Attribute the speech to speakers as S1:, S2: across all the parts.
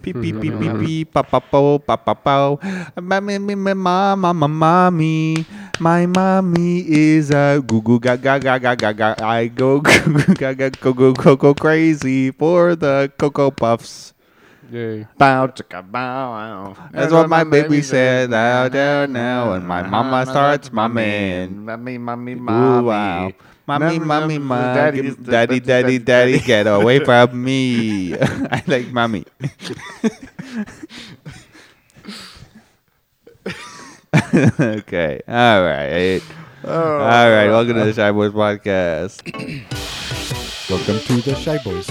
S1: Beep beep beep beep beep pa pa po pa pa po. My mama my mommy my mommy is a goo goo ga ga ga ga ga ga I go goo goo ga ga go go go go crazy for the cocoa puffs.
S2: Yay.
S1: Bow chicka bow wow. That's what my baby said out there now and my mama starts mumming.
S2: Mommy, mommy,
S1: Ooh,
S2: mommy.
S1: wow. Mommy, mommy,
S2: Mommy,
S1: mommy,
S2: daddy
S1: daddy,
S2: is the-
S1: daddy, daddy, daddy,
S2: daddy, daddy.
S1: get away from me. I like mommy. okay. All right. All right. Welcome to the Shy Boys Podcast.
S3: Welcome to the Shy Boys.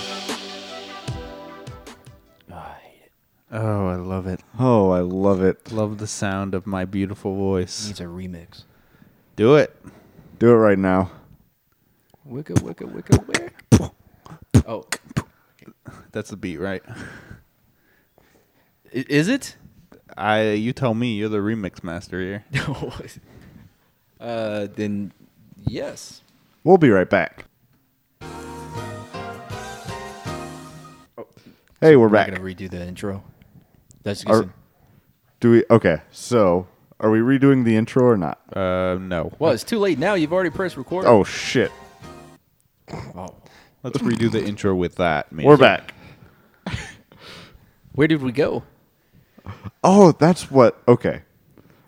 S1: Oh, I love it. Oh, I love it. Love the sound of my beautiful voice.
S4: Needs a remix.
S1: Do it.
S5: Do it right now.
S4: Wicka, wicka, wicka, wicka. Oh,
S1: That's the beat, right?
S4: i- is it?
S1: I. You tell me. You're the remix master here.
S4: No. uh, then yes.
S5: We'll be right back. Hey, we're
S4: I'm
S5: back.
S4: gonna redo the intro. That's
S5: Are- Do we? Okay. So, are we redoing the intro or not?
S1: Uh, no.
S4: well, it's too late now. You've already pressed record.
S5: Oh shit.
S4: Oh.
S1: Let's redo the intro with that. Maybe.
S5: We're back.
S4: Where did we go?
S5: Oh, that's what. Okay.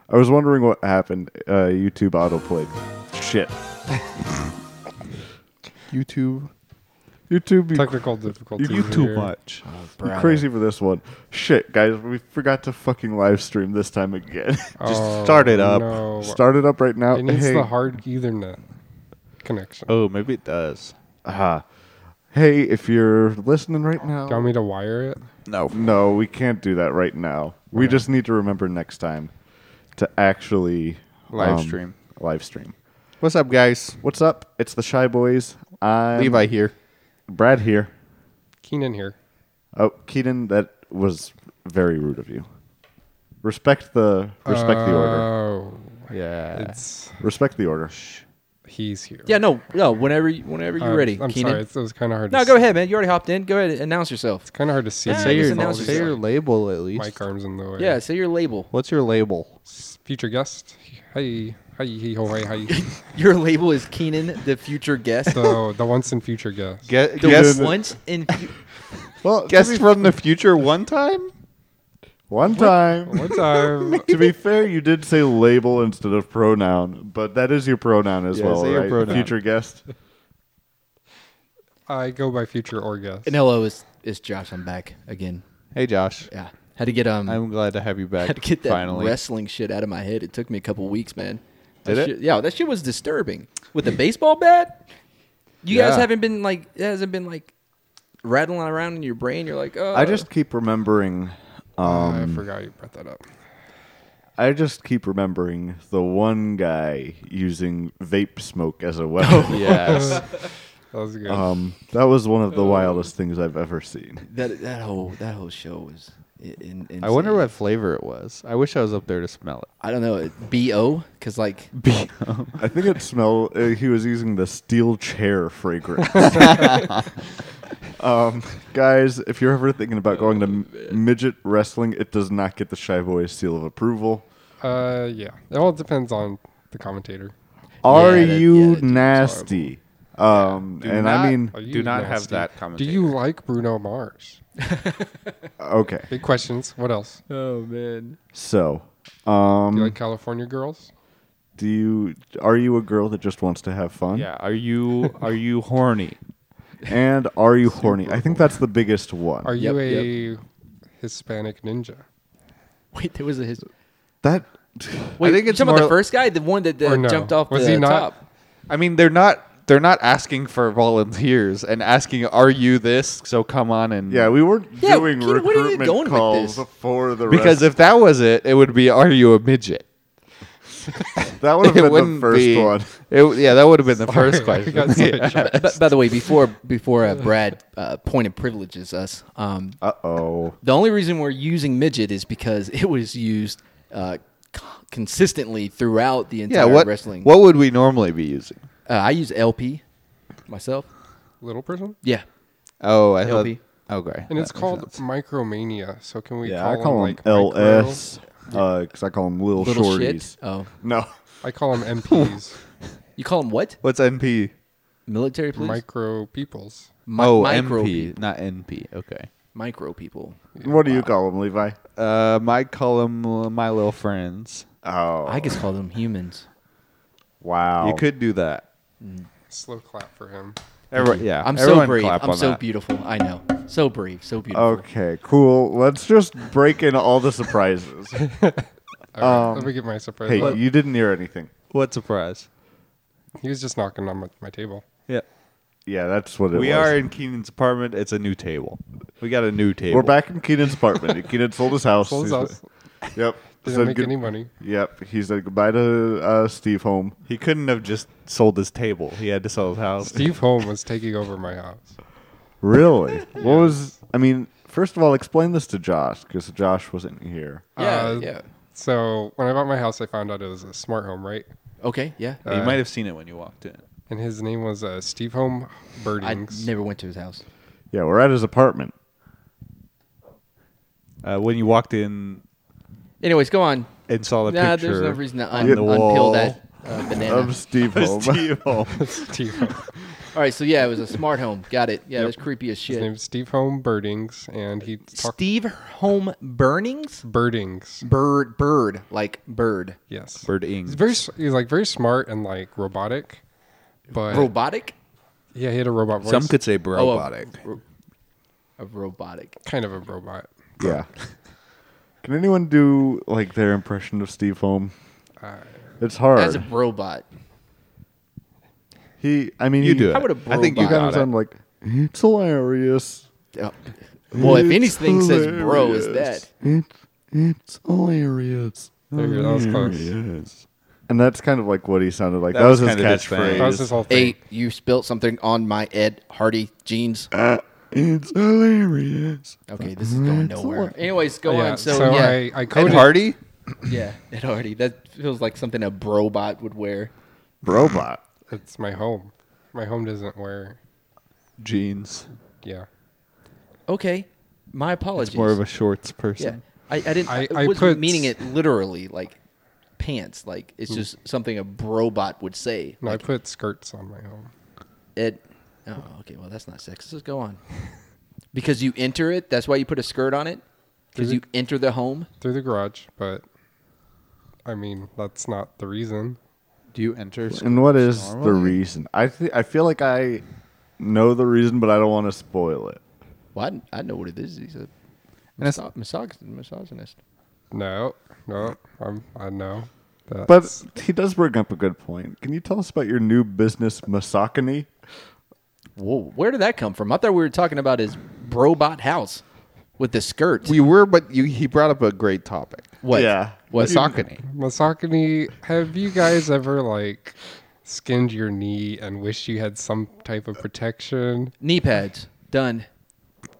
S5: I was wondering what happened. Uh, YouTube autoplayed. Shit.
S1: YouTube.
S5: YouTube, you
S3: Technical difficulties.
S1: You too
S3: here.
S1: much.
S4: Brother.
S5: crazy for this one. Shit, guys, we forgot to fucking live stream this time again.
S3: Oh,
S1: start it up.
S3: No.
S5: Start it up right now.
S3: It needs
S5: Hey.
S3: the hard Ethernet connection.
S1: Oh, maybe it does.
S5: Ah. Hey, if you're listening right now.
S3: Do you want me to wire it?
S1: No.
S5: No, we can't do that right now. We just need to remember next time to actually um,
S1: Live stream.
S5: Live stream.
S1: What's up, guys?
S5: What's up? It's the Shy Boys. I'm
S1: Levi here.
S5: Brad here.
S3: Keenan here.
S5: Oh, Keaton, that was very rude of you. Respect the respect the order.
S3: Oh,
S1: Yeah.
S3: it's
S5: Respect the order.
S3: he's here.
S4: Yeah, no, no. Whenever, you, whenever you're
S3: I'm-
S4: ready,
S3: Um, I'm
S4: Keenan.
S3: sorry. It's, it was kind of hard.
S4: No,
S3: to
S4: go
S3: see.
S4: ahead, man. You already hopped in. Go ahead, announce yourself.
S3: Kind of hard to see.
S4: Yeah,
S1: say
S4: just
S1: your,
S4: announce
S1: say your
S4: yourself.
S1: label at least.
S3: mic arms in the way.
S4: Yeah, say your label.
S1: What's your label?
S3: Future guest. Hey, hi, hey, ho, hey, hi.
S4: Your label is Keenan, the future guest. the
S3: so the once in future guest.
S1: Get, guess
S4: guest once in. Fu-
S5: Well, to
S1: guess
S5: be-
S1: from the future one time?
S5: one time.
S3: One time.
S5: to be fair, you did say label instead of pronoun, but that is your pronoun as
S1: Yeah,
S5: well,
S1: say your
S5: right?
S1: pronoun.
S5: Future guest.
S3: I go by future or guest.
S4: and um, hello, is is oh, Josh? I'm back again.
S1: Hey, Josh.
S4: Yeah, had to get um.
S1: I'm glad to have you back.
S4: had to get that
S1: finally.
S4: wrestling shit out of my head. It took me a couple weeks, man.
S1: Did
S4: that
S1: it?
S4: Shit, yeah, that shit was disturbing. With the baseball bat, you
S1: Yeah.
S4: guys haven't been like it hasn't been like rattling around in your brain. You're like, oh,
S5: I just keep remembering
S3: I forgot you brought that up.
S5: I just keep remembering the one guy using vape smoke as a weapon.
S1: Yes.
S3: That was good.
S4: uh,
S5: um, that was one of the wildest things I've ever seen.
S4: that that whole that whole show was. i- In,
S1: I wonder
S4: insane.
S1: what flavor it was. I wish I was up there to smell
S4: I don't know. uh, Bo because like
S1: it.
S5: I think it smelled. Uh, he was using the steel chair fragrance. um, guys, if you're ever thinking about going to m- midget wrestling, it does not get the shy boy seal of approval.
S3: Uh, yeah. It all depends on the commentator.
S5: Are
S4: that- yeah,
S5: you
S4: that dude's
S5: nasty? Um,
S1: Do
S5: and I
S1: not-
S5: mean,
S3: Are you
S1: Do not have
S3: nasty?
S1: that
S3: Do you
S1: commentator.
S3: like Bruno Mars?
S5: okay.
S3: Big questions. What else? Do
S4: oh man,
S5: So,
S3: you
S5: um,
S3: like California girls?
S5: do you are you a girl that just wants to have fun?
S1: yeah. Are you are you horny?
S5: And are you horny? I think that's the biggest one.
S3: Are you
S4: Yep,
S3: a
S4: yep.
S3: Hispanic ninja?
S4: wait, there was a his.
S5: that
S4: Wait,
S1: think
S4: you
S1: it's
S4: talking about the
S1: more-
S4: first guy, the one that uh,
S3: Or no?
S4: jumped off
S3: Was
S4: the
S3: he not-
S4: top.
S1: I mean, they're not they're not asking for volunteers and asking, "Are you this?" So come on and
S5: yeah, we weren't
S4: Yeah,
S5: doing
S4: Keenan, where are you
S5: recruitment
S4: going with
S5: calls
S4: this?
S5: for the
S1: Because
S5: rest-
S1: if that was it, it would be, "Are you a midget?"
S5: That would have
S1: it
S5: been
S1: wouldn't
S5: the first
S1: be-
S5: one.
S1: it- yeah, that would have been the first question. Yeah.
S4: by, by the way, before before uh, Brad uh, point of privileges us, um,
S5: Uh oh.
S4: the only reason we're using midget is because it was used uh, co- consistently throughout the entire
S1: Yeah, what
S4: wrestling.
S1: what would we normally be using?
S4: Uh, I use LP myself.
S3: Little person?
S4: Yeah,
S1: Oh, I thought.
S4: LP.
S1: Okay,
S3: And it's
S1: That makes
S3: called
S1: sense.
S3: Micromania. So can we
S5: Yeah,
S3: call,
S5: I call
S3: them,
S5: him
S3: like
S5: LS because I call him Lil
S4: little
S5: Shorties.
S4: shit. Oh,
S5: No.
S3: micro- I call them MPs,
S4: you call them what?
S1: What's MP?
S4: Military police?
S3: micro peoples.
S4: Mi-
S1: oh,
S4: micro
S1: MP,
S4: pe-
S1: not NP. Okay.
S4: micro people.
S5: What do you call him, Levi?
S1: Uh, my column, uh, my little friends.
S5: Oh,
S4: I just call them humans.
S5: wow.
S1: You could do that.
S3: Slow clap for him.
S1: Everyone, yeah,
S4: I'm
S1: everyone
S4: so brief.
S1: clap
S4: I'm
S1: on
S4: so
S1: that.
S4: beautiful. I know. So brief. So beautiful.
S5: Okay, cool. Let's just break in all the surprises. Um,
S3: All right, let me get my surprise.
S5: hey,
S3: Look,
S5: you didn't hear anything.
S1: What surprise?
S3: he was just knocking on my, my table.
S1: Yeah,
S5: Yeah, that's what it
S1: we
S5: was.
S1: are in Keenan's apartment. It's a new table. We got a new table.
S5: We're back in Keenan's apartment. Keenan sold his house.
S3: Sold his house.
S5: Yep.
S3: Didn't
S5: Said
S3: make
S5: good-
S3: any money.
S5: Yep. He said goodbye to uh, Steve Home.
S1: He couldn't have just sold his table. He had to sell his house.
S3: Steve Holm was taking over my house.
S5: Really? What was? I mean, first of all, explain this to Josh because Josh wasn't here.
S6: Yeah,
S3: Uh,
S6: yeah.
S3: So when I bought my house, I found out it was a smart home, right?
S4: Okay. Yeah.
S1: you might have seen it when you walked in.
S3: And his name was uh, Steve Home
S4: I
S3: Birdings.
S4: never went to his house.
S5: Yeah, we're at his apartment.
S1: Uh, when you walked in
S4: Anyways, go on.
S1: and saw the
S4: Nah,
S1: picture.
S4: there's no reason to
S1: on
S4: un-
S1: the wall.
S4: unpeel that uh, banana.
S5: Of Steve Home.
S1: Steve Holm.
S3: Steve Home.
S4: All right, so yeah, it was a smart home. Got it. Yeah, it was creepy as
S3: His
S4: shit.
S3: name's Steve Home Birdings, and he talked
S4: Steve Home Burnings?
S3: Birdings.
S4: Bird, bird, like bird.
S3: Yes,
S1: Bird Ing.
S3: he's very s- he's like very smart and like robotic, but
S4: Robotic?
S3: yeah, he had a robot voice.
S1: Some could say
S4: Oh, a-
S1: robotic.
S4: ro- A, robotic.
S3: kind of a robot.
S5: Yeah. Can anyone do like their impression of Steve Home? It's hard.
S4: Uh, As a robot.
S5: he, I mean,
S1: you
S5: he-
S1: do it.
S4: How would a
S1: I think you
S5: kind
S4: robot-
S1: got
S5: of
S1: it.
S5: sound like it's hilarious.
S4: Oh. Well, if
S5: It's
S4: anything says bro, is that.
S5: It's hilarious.
S3: There you go. That was
S1: Mm.
S3: close.
S5: And that's kind of like what he sounded like. That,
S1: That
S5: was,
S1: was
S5: his
S1: kind of his
S5: catchphrase.
S1: thing.
S3: That was his whole thing.
S4: Hey, you spilt something on my Ed Hardy jeans.
S5: Uh, it's hilarious.
S4: Okay, this is going nowhere. Anyways, go
S3: Oh, yeah,
S4: on. Oh, So,
S3: so
S4: yeah,
S3: I I
S1: Ed
S3: coded
S1: Hardy?
S4: yeah, Ed Hardy. That feels like something a robot would wear.
S5: Robot.
S3: It's my home. My home doesn't wear.
S1: Jeans.
S3: Yeah.
S4: Okay, my apologies.
S1: It's more of a shorts
S4: Yeah,
S1: person.
S4: I, I didn't.
S3: I-
S4: I,
S3: I
S4: wasn't
S3: put- Hmm.
S4: meaning it literally, like pants. Like it's just something a robot would say.
S3: No,
S4: like,
S3: I put skirts on my home.
S4: it. Oh, okay. Well, that's not sexist. Just go on. Because you enter it. That's why you put a skirt on it. Because
S3: Is
S4: you
S3: it-
S4: enter the home.
S3: through the garage, but I mean that's not the reason.
S1: Do you enter? s-
S5: And what is the
S1: normally?
S5: reason? I th- I feel like I know the reason, but I don't want to spoil it.
S4: Well, I, I know what it is. He's a
S1: And it's-
S4: misog- misog- misogynist.
S3: No, no, I'm I know. That's,
S5: But he does bring up a good point. Can you tell us about your new business, Misogyny?
S4: Whoa, where did that come from? I thought we were talking about his robot house with the skirt.
S1: We were, but you, he brought up a great topic.
S4: what?
S5: Yeah.
S4: What?
S1: Misogyny.
S3: misogyny, have you guys ever like skinned your knee and wished you had some type of protection?
S4: Knee pads. Done.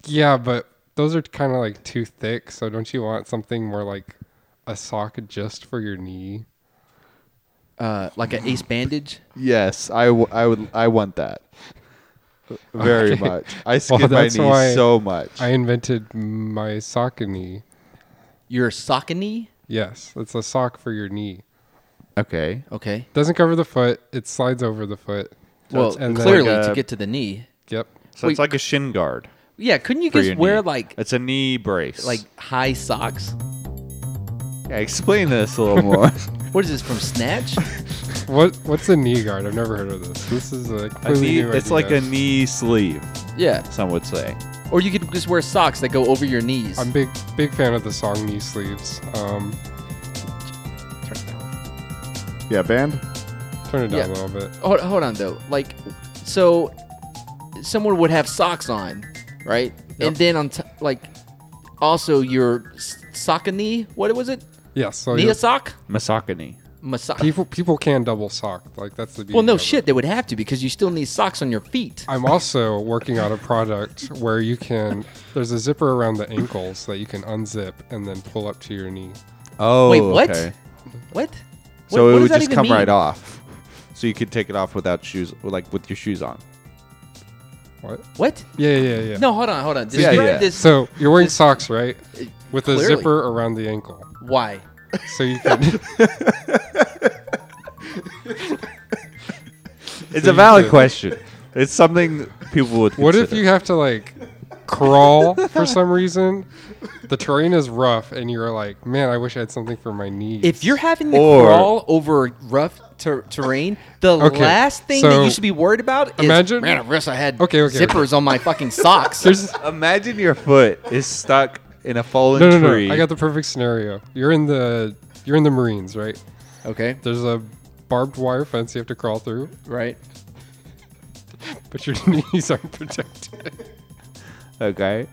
S3: Yeah, but those are kind of like too thick, so don't you want something more like a sock just for your knee?
S4: Uh, like an ace bandage.
S1: Yes, I, w- I would. I want that very much. I skinned my
S3: that's
S1: knee
S3: why
S1: so much.
S3: I invented my sockany.
S4: Your sockony.
S3: Yes, it's a sock for your knee.
S1: okay,
S4: Okay.
S3: Doesn't cover the foot. It slides over the foot.
S4: Well,
S3: it's- and then-
S4: clearly
S1: Like uh, a-
S4: to get to the knee.
S3: Yep.
S1: so
S4: Wait.
S1: it's like a shin guard.
S4: Yeah, couldn't you
S1: for
S4: just
S1: your
S4: wear
S1: knee.
S4: like
S1: it's a knee brace.
S4: like high socks?
S1: yeah, explain this a little more.
S4: What is this from Snatch?
S3: What what's a knee guard? I've never heard of this. This is a
S1: a
S3: completely
S1: knee,
S3: new
S1: it's like a
S3: idea.
S1: knee sleeve.
S4: yeah.
S1: Some would say.
S4: Or you could just wear socks that go over your knees.
S3: I'm big big fan of the song knee sleeves. Um,
S5: Yeah, band?
S3: turn it down
S4: Yeah.
S3: a little bit.
S4: hold, hold on though. Like, so someone would have socks on, right? And then on t- like also your s- sock knee. What was it?
S3: Yeah. So
S4: Knee
S1: Oh,
S3: you'll-
S4: sock.
S1: Misogyny.
S4: massage.
S3: People people can double sock. Like that's the beauty
S4: well, no
S3: of it.
S4: shit, they would have to because you still need socks on your feet.
S3: I'm also working on a product where you can. There's a zipper around the ankles that you can unzip and then pull up to your knee.
S1: Oh,
S4: Wait, what?
S1: okay.
S4: What?
S1: So it
S4: What- what does
S1: would
S4: that
S1: just
S4: even
S1: come
S4: mean?
S1: right off. So you could take it off without shoes, like with your shoes on.
S3: What?
S4: What?
S3: Yeah, yeah, yeah.
S4: No, hold on, hold on.
S1: Yeah,
S4: Describe
S1: yeah.
S4: this.
S3: So you're wearing socks, right? With a
S4: Clearly.
S3: zipper around the ankle,
S4: Why?
S3: so you can.
S1: It's
S3: So
S1: a
S3: you
S1: valid
S3: could-
S1: question. It's something people would.
S3: What if
S1: consider.
S3: you have to like crawl for some reason? The terrain is rough, and you're like, man, I wish I had something for my knees.
S4: If you're having to
S1: Or-
S4: crawl over rough ter- terrain, the
S3: Okay,
S4: last thing that
S3: so
S4: you should be worried about is
S3: imagine-
S4: man, I wish I had
S3: Okay, okay,
S4: zippers on my fucking socks.
S3: There's
S1: Imagine your foot is stuck in a fallen
S3: no, no, no.
S1: tree.
S3: I got the perfect scenario. You're in the you're in the Marines, right?
S4: okay,
S3: There's a barbed wire fence you have to crawl through,
S4: right.
S3: but your knees aren't protected.
S1: okay.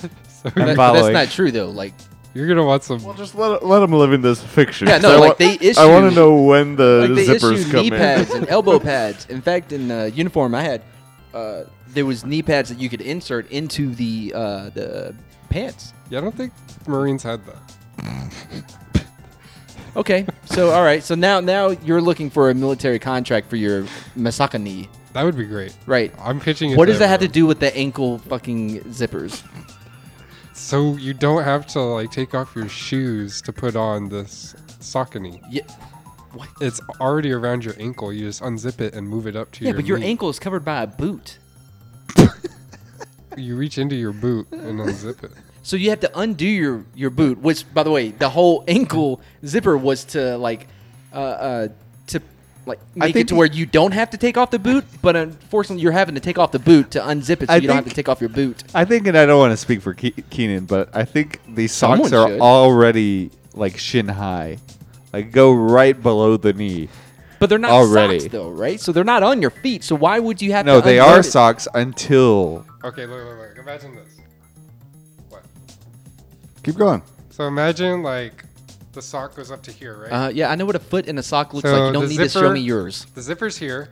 S3: So
S1: I'm
S4: That- that's
S1: following.
S4: not true though. Like,
S3: you're gonna want some.
S5: Well, just let let them live in this fiction.
S4: Yeah, no,
S5: I
S4: like,
S5: want-
S4: they
S5: I want to
S4: issue-
S5: know when the
S4: like they
S5: zippers
S4: issue
S5: come
S4: knee
S5: in.
S4: pads and elbow pads. In fact, in uh, uniform I had, uh, there was knee pads that you could insert into the uh, the pants.
S3: Yeah, I don't think Marines had that.
S4: Okay, so all right, so now now you're looking for a military contract for your masaka knee,
S3: That would be great.
S4: right?
S3: I'm pitching. It
S4: What
S3: to
S4: does that have to
S3: everyone.
S4: do with the ankle fucking zippers?
S3: So you don't have to like take off your shoes to put on this sockany.
S4: Yeah,
S3: It's already around your ankle. You just unzip it and move it up to
S4: yeah
S3: your.
S4: but your
S3: knee.
S4: ankle is covered by a boot.
S3: You reach into your boot and unzip it.
S4: So you have to undo your, your boot, which, by the way, the whole ankle zipper was to like, uh, uh to like make it
S1: think
S4: to
S1: he-
S4: where you don't have to take off the boot, but unfortunately, you're having to take off the boot to unzip it, so
S1: I
S4: you don't have
S1: think-
S4: to take off your boot.
S1: I think, and I don't want to speak for Ke- Keenan, but I think these socks
S4: Someone
S1: are
S4: should.
S1: already like shin high, like go right below the knee.
S4: But they're not
S1: Already.
S4: socks, though, right? So they're not on your feet. So why would you have to?
S1: No, they
S4: unlearn
S1: are
S4: it?
S1: socks until
S3: Okay, look, look, look. Imagine this. What?
S5: Keep going.
S3: So imagine like the sock goes up to here, right?
S4: Uh, yeah, I know what a foot and a sock looks
S3: So
S4: like. You
S3: the
S4: don't need to show
S3: zipper-
S4: me yours.
S3: The zipper's here.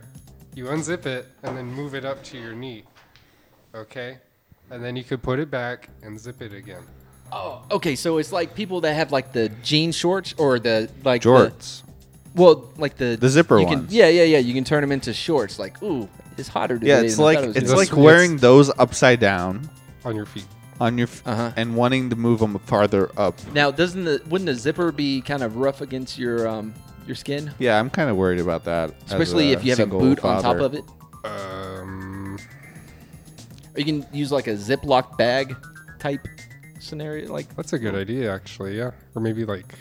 S3: You unzip it and then move it up to your knee. Okay? And then you could put it back and zip it again.
S4: Oh, okay. So it's like people that have like the jean shorts or the like the-
S1: jorts.
S4: Well, like the
S1: The zipper
S4: you can-
S1: ones.
S4: yeah, yeah, yeah. You can turn them into shorts. Like, ooh, it's hotter today.
S1: yeah, it's like it's
S3: gonna
S1: like
S3: be. That's-
S1: wearing those upside down
S3: On your feet.
S1: on your f-
S4: Uh-huh.
S1: and wanting to move them farther up.
S4: now. Doesn't the wouldn't the zipper be kind of rough against your um your skin,
S1: Yeah, I'm kind of worried about that, as
S4: especially if you have a
S1: single
S4: boot on top
S1: father.
S4: of it?
S3: Um,
S4: Or you can use like a Ziploc bag type scenario. Like,
S3: that's a good idea, actually, yeah. Or maybe like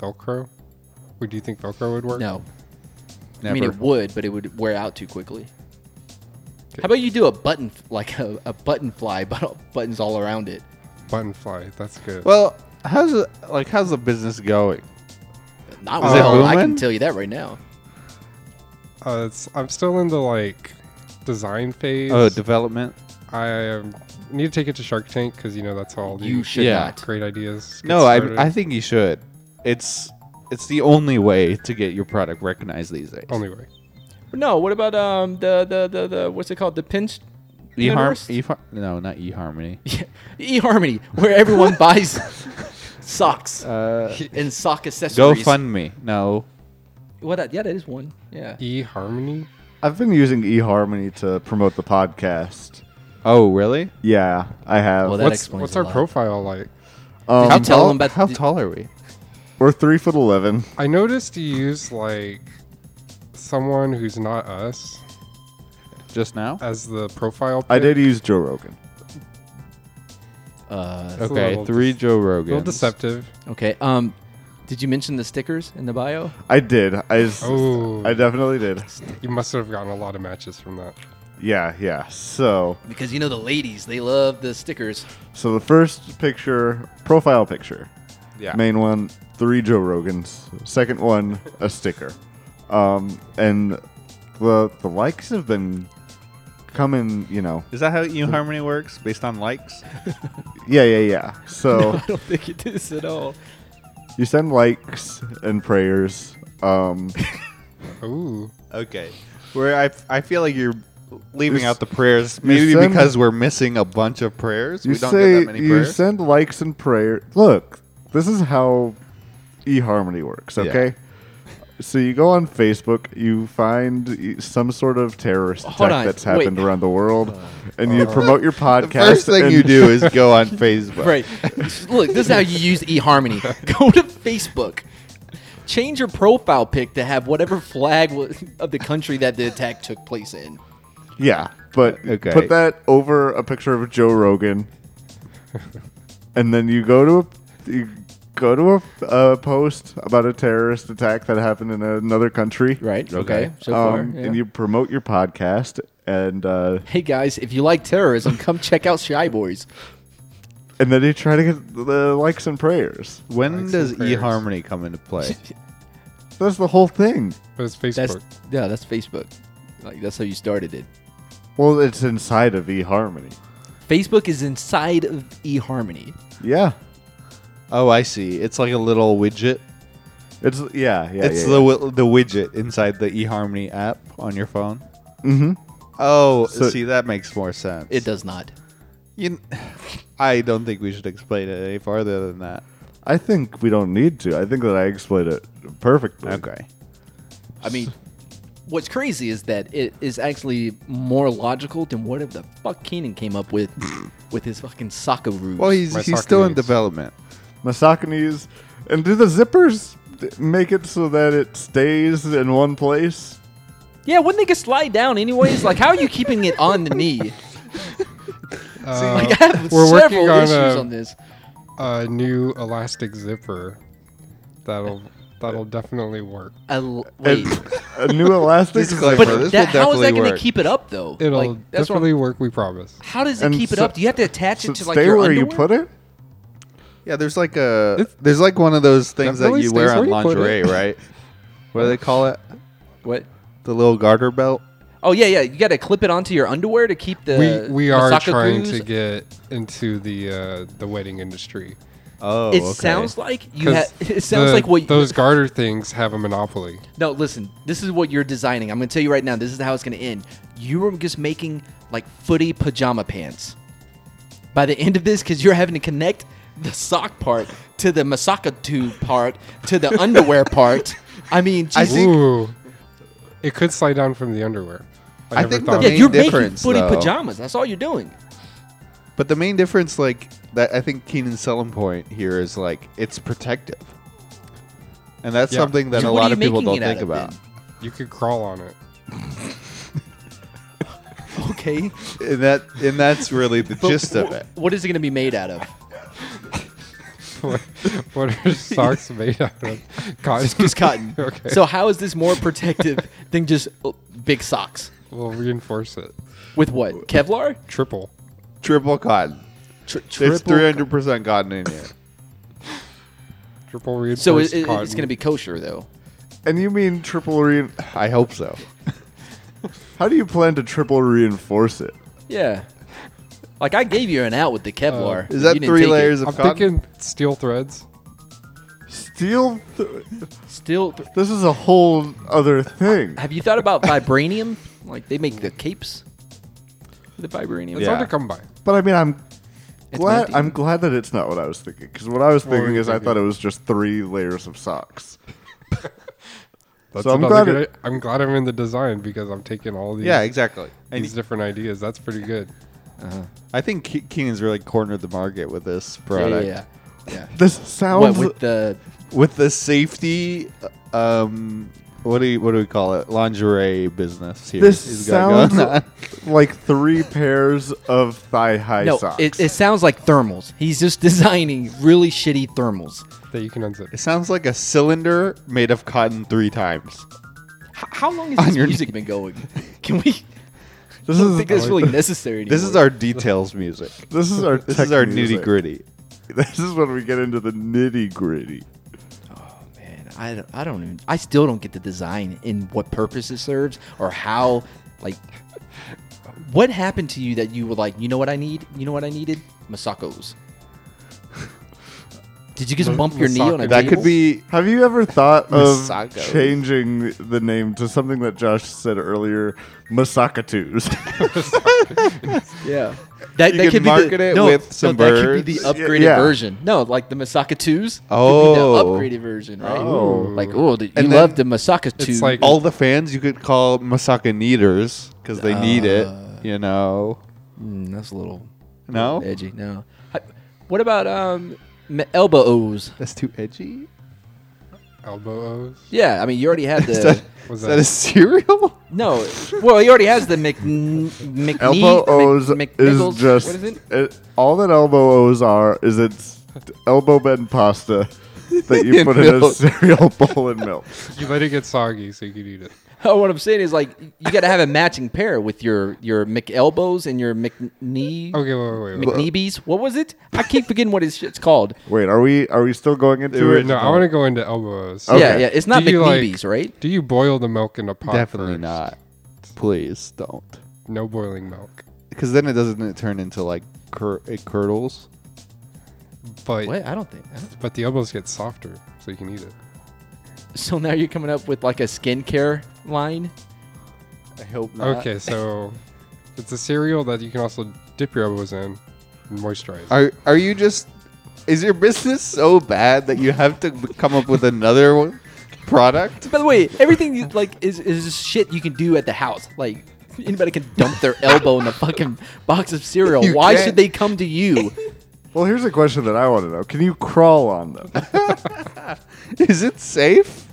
S3: Velcro. Would you think Velcro would work?
S4: no,
S1: Never.
S4: I mean it would, but it would wear out too quickly. How about you do a button like a, a button fly, but buttons all around it?
S3: Button fly. That's good.
S1: well, how's it, like how's the business going?
S4: Not
S1: Is it
S4: well. I can
S1: booming?
S4: tell you that right now.
S3: uh, it's, I'm still in the like design phase.
S1: Oh, development.
S3: I um, need to take it to Shark Tank because you know that's how all
S4: You
S3: these
S4: should
S1: Yeah.
S4: not.
S3: great ideas. get
S1: No,
S3: started.
S1: I, I think you should. It's it's the only way to get your product recognized these days.
S3: only way.
S6: No, what about um the the the, the what's it called? The pinch
S1: eHarm, E-,
S6: Universe?
S1: eHarm, no, not eHarmony.
S4: eHarmony, where everyone buys socks
S1: Uh,
S4: and sock accessories.
S1: GoFundMe. No,
S6: What? that- Yeah, that is one. Yeah.
S3: E Harmony.
S5: I've been using eHarmony to promote the podcast.
S1: Oh, really?
S5: Yeah, I have.
S4: Well, that
S3: What's
S4: explains
S3: what's
S4: a
S3: our
S4: lot.
S3: profile like?
S5: Um,
S4: Did you tell them about
S1: how
S4: the-
S1: tall are we?
S5: we're three foot eleven.
S3: I noticed you use like someone who's not us
S1: Just now?
S3: as the profile. Pic.
S5: I did use Joe Rogan.
S4: Uh,
S3: a
S1: Okay,
S3: little
S1: three Joe
S3: A little
S1: Rogan.
S3: deceptive.
S4: okay. Um, did you mention the stickers in the bio?
S5: I did. I s-
S3: Oh.
S5: I definitely did.
S3: You must have gotten a lot of matches from that.
S5: Yeah, yeah. So,
S4: Because you know the ladies, they love the stickers.
S5: so the first picture, profile picture,
S1: Yeah.
S5: main one, three Joe Rogans. Second one, a sticker. Um, and the the likes have been coming. You know,
S1: Is that how eHarmony works? Based on likes?
S5: yeah, yeah, yeah. So
S6: I don't think it is at all.
S5: you send likes and prayers Um,
S3: Ooh.
S1: Okay. Where I, I feel like you're leaving
S5: You s-
S1: out the prayers, maybe
S5: send-
S1: because we're missing a bunch of prayers.
S5: you
S1: we don't
S5: say
S1: get that many
S5: you
S1: prayers.
S5: send likes and prayer. Look, this is how eHarmony works.
S1: Yeah.
S5: Okay. So you go on Facebook, you find y- some sort of terrorist
S4: Hold
S5: attack
S4: on,
S5: that's happened
S4: wait.
S5: around the world, and you promote your podcast.
S1: Uh-huh. the first thing
S5: and-
S1: you do is go on Facebook.
S4: Right. Look, this is how you use eHarmony. Go to Facebook. Change your profile pic to have whatever flag wa- of the country that the attack took place in.
S5: Yeah, but
S1: Okay.
S5: put that over a picture of Joe Rogan, and then you go to a you go to a, a post about a terrorist attack that happened in another country,
S4: Right?
S1: Okay.
S4: So far.
S5: um,
S4: yeah.
S5: And you promote your podcast, and uh,
S4: hey guys, if you like terrorism, come check out Shy Boys.
S5: and then you try to get the likes and prayers.
S1: When
S3: Likes
S1: does
S3: and prayers.
S1: eHarmony come into play?
S5: That's the whole thing.
S3: But it's
S4: That's
S3: Facebook.
S4: yeah, that's Facebook. Like that's how you started it.
S5: Well, it's inside of eHarmony.
S4: Facebook is inside of eHarmony.
S5: Yeah,
S1: Oh, I see. It's like a little widget.
S5: it's yeah yeah.
S1: it's
S5: yeah,
S1: the
S5: yeah.
S1: wi- the widget inside the eHarmony app on your phone.
S5: Mhm.
S1: Oh,
S5: So-
S1: see, that makes more sense.
S4: It does not.
S1: You, kn- I don't think we should explain it any farther than that.
S5: I think we don't need to. I think that I explained it perfectly.
S1: Okay.
S4: I mean, what's crazy is that it is actually more logical than whatever the fuck Keenan came up with with his fucking soccer rules.
S1: Well, he's
S3: My
S1: he's still in
S3: Socrates.
S1: development.
S5: Masakanese. And do the zippers make it so that it stays in one place?
S4: yeah, wouldn't they just slide down anyways? Like, how are you keeping it on the knee?
S3: Uh,
S4: Like, I have
S3: we're
S4: several
S3: working on uh,
S4: issues
S3: a-
S4: on this.
S3: a new elastic zipper. That'll that'll definitely work.
S4: I l- wait,
S5: And a new elastic
S1: Disclaimer.
S5: zipper.
S1: this
S4: but that,
S1: will
S4: how is that
S1: definitely
S4: going to
S1: work.
S4: keep it up though?
S3: It'll
S4: like, that's what I'm-
S3: definitely work. We promise.
S4: How does it
S5: And
S4: keep it
S5: so-
S4: up? Do you have to attach
S5: So
S4: it to like
S5: stay
S4: your
S5: where
S4: underwear?
S5: you put it?
S1: Yeah, there's like a
S3: It's-
S1: there's like one of those things that
S3: Definitely
S1: you wear
S3: stays
S1: on
S3: where you put
S1: lingerie,
S3: it.
S1: right? What do they call it?
S4: What?
S1: The little garter belt.
S4: Oh yeah, yeah. You got to clip it onto your underwear to keep the.
S3: we we
S4: the
S3: are
S4: soccer
S3: trying
S4: crews-
S3: to get into the uh, the wedding industry.
S1: Oh,
S4: It sounds like you.
S3: 'Cause
S4: Ha- it sounds
S3: the-
S4: like what
S3: those garter things have a monopoly.
S4: No, listen. This is what you're designing. I'm going to tell you right now. This is how it's going to end. You are just making like footy pajama pants. By the end of this, because you're having to connect the sock part to the masaka tube part to the underwear part. I mean,
S1: I
S4: Jesus.
S1: think-
S3: Ooh, it could slide down from the underwear.
S1: I
S3: never
S1: think the
S3: thought of
S4: yeah,
S1: main
S3: it.
S4: you're making
S1: difference,
S4: footy
S1: though-
S4: pajamas. That's all you're doing.
S1: But the main difference, like that, I think Keenan's selling point here is like it's protective, and that's
S3: Yeah.
S1: something that
S4: So
S1: a
S4: what are
S1: lot
S4: you
S1: of people
S4: making
S1: don't
S4: it out
S1: think
S4: of
S1: about.
S3: you could crawl on it.
S4: then? Okay.
S1: And that and that's really the gist of it.
S4: What is it going to be made out of?
S3: what, what are socks made out of? Cotton.
S4: Just cotton.
S3: okay.
S4: So how is this more protective than just uh, big socks?
S3: we'll reinforce it.
S4: With what? Kevlar?
S3: Triple.
S1: Triple cotton.
S4: Tri-
S1: There's
S4: triple-
S1: 300 percent cotton in here.
S3: Triple reinforced
S4: So it, it-
S3: cotton.
S4: it's going to be kosher though.
S5: And you mean triple rein?
S1: I hope so.
S5: How do you plan to triple reinforce it?
S4: Yeah. Like I gave you an out with the Kevlar.
S1: Uh, Is that
S4: You didn't
S1: three
S4: take it.
S1: layers
S3: I'm
S1: of cotton?
S3: thinking steel threads.
S5: Steel. Th-
S4: Still,
S5: this is a whole other thing.
S4: have you thought about vibranium? Like they make the capes.
S6: The vibranium.
S3: It's hard to come by.
S5: But I mean, I'm
S4: It's
S5: glad.
S4: melting.
S5: I'm glad that it's not what I was thinking. Because what I was
S3: were
S5: thinking
S3: you
S5: is, I
S3: thinking?
S5: thought it was just three layers of socks.
S3: That's
S5: So I'm
S3: another
S5: glad
S3: good
S5: it-
S3: i- I'm glad I'm in the design because I'm taking all these
S1: Yeah, exactly. And
S3: these different ideas. That's pretty good.
S1: I think Ke- Keenan's really cornered the market with this
S4: Yeah,
S1: product.
S4: yeah, yeah. yeah.
S5: This
S4: What
S5: sounds
S4: with the?
S1: With the safety, um, what do you, what do we call it? Lingerie business here.
S5: This
S1: he's got
S5: sounds
S1: going on.
S5: like three pairs of thigh high
S4: No,
S5: socks.
S4: it, it sounds like thermals. He's just designing really shitty thermals.
S3: That you can unzip.
S1: It sounds like a cylinder made of cotton three times.
S4: H- how long
S1: On
S4: has this
S1: your-
S4: music been going? Can we?
S5: this
S4: I don't
S5: is
S4: think that's really necessary.
S1: This is
S4: anymore.
S1: our details music.
S5: this is our
S1: This is our
S5: music.
S1: nitty gritty.
S5: This is when we get into the nitty gritty.
S4: Man, I don't, I don't even. I still don't get the design in what purpose it serves or how. Like, what happened to you that you were like, you know what I need? You know what I needed? Masakos. Did you just bump your knee on a
S1: That could
S4: table?
S1: be
S5: Have you ever thought of
S1: Masako.
S5: changing the name to something that Josh said earlier, Masakatus?
S4: Yeah. That,
S1: You
S4: that
S1: can
S4: could be
S1: market
S4: the,
S1: it
S4: no,
S1: with some
S4: no, that could be the
S1: birds.
S4: upgraded
S5: Yeah.
S4: version. No, like the Masaka 2s.
S1: Oh.
S4: Could be the upgraded version, right?
S5: Oh.
S4: Like, oh, the, you
S1: And
S4: love the
S1: then
S4: Masaka 2.
S3: it's like-
S1: all the fans you could call Masaka Needers because they need it, you know.
S4: Mm, that's a little
S1: No?
S4: edgy. No.
S6: What about um?
S4: Me- elbow O's.
S1: That's too edgy.
S3: Elbow O's.
S4: Yeah, I mean, you already had
S1: Is that,
S4: the.
S3: Was
S1: is that a cereal?
S4: no. Well, he already has the Mc, McNee.
S5: Elbow O's
S4: Mc,
S5: is
S4: McNichols.
S5: just
S6: What is it?
S5: all that elbow O's are is it's elbow bend pasta that you
S1: In
S5: put in a
S1: milk.
S5: cereal bowl and milk.
S3: You let it get soggy so you could eat it.
S4: Oh, what I'm saying is like you got to have a matching pair with your your McElbows and your McKnee
S3: Okay, wait, wait, wait. wait.
S4: McKneebies. What was it? I keep forgetting what his shit's called.
S5: Wait, are we are we still going into it?
S3: No, I want to go into elbow O's.
S5: Okay.
S4: Yeah, yeah. It's not
S3: Do you, like-
S4: McNeebies, right?
S3: Do you boil the milk in a pot?
S1: Definitely
S3: first?
S1: not. Please don't.
S3: No boiling milk.
S1: Because then it doesn't it turn into like cur- it curdles.
S3: But
S4: What? I don't think. I don't-
S3: but the elbows get softer so you can eat it.
S4: So now you're coming up with like a skincare line.
S1: I hope
S3: Okay, so it's a cereal that you can also dip your elbows in and moisturize.
S1: Are are you just? Is your business so bad that you have to come up with another one, product?
S4: By the way, everything you, like is is just shit you can do at the house. Like anybody can dump their elbow in a fucking box of cereal.
S1: You
S4: Why
S1: can't.
S4: should they come to you?
S5: Well, here's a question that I want to know: Can you crawl on them?
S1: Is it safe?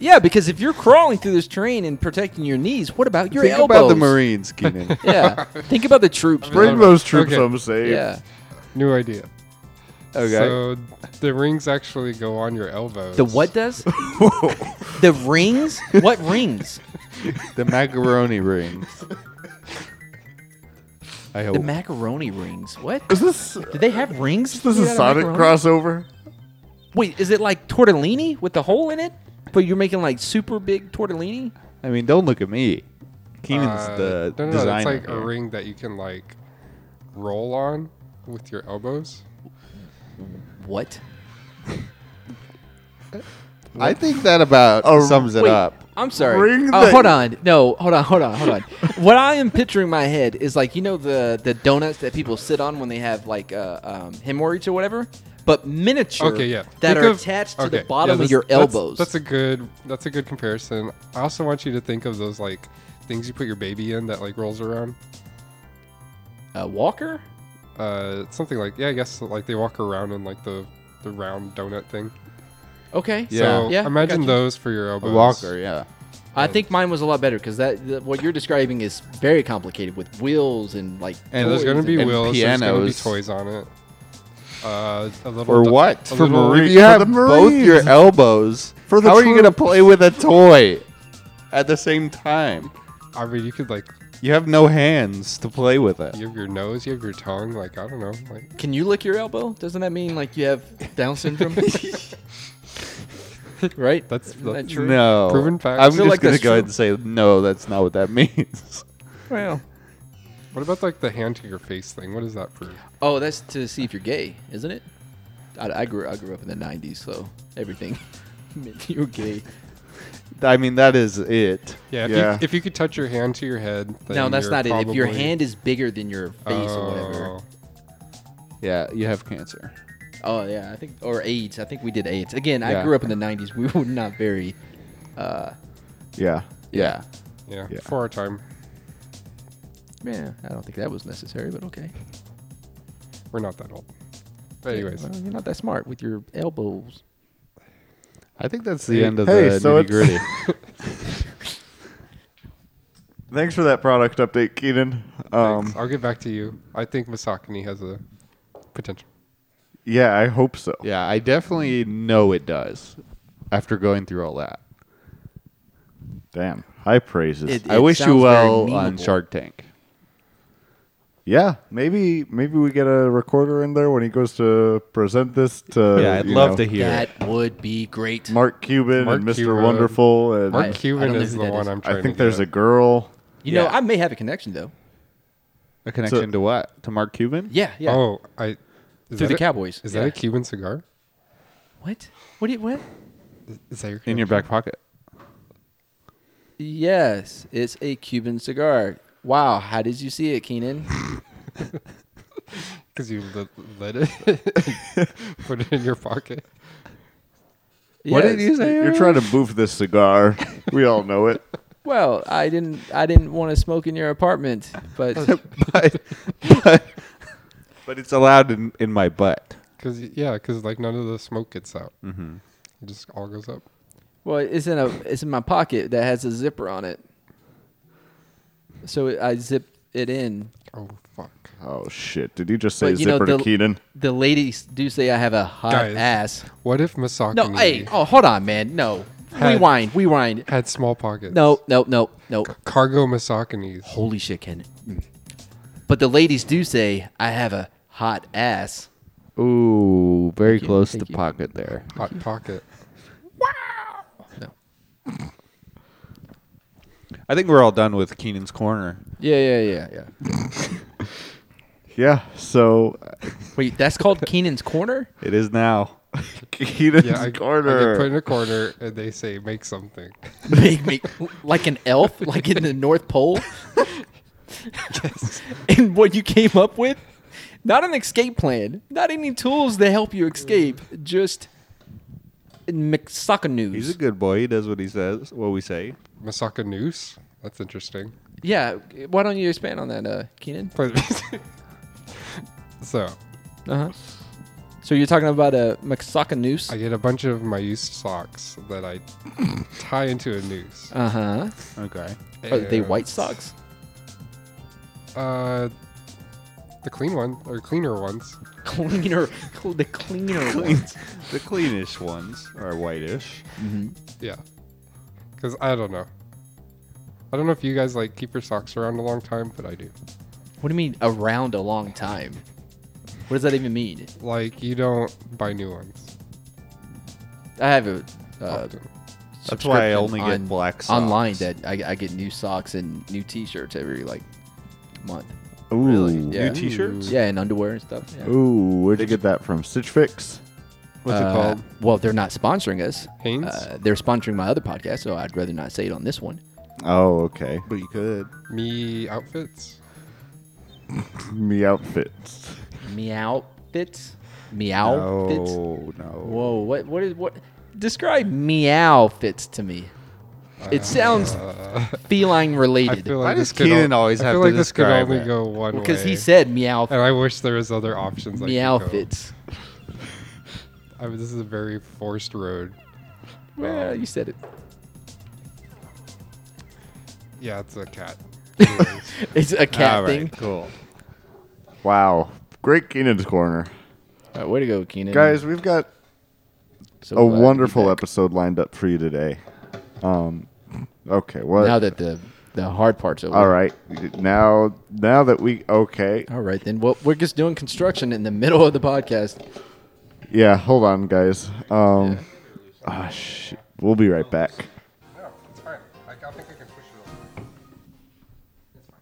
S4: Yeah, because if you're crawling through this terrain and protecting your knees, what about your
S1: Think
S4: elbows?
S1: about the Marines, Keenan.
S4: Yeah, think about the troops.
S3: Right.
S5: Bring those troops
S3: Okay.
S5: home safe.
S4: Yeah.
S3: New idea.
S1: Okay.
S3: So the rings actually go on your elbows.
S4: The what does? the rings? What rings?
S1: the macaroni rings. I hope.
S4: The macaroni rings. What?
S5: Oh. Is this
S4: Do they have rings?
S5: this
S4: made
S5: is
S4: out of
S5: Sonic
S4: macaroni?
S5: crossover?
S4: Wait, is it like tortellini with the hole in it? But you're making like super big tortellini?
S1: I mean, don't look at me. Keenan's
S3: Uh,
S1: the
S3: no, no, no,
S1: designer.
S3: it's like a
S1: here.
S3: ring that you can like roll on with your elbows.
S4: What?
S1: I think that about
S5: A-
S1: sums it
S4: Wait,
S1: up.
S4: I'm sorry.
S5: Ring
S4: Uh,
S5: that-
S4: hold on. No, hold on, hold on, hold on. what I am picturing in my head is like you know the the donuts that people sit on when they have like uh, um, hemorrhoids or whatever, but miniature.
S3: Okay, yeah.
S4: That
S3: Think
S4: are
S3: of-
S4: attached to
S3: okay,
S4: the bottom
S3: yeah,
S4: of
S3: that's-
S4: your
S3: that's-
S4: elbows.
S3: That's, a good. That's a good comparison. I also want you to think of those like things you put your baby in that like rolls around.
S4: a walker.
S3: Uh, something like yeah, I guess like they walk around in like the the round donut thing.
S4: Okay.
S1: Yeah.
S3: So uh,
S4: Yeah, I
S3: imagine
S4: gotcha.
S3: those for your
S1: A
S3: elbows.
S1: walker, yeah.
S4: I think mine was a lot better because that the, what you're describing is very complicated with wheels and like.
S3: And there's gonna
S4: toys
S3: be
S4: and-
S3: wheels. There's gonna be
S1: pianos.
S3: toys on it. Uh, a little
S1: For
S3: do-
S1: what?
S3: a
S1: For
S3: little-
S1: Marine.
S5: If
S1: You
S5: for
S1: have
S5: the
S1: both your
S5: Marines.
S1: elbows.
S5: For the
S1: How are you gonna
S5: troops.
S1: play with a toy at the same time?
S3: I mean, you could like
S1: You have no hands to play with it.
S3: you have your nose, you have your tongue. Like I don't know, like
S4: Can you lick your elbow? Doesn't that mean like you have Down syndrome? right.
S3: that's
S4: Isn't that
S3: that's
S4: true?
S1: No,
S3: Proven fact. I
S1: I'm
S3: feel
S1: just
S4: like
S1: gonna
S4: that's
S1: go ahead and say no. That's not what that means.
S4: Well.
S3: What about like the hand to your face thing? What does that prove?
S4: Oh, that's to see if you're gay, isn't it? I, I grew I grew up in the '90s, so everything meant you were gay.
S1: I mean, that is it.
S3: Yeah. If,
S5: Yeah.
S3: You, if you could touch your hand to your head. Then
S4: no, that's
S3: you're
S4: not it. If your
S3: probably-
S4: hand is bigger than your face or whatever.
S3: Oh.
S1: Yeah, you have cancer.
S4: Oh yeah, I think or AIDS. I think we did AIDS again.
S1: Yeah.
S4: I grew up in the '90s. We were not very. Uh,
S5: Yeah.
S1: Yeah.
S3: Yeah,
S5: Yeah.
S3: for our time,
S4: yeah, I don't think that was necessary, but okay.
S3: we're not that old. But anyways,
S5: Um,
S4: Well, you're not that smart with your elbows.
S1: I think that's the end of
S5: Hey,
S1: the
S5: so
S1: nitty
S5: it's-
S1: gritty.
S5: Thanks for that product update, Keenan. Um,
S3: I'll get back to you. I think misogyny has a potential.
S5: yeah, I hope so.
S1: yeah, I definitely know it does. After going through all that,
S5: Damn, high praises.
S4: It-
S1: I wish you
S4: sounds very
S1: well on
S4: memeable.
S1: Shark Tank.
S5: yeah, maybe maybe we get a recorder in there when he goes to present this to.
S1: yeah, I'd
S5: you
S1: love
S5: know,
S1: to hear. it.
S4: That would be great.
S5: Mark Cuban
S3: Mark
S5: and Mr.
S3: Cuban.
S5: Wonderful, and
S3: Mark
S4: I- I don't
S3: Cuban
S4: know
S3: is
S4: who
S3: the
S4: that
S3: one
S4: is.
S3: I'm trying.
S5: I think
S3: to
S5: there's
S3: get.
S5: a girl.
S4: you know,
S1: yeah.
S4: I may have a connection though.
S1: A connection to what? To Mark Cuban?
S4: Yeah, yeah.
S3: Oh, I. Is
S4: Through
S3: that
S4: the
S3: a-
S4: Cowboys.
S3: Is
S4: Yeah.
S3: that a Cuban cigar?
S4: What? What do you what?
S3: Is that your
S1: in your back pocket.
S6: Yes, it's a Cuban cigar. Wow, how did you see it, Keenan?
S3: Because you lit, lit it, put it in your pocket.
S1: What did
S6: Yes.
S1: you say?
S5: You're trying to boof this cigar. We all know it.
S6: Well, I didn't. I didn't want to smoke in your apartment, but
S1: but, but, but it's allowed in, in my butt.
S3: Because yeah, because like none of the smoke gets out. Mm-hmm. It just all goes up.
S6: well, it's in a. It's in my pocket that has a zipper on it. So I zip it in.
S3: Oh fuck!
S5: Oh shit! Did you just say
S4: But, you know,
S5: zipper
S4: the-
S5: to Keenan?
S4: The ladies do say I have a hot
S3: Guys.
S4: ass.
S3: What if Masaki
S4: No, hey, oh hold on, man. No.
S3: Had-
S4: rewind, rewind.
S3: had small pockets?
S4: No, no, no, no.
S3: Cargo Misokinis.
S4: Holy shit, Ken. But the ladies do say I have a hot ass.
S1: Ooh, very close
S4: thank
S1: to
S4: you.
S1: pocket there.
S3: Hot pocket.
S4: No.
S1: I think we're all done with Keenan's corner.
S6: Yeah, yeah, yeah, yeah.
S5: Yeah. So
S4: Wait, that's called Keenan's Corner?
S1: It is now.
S5: Keenan's
S3: Yeah, I, I get
S5: corner.
S3: put in a corner and they say make something.
S4: Make me like an elf, like in the North Pole. and what you came up with?
S6: Not an escape plan. Not any tools that help you escape. Just
S1: He's
S4: Mixaka
S1: a
S4: news.
S1: good boy. He does what he says, what we say.
S3: Masaka noose. That's interesting.
S6: yeah. Why don't you expand on that, uh, Keenan?
S3: But so
S6: Uh huh. So you're talking about
S4: uh,
S6: a Masaka noose.
S3: I get a bunch of my used socks that I tie into a noose.
S6: Uh
S4: Uh-huh.
S6: huh.
S1: Okay.
S6: Are Oh, they
S3: And,
S6: white socks?
S3: Uh, the clean one or cleaner ones.
S4: Cleaner, cl- the cleaner ones.
S1: The cleanish ones are whitish.
S3: Yeah. Because I don't know. I don't know if you guys like keep your socks around a long time, but I do.
S4: What do you mean around a long time? What does that even mean?
S3: Like you don't buy new ones.
S4: I have a uh,
S3: often.
S1: That's why I
S4: subscription
S1: only get
S4: on-
S1: black socks.
S4: online that I, I get new socks and new T-shirts every like month.
S5: Ooh.
S4: Yeah.
S1: New t-shirts?
S4: Yeah, and underwear and stuff. Yeah.
S5: Ooh. Where'd you get that from? Stitch Fix.
S3: What's it
S4: Uh,
S3: called?
S4: Well, they're not sponsoring us.
S3: Hanes?
S4: Uh, they're sponsoring my other podcast, so I'd rather not say it on this one.
S5: Oh, okay.
S1: But you could.
S3: Me outfits.
S5: Me outfits.
S4: Meow fits. Meow fits.
S1: Oh, no.
S4: Whoa! What? What is what? Describe meow fits to me. It sounds feline
S3: I
S4: related
S3: Uh, feel like
S1: Why
S3: this
S1: does
S3: could al-
S1: Keenan always
S3: I
S1: have
S3: feel
S1: to
S3: like this could
S1: describe
S3: only
S1: it?
S3: go one
S4: because
S3: way.
S4: he said meow
S3: And I wish there was other options. I could
S4: meow
S3: go.
S4: fits.
S3: I mean, this is a very forced road. Uh,
S4: Well, you said it.
S3: Yeah, it's a cat. Anyways,
S4: It's a cat
S1: All right,
S4: thing.
S1: cool.
S5: Wow. Great Keenan's corner.
S4: All right, way to go, Keenan.
S5: Guys, we've got
S4: So
S5: a
S4: glad to be
S5: wonderful
S4: back.
S5: episode lined up for you today. Um, okay, what?
S4: Now that the the hard part's over.
S5: All right, now now that we okay,
S4: All right, then. Well, we're just doing construction in the middle of the podcast.
S5: yeah. Hold on, guys. Um, ah, shit. we'll be right back.
S3: no, it's fine. I, I think I can push it over. It's fine.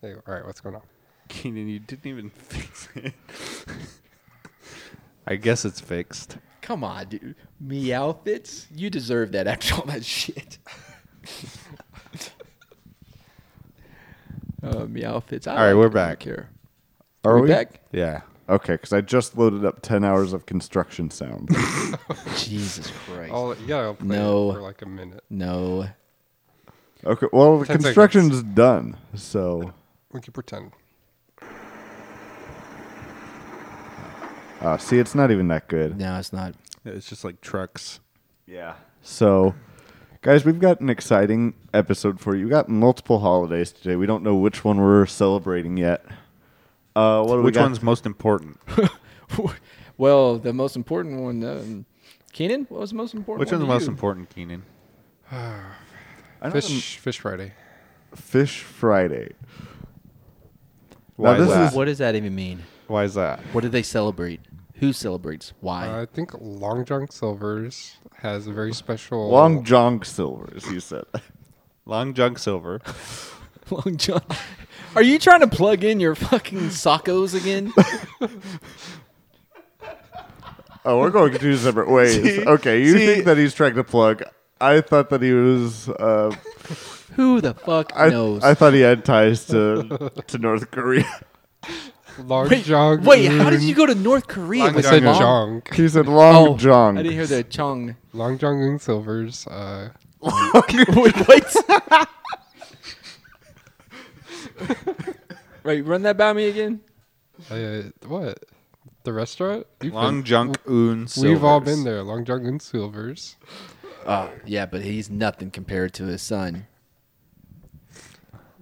S3: There you go. All right, what's going on?
S1: Keenan, you didn't even fix it. I guess it's fixed.
S4: Come on, dude. Meow fits. You deserve that after all that shit.
S6: Uh, meow fits. I
S1: All right,
S6: like
S1: we're
S6: it. I don't
S1: back.
S6: care.
S5: Are
S6: We
S5: we
S6: back?
S1: Yeah.
S5: Okay, because I just loaded up ten hours of construction sound.
S4: Jesus Christ.
S1: Oh.
S3: I'll, yeah, I'll play
S4: No.
S3: it for like a minute.
S4: No.
S5: okay, well the
S3: 10 seconds.
S5: construction's done, so
S3: We can pretend.
S5: uh, see, it's not even that good.
S4: No, it's not.
S1: It's just like trucks.
S5: Yeah. So, guys, we've got an exciting episode for you. We got multiple holidays today. We don't know which one we're celebrating yet. Uh, what do we
S1: Which
S5: got?
S1: one's most important?
S6: Well, the most important one,
S4: uh,
S6: um, Keenan. What was the most important?
S1: Which one's
S6: one
S1: the
S6: to
S1: most
S6: you?
S1: important, Keenan?
S5: I know the-
S3: Fish, Fish Friday.
S5: Fish Friday.
S1: Why
S5: Now,
S1: is
S5: this
S1: that?
S5: is
S4: What does that even mean?
S1: Why is that?
S4: What do they celebrate? Who celebrates? Why?
S3: Uh, I think Long John Silver's has a very special
S5: Long John Silver's. You said
S1: Long Junk Silver.
S6: Long John.
S4: Are you trying to plug in your fucking sockos again?
S5: Oh, we're going two separate ways. okay, you
S1: see-
S5: think that he's trying to plug. I thought that he was. Uh,
S4: Who the fuck
S5: I,
S4: knows?
S5: I thought he had ties to to North Korea.
S3: Large
S4: wait,
S3: Jong.
S4: wait, how did
S3: Un.
S4: you go to North Korea?
S3: I
S4: with
S3: said
S4: your
S3: Jong.
S4: mom?
S5: He said Long
S4: Oh,
S5: John.
S4: I didn't hear the Chong.
S3: Long Jong Un Silver's. Uh,
S4: Wait, what?
S6: Right, run that by me again.
S3: uh, what? The restaurant? You've
S1: Long
S3: been-
S1: junk oon
S3: We've all
S1: silvers.
S3: been there. Long Jong Un Silver's.
S4: yeah, but he's nothing compared to his son.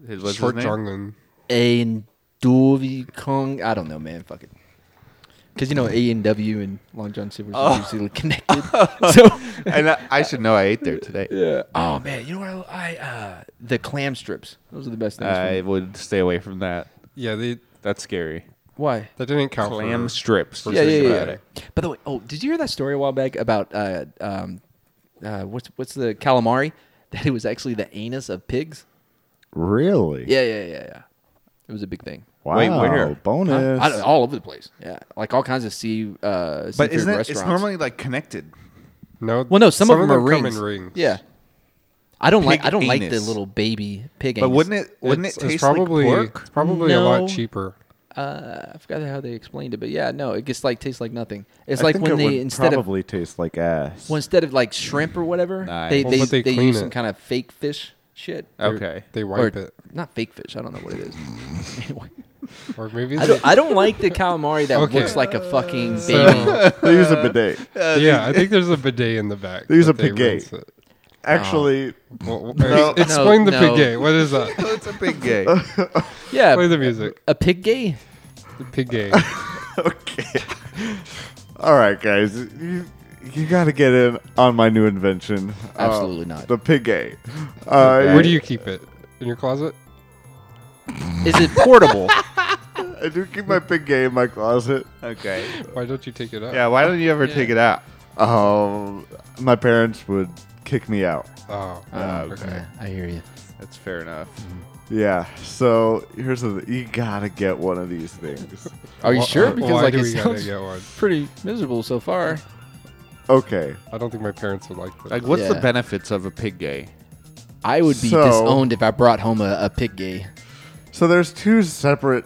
S1: His, what's
S3: Short
S1: his name?
S3: Jong Un.
S4: A W Kong. I don't know, man. Fuck it. Because you know A and W and Long John Silver's are usually connected. so,
S1: and I, I should know I ate there today.
S4: oh man, you know what? I, I uh, the clam strips. Those are the best things. for me.
S1: I would stay away from that.
S3: Yeah, they
S1: That's scary.
S4: Why?
S3: that didn't count. for-
S1: Clam strips.
S3: Yeah, yeah, yeah.
S4: By the way, oh, did you hear that story a while back about uh, um, uh, what's what's the calamari? That it was actually the anus of pigs.
S5: Really?
S4: Yeah, yeah, yeah, yeah. It was a big thing.
S5: Wow.
S1: Wait, where?
S5: Bonus.
S4: I don't know, all over the place. Yeah, like all kinds of sea. Uh,
S1: But
S4: seafood
S1: isn't it,
S4: restaurants.
S1: it's normally like connected?
S3: No.
S4: Well, no, some, of, them, are
S3: come
S4: rings.
S3: in rings.
S4: Yeah. I don't like.
S1: Pig
S4: I don't like the
S1: anus.
S4: little baby pig.
S1: But
S4: anus.
S1: wouldn't it? Wouldn't
S3: It's-
S1: it
S3: it's
S1: taste
S3: probably,
S1: like
S3: It's
S1: pork?
S3: probably a
S4: No.
S3: lot cheaper.
S4: Uh, I forgot how they explained it, but yeah, no, it just like tastes like nothing. It's
S5: I
S4: like
S5: think
S4: when
S5: it would
S4: they instead of
S5: probably taste like ass.
S4: well, instead of like shrimp or whatever,
S1: Nice.
S4: they
S1: Well,
S4: they,
S3: but
S4: they,
S3: they
S4: use
S3: clean
S4: some
S3: it.
S4: kind of fake fish shit.
S1: Okay.
S3: They wipe
S4: or,
S3: it,
S4: Not fake fish. I don't know what it is. anyway,
S3: or maybe
S4: I
S3: they-
S4: don't. I don't like the calamari that
S3: Okay.
S4: looks like a fucking baby.
S3: So-
S5: they use a bidet.
S1: Uh,
S3: yeah, I think there's a bidet in the back.
S5: There's a
S3: that they
S5: bidet.
S3: rinse it.
S5: Actually,
S3: Well,
S5: No.
S3: ex- explain
S4: No,
S3: the
S4: no.
S3: bidet. What is that?
S1: Oh, it's a big gay.
S3: Play
S4: yeah,
S3: the music.
S4: a pig gay.
S3: The bidet.
S5: okay. All right, guys. You, you got to get in on my new invention.
S4: Absolutely
S5: Uh,
S4: not.
S5: The pigay. Uh,
S3: Where do you keep it? In your closet?
S4: Is it portable?
S5: I do keep my pigay in my closet.
S1: Okay.
S3: Why don't you take it out?
S1: Yeah. Why don't you ever take it out?
S5: Um, my parents would kick me out.
S4: Ah,
S3: Oh,
S1: okay.
S4: Yeah, I hear you.
S1: That's fair enough.
S5: Yeah. So here's the th- you gotta get one of these things.
S4: Are you
S3: Wh-
S4: sure?
S3: wh-
S4: Because
S3: why
S4: like
S3: do
S4: it
S3: we gotta
S4: sounds
S3: get one?
S6: Pretty miserable so far.
S5: Okay.
S3: I don't think my parents would like this.
S1: Like, what's the
S4: Yeah.
S1: benefits of a pig gay?
S4: I would be
S5: So-
S4: disowned if I brought home a, a pig gay.
S5: So there's two separate,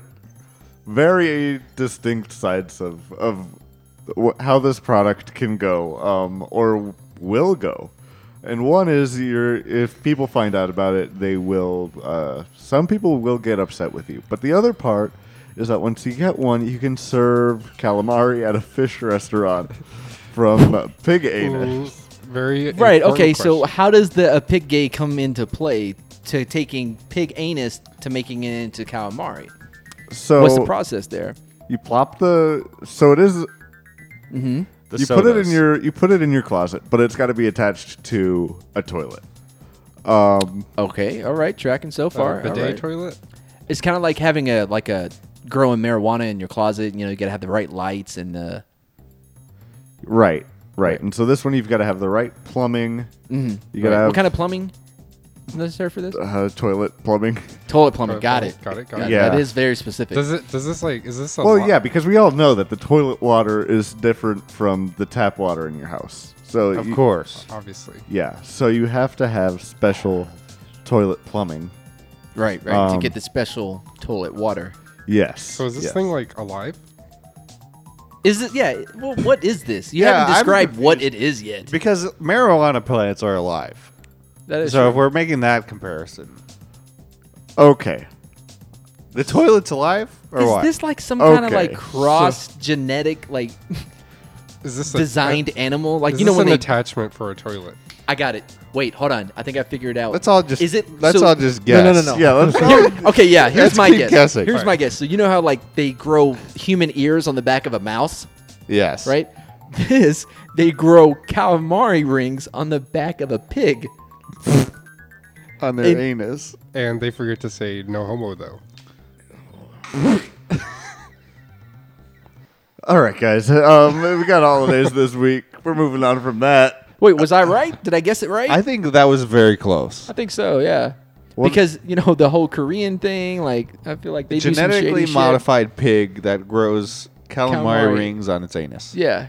S5: very distinct sides of of wh- how this product can go, um, or will go. And one is your if people find out about it, they will. Uh, some people will get upset with you, but the other part is that once you get one, you can serve calamari at a fish restaurant from uh, pig anus.
S3: Ooh, very
S4: Right.
S3: important
S4: Okay. So
S3: question.
S4: how does the a pig gay come into play to taking pig anus to making it into calamari?
S5: So
S6: What's the process there?
S5: you plop the. So it is
S1: The
S5: you put it in your you put it in your closet, but it's got to be attached to a toilet.
S4: Okay. All right. Tracking so
S3: Uh,
S4: far.
S3: bidet
S4: all right.
S3: toilet?
S4: It's kind of like having a like a growing marijuana in your closet. You know, you gotta have the right lights and the.
S5: Right, right. And so this one you've got to have the right plumbing. Mm-hmm. You got to have
S4: What kind of plumbing is necessary for this?
S5: uh, toilet plumbing.
S4: Toilet plumbing.
S3: Uh,
S4: Got
S3: oh,
S4: it.
S3: got it, got
S4: That-
S5: it. Yeah.
S4: That is very specific.
S3: Does it? Does this like? Is this a?
S5: Well,
S3: lo-
S5: yeah, because we all know that the toilet water is different from the tap water in your house. So
S1: Of
S5: you-
S1: course.
S3: Obviously.
S5: yeah. So you have to have special toilet plumbing.
S4: right. Right.
S5: um,
S4: to get the special toilet water.
S5: Yes.
S3: So is this
S5: yes.
S3: thing like alive?
S4: Is it? Yeah. Well, what is this? You
S1: Yeah,
S4: haven't
S1: I'm
S4: described what it is yet.
S1: Because marijuana plants are alive.
S6: That is
S1: so
S6: true.
S1: if we're making that comparison,
S5: okay?
S1: the toilet's alive or
S4: Is
S1: what?
S4: this like some kind of
S5: Okay.
S4: like cross genetic like
S3: Is this a-
S4: designed animal? Like
S3: Is
S4: you know
S3: this
S4: when
S3: an
S4: they,
S3: attachment for a toilet?
S4: I got it. Wait, hold on. I think I figured it out.
S1: let's all just
S4: Is it?
S1: Let's
S4: so-
S1: all just guess.
S5: No, no, no. Yeah. Let's
S4: Okay, yeah. Here's
S1: Let's
S4: my
S1: keep
S4: guess.
S1: guessing.
S4: Here's
S1: Right.
S4: my guess. So you know how like they grow human ears on the back of a mouse,
S1: Yes.
S4: right? This they grow calamari rings on the back of a pig.
S5: on their
S4: It-
S5: anus.
S3: And they forget to say no homo though.
S5: All right, guys. Um, we got holidays this week. We're moving on from that.
S4: Wait, was I right? Did I guess it right?
S1: I think that was very close.
S6: I think so. Yeah.
S4: because you know the whole Korean thing. Like I feel like they do some
S1: Genetically
S4: shady shit.
S1: modified pig that grows calamari,
S4: Calamari.
S1: rings on its anus.
S4: Yeah.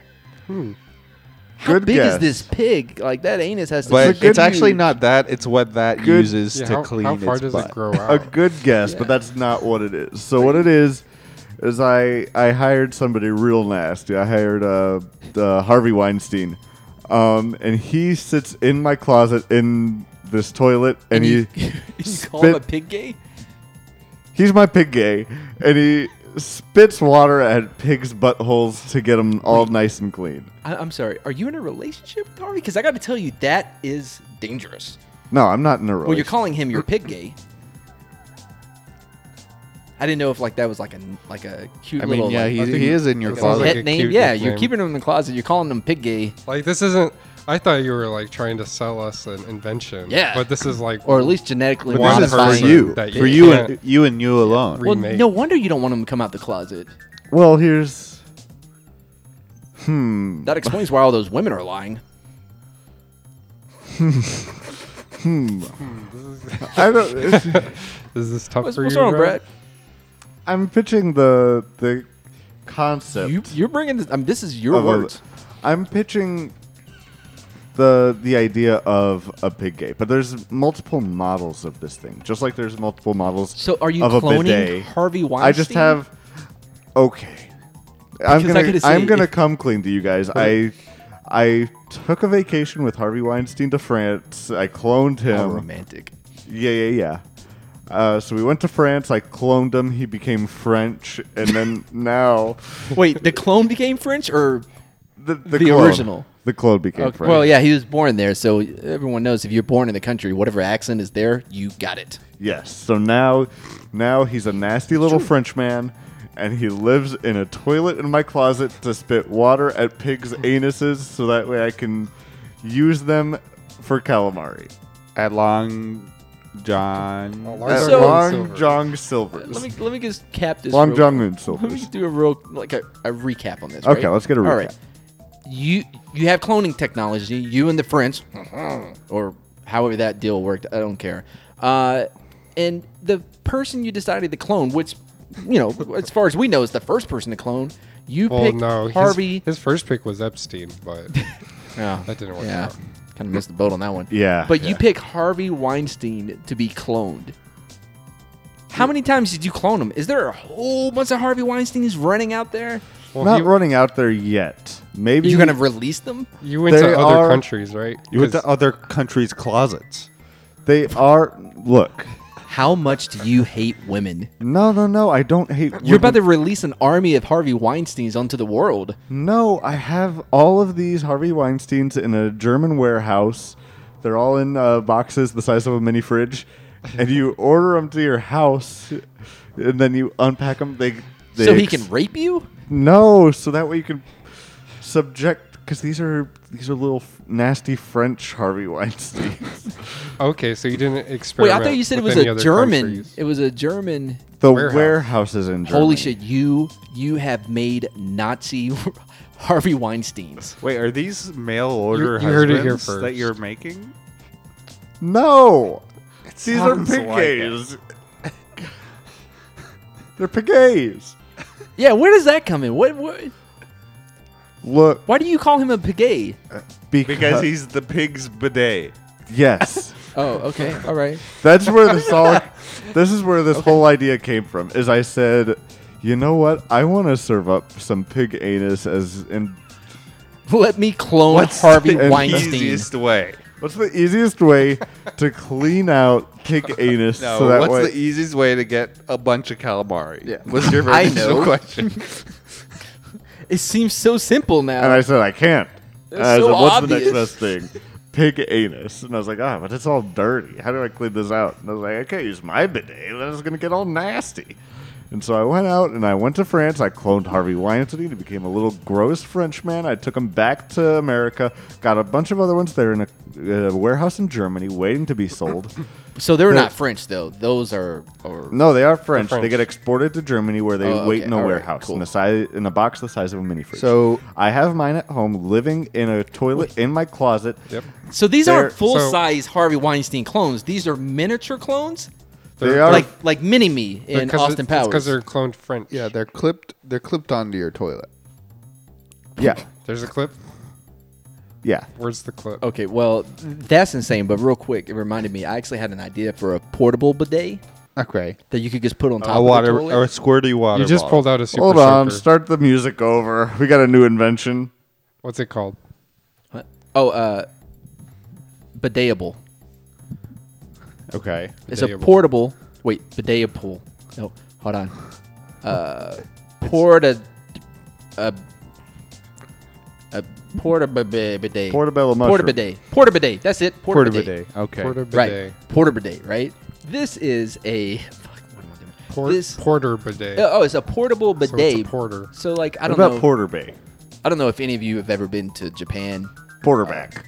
S4: How
S5: Good
S4: big
S5: guess.
S4: is this pig? Like that anus has to.
S5: a
S1: But
S4: be
S1: it's,
S5: good
S1: actually
S5: meat.
S1: not that. It's what that
S5: Good-
S1: uses
S3: Yeah,
S1: to
S3: how,
S1: clean
S3: how far
S1: its
S3: does
S1: butt.
S3: it grow
S5: a
S3: out?
S5: good guess, but that's not what it is. So what it is is I I hired somebody real nasty. I hired uh, uh Harvey Weinstein, um, and he sits in my closet in this toilet, and,
S4: you,
S5: he
S4: you call him a
S5: spit-
S4: pig gay?
S5: he's my pig gay, and he spits water at pigs' buttholes to get them all nice and clean.
S4: I, I'm sorry. Are you in a relationship with Harvey? Because I got to tell you, that is dangerous.
S5: No, I'm not in a relationship.
S4: Well, you're calling him your pig gay. I didn't know if like that was like a like a cute
S1: I mean,
S4: little
S1: yeah,
S4: like,
S1: he,
S3: I think-
S1: he is in your
S3: it sounds
S1: closet.
S3: like
S4: pet
S3: a
S4: name.
S3: cute
S4: Yeah, you're
S3: nickname.
S4: keeping him in the closet. You're calling him pig gay,
S3: Like this isn't. I thought you were like trying to sell us an invention.
S4: Yeah.
S3: But this is like.
S4: or at least genetically
S3: But this
S1: this
S3: is
S1: is for
S4: modifying.
S3: person
S1: you,
S3: that you
S1: for you
S3: can't
S1: and you and you alone.
S4: Well,
S3: remake.
S4: no wonder you don't want him to come out the closet.
S5: well, here's
S4: That explains why all those women are lying.
S5: I don't.
S3: Is this tough
S6: What's,
S3: for
S6: what's
S3: you,
S6: wrong, Brad?
S5: I'm pitching the the concept.
S4: You, you're bringing this. I mean, this is your
S5: of a-
S4: words.
S5: I'm pitching the the idea of a pig gate, but there's multiple models of this thing. Just like there's multiple models.
S4: So are you
S5: of a
S4: cloning
S5: bidet.
S4: Harvey Weinstein?
S5: I just have okay. I'm
S4: Because I
S5: gonna
S4: gotta say,
S5: I'm gonna
S4: if-
S5: come clean to you guys. I I took a vacation with Harvey Weinstein to France. I cloned him.
S4: How romantic.
S5: Yeah, yeah, yeah. Uh, so we went to France. I cloned him. He became French, and then now
S4: Wait, the clone became French, or
S5: the the,
S4: The
S5: clone-
S4: original.
S5: the clone became French.
S4: well, yeah, he was born there, so everyone knows if you're born in the country, whatever accent is there, you got it.
S5: Yes. So now, now he's a nasty little French man, and he lives in a toilet in my closet to spit water at pigs' anuses, so that way I can use them for calamari.
S1: At Long John.
S4: Oh,
S3: Long
S5: At
S3: John
S5: Long
S3: Silver.
S5: John Silver's.
S4: Let me let me just cap this.
S5: Long
S4: real-
S5: John Moon
S4: Let me
S5: Silver's.
S4: do a real like a, a recap on this.
S5: Okay,
S4: right?
S5: let's get a
S4: All
S5: recap.
S4: right. You you have cloning technology. You and the French, or however that deal worked. I don't care. Uh, and the person you decided to clone, which you know, as far as we know, is the first person to clone. You
S3: Well,
S4: picked
S3: Oh, no. his-
S4: Harvey.
S3: His, first pick was Epstein, but
S4: Oh,
S3: that didn't work
S4: yeah,
S3: out.
S4: kind of missed the boat on that one.
S5: Yeah.
S4: But you pick Harvey Weinstein to be cloned. How many times did you clone him? Is there a whole bunch of Harvey Weinsteins running out there?
S3: well,
S5: Not
S3: he-
S5: running out there yet. Maybe
S4: You're gonna release them?
S3: you went
S5: They
S3: to other
S5: are-
S3: countries, right?
S1: You went to
S3: 'Cause
S1: other countries' closets.
S5: they are. Look,
S4: How much do you hate women?
S5: no, no, no. I don't hate.
S4: You're about
S5: women.
S4: to release an army of Harvey Weinsteins onto the world.
S5: No, I have all of these Harvey Weinsteins in a German warehouse. They're all in uh, boxes the size of a mini fridge, and you order them to your house, and then you unpack them. They, they
S4: so he
S5: ex-
S4: can rape you?
S5: no, so that way you can subject because these are these are little f- nasty French Harvey Weinsteins.
S3: Okay, so you didn't
S4: Wait,
S3: experiment.
S4: I thought you said it
S3: with
S4: was
S3: any
S4: a
S3: other
S4: German.
S3: countries.
S4: It was a German.
S5: the
S3: Warehouse.
S5: warehouses in Germany.
S4: Holy shit, you you have made Nazi Harvey Weinsteins.
S1: Wait, are these mail order
S3: you heard it here
S1: husbands that
S3: first.
S1: you're making?
S5: No, these are
S1: sounds like
S5: pigays. They're pigays.
S4: Yeah, where does that come in? What, what
S5: Look,
S4: why do you call him a pigay?
S1: Because he's the pig's bidet.
S5: yes.
S4: Oh, okay. All right.
S5: That's where the song. this is where this whole idea came from. Is I said, you know what? I want to serve up some pig anus as and
S4: Let me clone
S1: What's
S4: Harvey
S1: the
S4: Weinstein.
S1: easiest way?
S5: what's the easiest way to clean out pig anus
S1: No,
S5: so that
S1: what's
S5: way
S1: the easiest way to get a bunch of calamari?
S5: Yeah.
S1: What's your
S4: I
S1: original
S4: know.
S1: question?
S4: It seems so simple now.
S5: and I said I can't. And I
S4: so
S5: said, what's the
S4: obvious."
S5: next best thing? Pig anus. And I was like, ah, but it's all dirty. How do I clean this out? And I was like, I can't use my bidet. Then it's gonna get all nasty. And so I went out and I went to France. I cloned Harvey Weinstein. He became a little gross Frenchman. I took him back to America. Got a bunch of other ones. They're in a uh, warehouse in Germany, waiting to be sold.
S4: so they're
S5: the-
S4: not French though. Those are, are
S5: no, they are French.
S3: French.
S5: They get exported to Germany, where they
S4: Oh,
S5: wait
S4: okay.
S5: in a
S4: All right,
S5: warehouse
S4: cool.
S5: in a size in a box the size of a mini fridge.
S1: So-
S5: I have mine at home, living in a toilet in my closet.
S3: Yep.
S4: So these
S5: They're-
S4: aren't full size Harvey Weinstein clones. These are miniature clones,
S5: They are
S4: like like Mini Me in Austin Powers.
S3: because they're cloned French.
S1: they're clipped. They're clipped onto your toilet.
S5: yeah.
S3: There's a clip.
S5: Yeah.
S3: Where's the clip?
S4: Okay, well, that's insane. But real quick, it reminded me. I actually had an idea for a portable bidet
S1: Okay.
S4: that you could just put on top
S1: A
S4: of
S1: Uh, water
S4: the
S1: or a
S4: toilet.
S1: squirty water.
S3: You just
S1: bottle.
S3: pulled out a super
S5: Hold on.
S3: soaker.
S5: Start the music over. We got a new invention.
S3: What's it called?
S4: What? Oh, uh, bidetable.
S1: Okay.
S4: It's a
S3: Bidetable.
S4: portable. Wait, bidetable. No, hold on. Uh, port a a a porta bidet. bidet.
S5: Portobello
S4: Porta
S5: mushroom.
S4: bidet. Porta bidet. That's it.
S1: Porta
S4: Porta, bidet.
S1: bidet. Okay.
S3: Porter bidet.
S4: Right. Porta bidet. Right. This is a. Fuck, what am I doing?
S3: Por-
S4: this.
S3: Porter bidet.
S4: Oh, it's a portable
S3: So it's a
S4: bidet.
S3: porter.
S4: So like I
S5: What
S4: don't
S5: about
S4: know.
S5: Porter Bay?
S4: I don't know if any of you have ever been to Japan
S5: Porterback.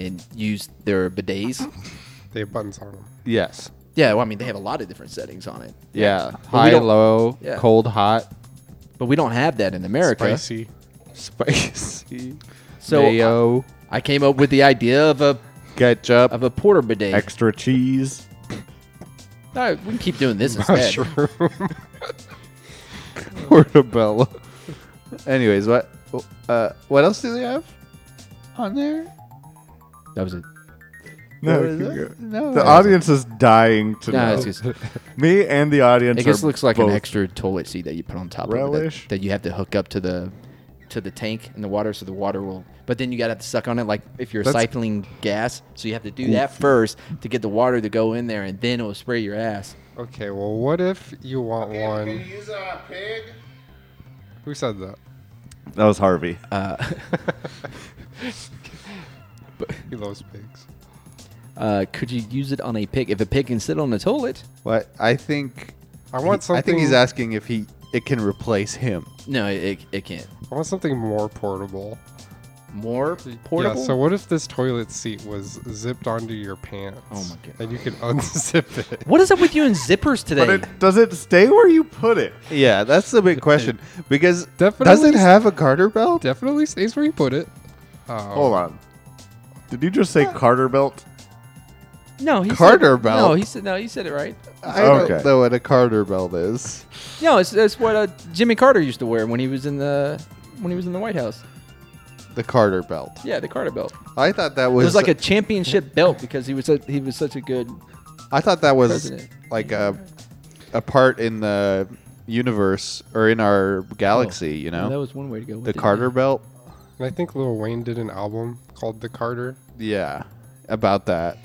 S4: and used their bidets.
S3: They have buttons on them.
S1: Yes.
S4: Yeah, well, I mean they have a lot of different settings on it,
S1: Yeah.
S4: we
S1: High,
S4: don't-
S1: low,
S4: Yeah.
S1: cold, hot,
S4: but we don't have that in America.
S3: Spicy.
S1: spicy,
S4: So
S3: uh,
S4: uh, I,
S1: mayo,
S4: I came up with the idea of a
S1: ketchup.
S4: of a porter bidet.
S5: Extra cheese.
S4: All right, we can keep doing this
S3: Oh,
S4: instead.
S1: portobello. Anyways, what uh, what else do they have on there?
S4: That was it.
S5: No,
S1: What is
S5: keep
S1: it?
S5: going.
S1: No,
S5: the
S1: that-
S5: audience is dying to
S4: No,
S5: know.
S4: it's just,
S5: Me and the audience.
S4: it just
S5: are
S4: looks like an
S5: both-
S4: extra toilet seat that you put on top of it
S5: Relish?
S4: that- that, you have to hook up to the to the tank and the water, so the water will. But then you gotta have to suck on it, like if you're
S5: That's-
S4: cycling gas. So you have to do that first to get the water to go in there, and then it will spray your ass.
S3: Okay, well, what if you want one? Who said that?
S5: That was Harvey.
S4: Uh,
S3: He loves pigs.
S4: Uh, could you use it on a pig? If a pig can sit on the toilet,
S1: What I think
S3: I want
S1: I
S3: something.
S1: think he's asking if he it can replace him.
S4: no, it, it can't.
S3: I want something more portable.
S4: More portable.
S3: Yeah, so what if this toilet seat was zipped onto your pants?
S4: Oh my God.
S3: And you could unzip it.
S4: what is up with you and zippers today?
S5: But it, does it stay where you put it?
S1: Yeah, that's the big question because
S3: Definitely
S1: does it
S3: s-
S1: have a garter belt?
S3: Definitely stays where you put it. Uh,
S4: Oh.
S5: Hold on. Did you just say Carter belt?
S6: No, he
S1: Carter
S6: said,
S1: belt.
S6: No, he said no. You said it right.
S1: I
S5: Okay.
S1: don't know what a garter belt is.
S6: No, it's, it's what uh, Jimmy Carter used to wear when he was in the when he was in the White House.
S1: The Carter belt.
S6: Yeah, the Carter belt.
S1: I thought that
S6: It
S1: was,
S6: was like a championship belt because he was such, he was such a good.
S1: I thought that was
S6: president.
S1: like a a part in the universe or in our
S4: Oh,
S1: galaxy. you know,
S6: that was one way to go. with
S1: the
S6: it.
S1: Carter belt.
S3: And I think Lil Wayne did an album called The Carter.
S1: Yeah, about that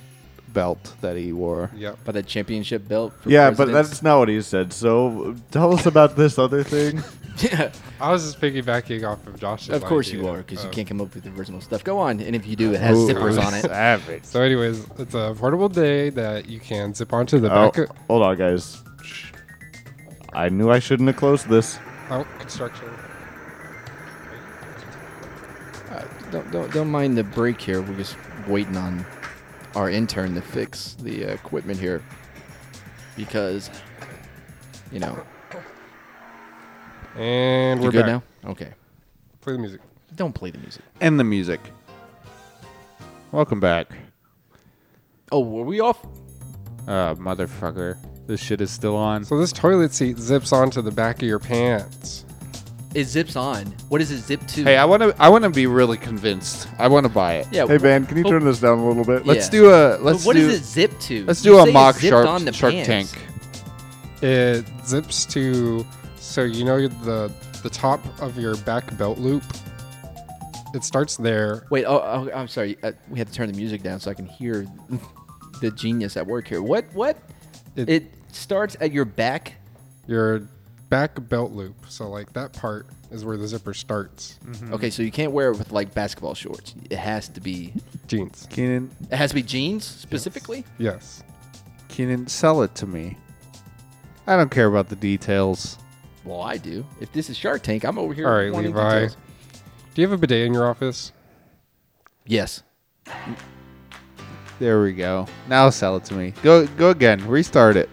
S1: belt that he wore.
S3: Yep.
S4: by the championship belt. For
S5: Yeah, but
S4: presidents?
S5: that's not what he said. So tell us about this other thing.
S4: yeah.
S3: I was just piggybacking off of Josh's.
S4: Of course
S3: idea.
S4: you are, because
S6: Oh.
S4: you
S3: Uh,
S4: can't come up with original stuff. Go on, and if you do, it has zippers on it.
S5: Savage.
S3: So, anyways, it's a portable day that you can zip onto the
S5: Oh,
S3: back of.
S5: hold on, guys. Shh. I knew I shouldn't have closed this.
S3: Oh, construction.
S4: Don't, don't don't mind the break here. We're just waiting on our intern to fix the uh, equipment here, because you know
S3: And
S4: we're
S3: we're
S4: good
S3: back.
S4: now. Okay,
S3: Play the music.
S4: don't play the music.
S1: And the music. Welcome back,
S4: Oh, were we off?
S1: uh, motherfucker. This shit is still on.
S3: So this toilet seat zips onto the back of your pants.
S4: It zips on. What is it zip to?
S1: Hey, I want to. I want to be really convinced. I want to buy it.
S4: yeah.
S5: Hey,
S4: wh-
S5: Ben, can you
S4: oh,
S5: turn this down a little bit?
S4: Yeah.
S1: Let's do a.
S4: but
S1: Let's
S4: What
S1: do.
S4: is it zip to?
S1: Let's
S4: You
S1: do a
S4: say it
S1: mock
S4: zipped
S1: shark
S4: on the
S1: Shark
S4: pants.
S1: Tank.
S3: It zips to, so you know the the top of your back belt loop. It starts there.
S4: Wait, oh, oh I'm sorry. Uh, we had to turn the music down so I can hear the genius at work here. What? What?
S3: It-
S4: It, starts at your back.
S3: Your back belt loop. So like that part is where the zipper starts.
S1: Mm. Mm-hmm.
S4: Okay, so you can't wear it with like basketball shorts. It has to be.
S3: Jeans.
S1: Keenan,
S4: It has to be jeans specifically.
S3: Yes.
S1: Keenan, sell it to me. I don't care about the details.
S4: Well, I do. If this is Shark Tank, I'm over here.
S3: All right,
S4: wanting
S3: Levi.
S4: details.
S3: Do you have a bidet in your office?
S4: Yes.
S1: There we go. Now sell it to me. Go go again. Restart it.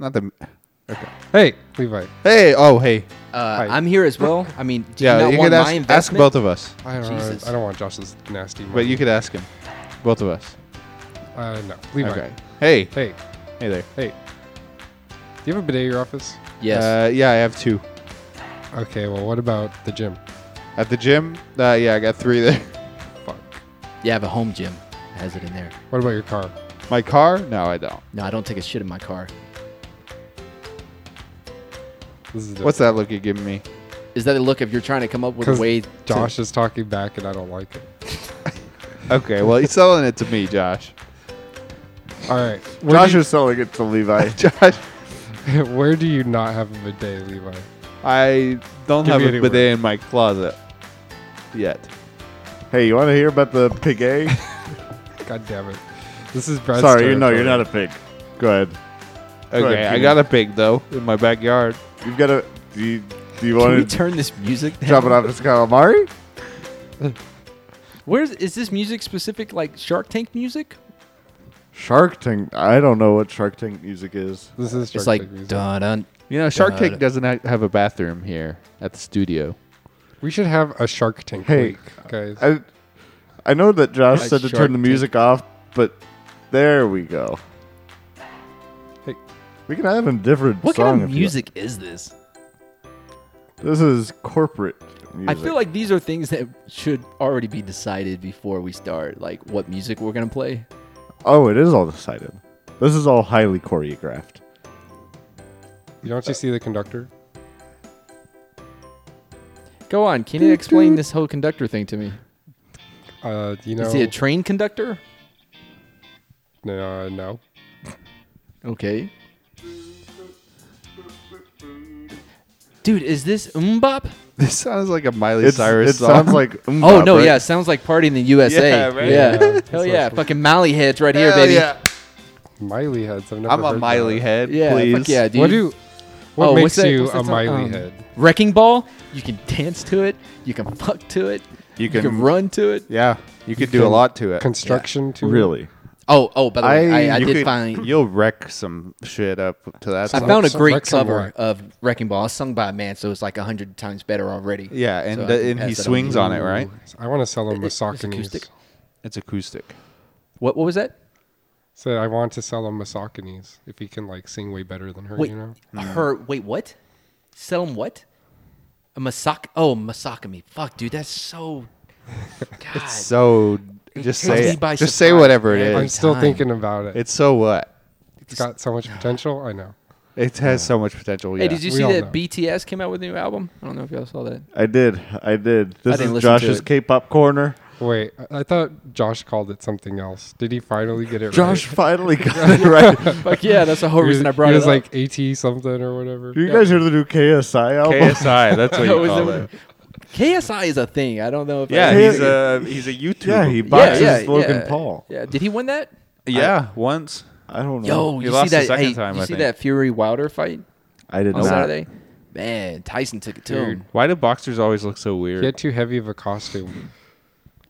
S1: Not the.
S3: Hey, Levi.
S1: Hey. Oh. Hey.
S4: Uh, I'm here as well. I mean, do
S1: Yeah.
S4: you
S1: You,
S4: not want
S1: could
S4: my
S1: ask, ask
S4: investment?
S1: both of us,
S3: I don't.
S4: Jesus.
S3: I don't want Josh's nasty.
S1: but
S3: money.
S1: you could ask him. Both of us.
S3: Uh, no, Levi.
S1: Okay. Hey.
S3: Hey,
S1: Hey there.
S3: hey. Do you have a bidet in your office?
S4: Yes.
S1: Uh, yeah. I have two.
S3: Okay, well, what about the gym?
S1: At the gym, uh, yeah, I got three there.
S3: Fuck.
S4: Yeah, I have a home gym. It has it in there.
S3: What about your car?
S1: My car? No, I don't.
S4: No, I don't take a shit in my car.
S3: This is
S1: What's that look you giving me?
S4: Is that a look if you're trying to come up with a
S3: Because
S4: way?
S3: Josh is talking back, and I don't like it.
S1: Okay, well, he's selling it to me, Josh.
S3: All right, where,
S5: Josh
S3: do
S5: is selling it to Levi.
S1: Josh,
S3: you, where do you not have a bidet, Levi?
S1: I don't
S3: Give
S1: have
S3: me
S1: a
S3: anywhere.
S1: bidet in my closet yet.
S5: hey, you want to hear about the pig A?
S3: God damn it! This is Brad's
S5: Sorry, no, you're
S3: territory.
S5: not a pig. Go ahead.
S1: Okay,
S5: Right,
S1: I
S5: Peter.
S1: got a pig, though, in my backyard.
S5: You've got a. Do you, do you
S4: Can we
S5: want to
S4: turn this music? Down?
S5: drop it off as calamari?
S6: Where's is this music specific? Like Shark Tank music?
S5: Shark Tank. I don't know what Shark Tank music is.
S3: This is
S4: It's
S3: Shark
S4: like
S3: Tank music.
S4: dun dun.
S1: You know, Shark
S4: God.
S1: Tank doesn't ha- have a bathroom here at the studio.
S3: We should have a Shark Tank
S5: Hey,
S3: week, guys.
S5: I, I know that Josh
S4: Like
S5: said to
S4: Shark
S5: turn the music off, but there we go.
S3: Hey.
S5: We can have a different
S4: What
S5: song.
S4: kind
S5: if
S4: of
S5: you want.
S4: music is this?
S5: This is corporate music.
S4: I feel like these are things that should already be decided before we start, like what music we're gonna play.
S5: Oh, it is all decided. This is all highly choreographed.
S3: you don't you see the conductor?
S4: Go on, can you explain this whole conductor thing to me?
S3: Uh, you know,
S4: Is he a train conductor?
S3: no, uh, no.
S4: Okay. Dude, is this umbop?
S1: This sounds like a Miley
S5: It's-
S1: Cyrus
S5: it
S1: song.
S5: sounds like
S4: Oh
S5: Umbop,
S4: no,
S5: right?
S4: yeah, sounds like party in the USA.
S1: Yeah, right?
S4: yeah. hell yeah, fucking Mally heads right here,
S1: Hell
S4: baby.
S1: yeah.
S3: Miley heads. I've never
S1: I'm a
S3: heard
S1: Miley
S3: that.
S1: head,
S4: Yeah,
S1: please.
S4: fuck yeah, dude.
S3: What do? What
S4: Oh, what's
S3: makes
S4: that-
S3: you
S4: what's that
S3: a
S4: song?
S3: Miley
S4: Um,
S3: head?
S4: Wrecking Ball? You can dance to it. You can fuck to it. You can,
S1: can-
S4: run to it.
S1: Yeah, you could do a
S3: can
S1: lot to it.
S3: Construction to it?
S5: Really?
S4: Oh, oh, by the way, I, I,
S1: you
S4: did
S1: could-
S4: find.
S1: You'll wreck some shit up to that.
S4: I
S1: song.
S4: found a
S3: Some
S4: great
S3: Wrecking
S4: cover
S3: Ball.
S4: of Wrecking Ball. It's sung by a man, so it's like a hundred times better already.
S1: Yeah, and
S4: So I
S1: the-
S4: can
S1: and he
S4: pass that on to
S1: swings
S4: you.
S1: on it, right?
S3: I want to sell him
S4: It- it's acoustic.
S3: misogynies.
S1: It's acoustic.
S4: What? What was that?
S3: So I want to sell him misogynies if he can like sing way better than her.
S4: Wait,
S3: You know,
S4: her. Wait, what? Sell him what? A masak. Oh, masakami. Fuck, dude, that's so. God.
S1: So just
S4: takes
S1: say
S4: me
S1: it.
S4: by
S1: just say
S4: surprise
S1: whatever it
S4: every
S1: is.
S3: I'm still
S4: time.
S3: thinking about it.
S1: It's so what?
S3: it's got so much potential. I know.
S1: It has so much potential. Yeah.
S6: Hey, did you
S3: We
S6: see
S3: all
S6: that
S3: know.
S6: BTS came out with a new album? I don't know if y'all saw that.
S5: I did. I did. This
S4: didn't
S5: is
S4: listen to
S5: Josh's
S4: it.
S5: K-pop corner.
S3: Wait, I- I thought Josh called it something else. Did he finally get it
S5: Josh
S3: right?
S5: finally got it right.
S6: Fuck yeah, that's the whole
S3: He was-
S6: reason I brought
S3: he was
S6: it
S3: like
S6: up.
S3: AT something or whatever.
S5: You guys hear the new KSI album?
S1: KSI? That's what
S4: That
S1: you
S4: was
S1: call
S4: the-
S1: it.
S4: KSI is a thing. I don't know if. I-
S1: Yeah,
S5: he-
S1: he's a he's a YouTuber.
S5: Yeah, he
S4: Yeah,
S5: boxes
S4: yeah,
S5: Logan
S4: yeah.
S5: Paul.
S4: Yeah, did he win that?
S1: Yeah, once.
S5: I don't know.
S4: Yo,
S1: He
S4: you
S1: lost
S4: see
S1: the
S4: that?
S1: second
S4: hey,
S1: time,
S4: you
S1: I
S4: see
S1: think.
S4: that Fury Wilder fight
S5: I
S4: Oh,
S5: did
S6: on
S5: not.
S6: Saturday. Man, Tyson took it to him.
S1: Why do boxers always look so
S3: He
S1: weird?
S3: had too heavy of a costume.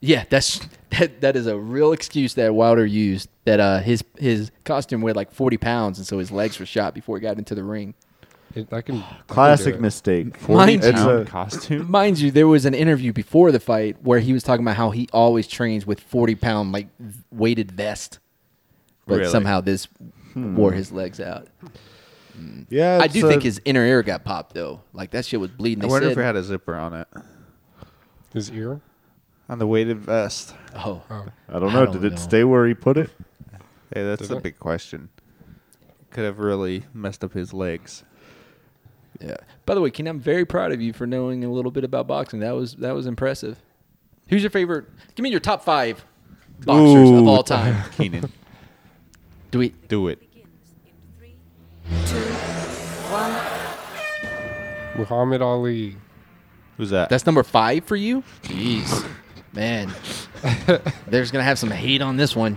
S4: Yeah, that's that. That is a real excuse that Wilder used. That uh, his his costume weighed like forty pounds, and so his legs were shot before he got into the ring.
S3: It, I can I can do
S5: Classic
S3: it.
S5: mistake.
S4: Mind
S5: It's
S1: Town
S5: a-
S1: costume.
S4: Mind you, there was an interview before the fight where he was talking about how he always trains with forty pound like weighted vest, but
S1: Really?
S4: somehow this wore his legs out.
S5: yeah,
S4: I
S5: it's
S4: do
S5: a-
S4: think his inner ear got popped though. Like that shit was bleeding.
S1: I
S4: They
S1: wonder
S4: said,
S1: if it had a zipper on it
S3: His ear.
S1: on the weighted vest.
S4: oh,
S5: I don't know.
S4: I don't
S5: did
S4: know.
S5: it stay where he put it?
S1: Hey, that's the big question. Could have really messed up his legs.
S4: yeah.
S6: By the way, Ken, I'm very proud of you for knowing a little bit about boxing. That was that was impressive.
S4: Who's your favorite? Give me your top five boxers of
S1: Ooh.
S4: all time.
S1: Keenan,
S4: Do we?
S1: do it.
S7: begins in three, two, one.
S3: Muhammad Ali.
S1: Who's that?
S4: That's number five for you? Jeez. Man. There's going to have some hate on this one.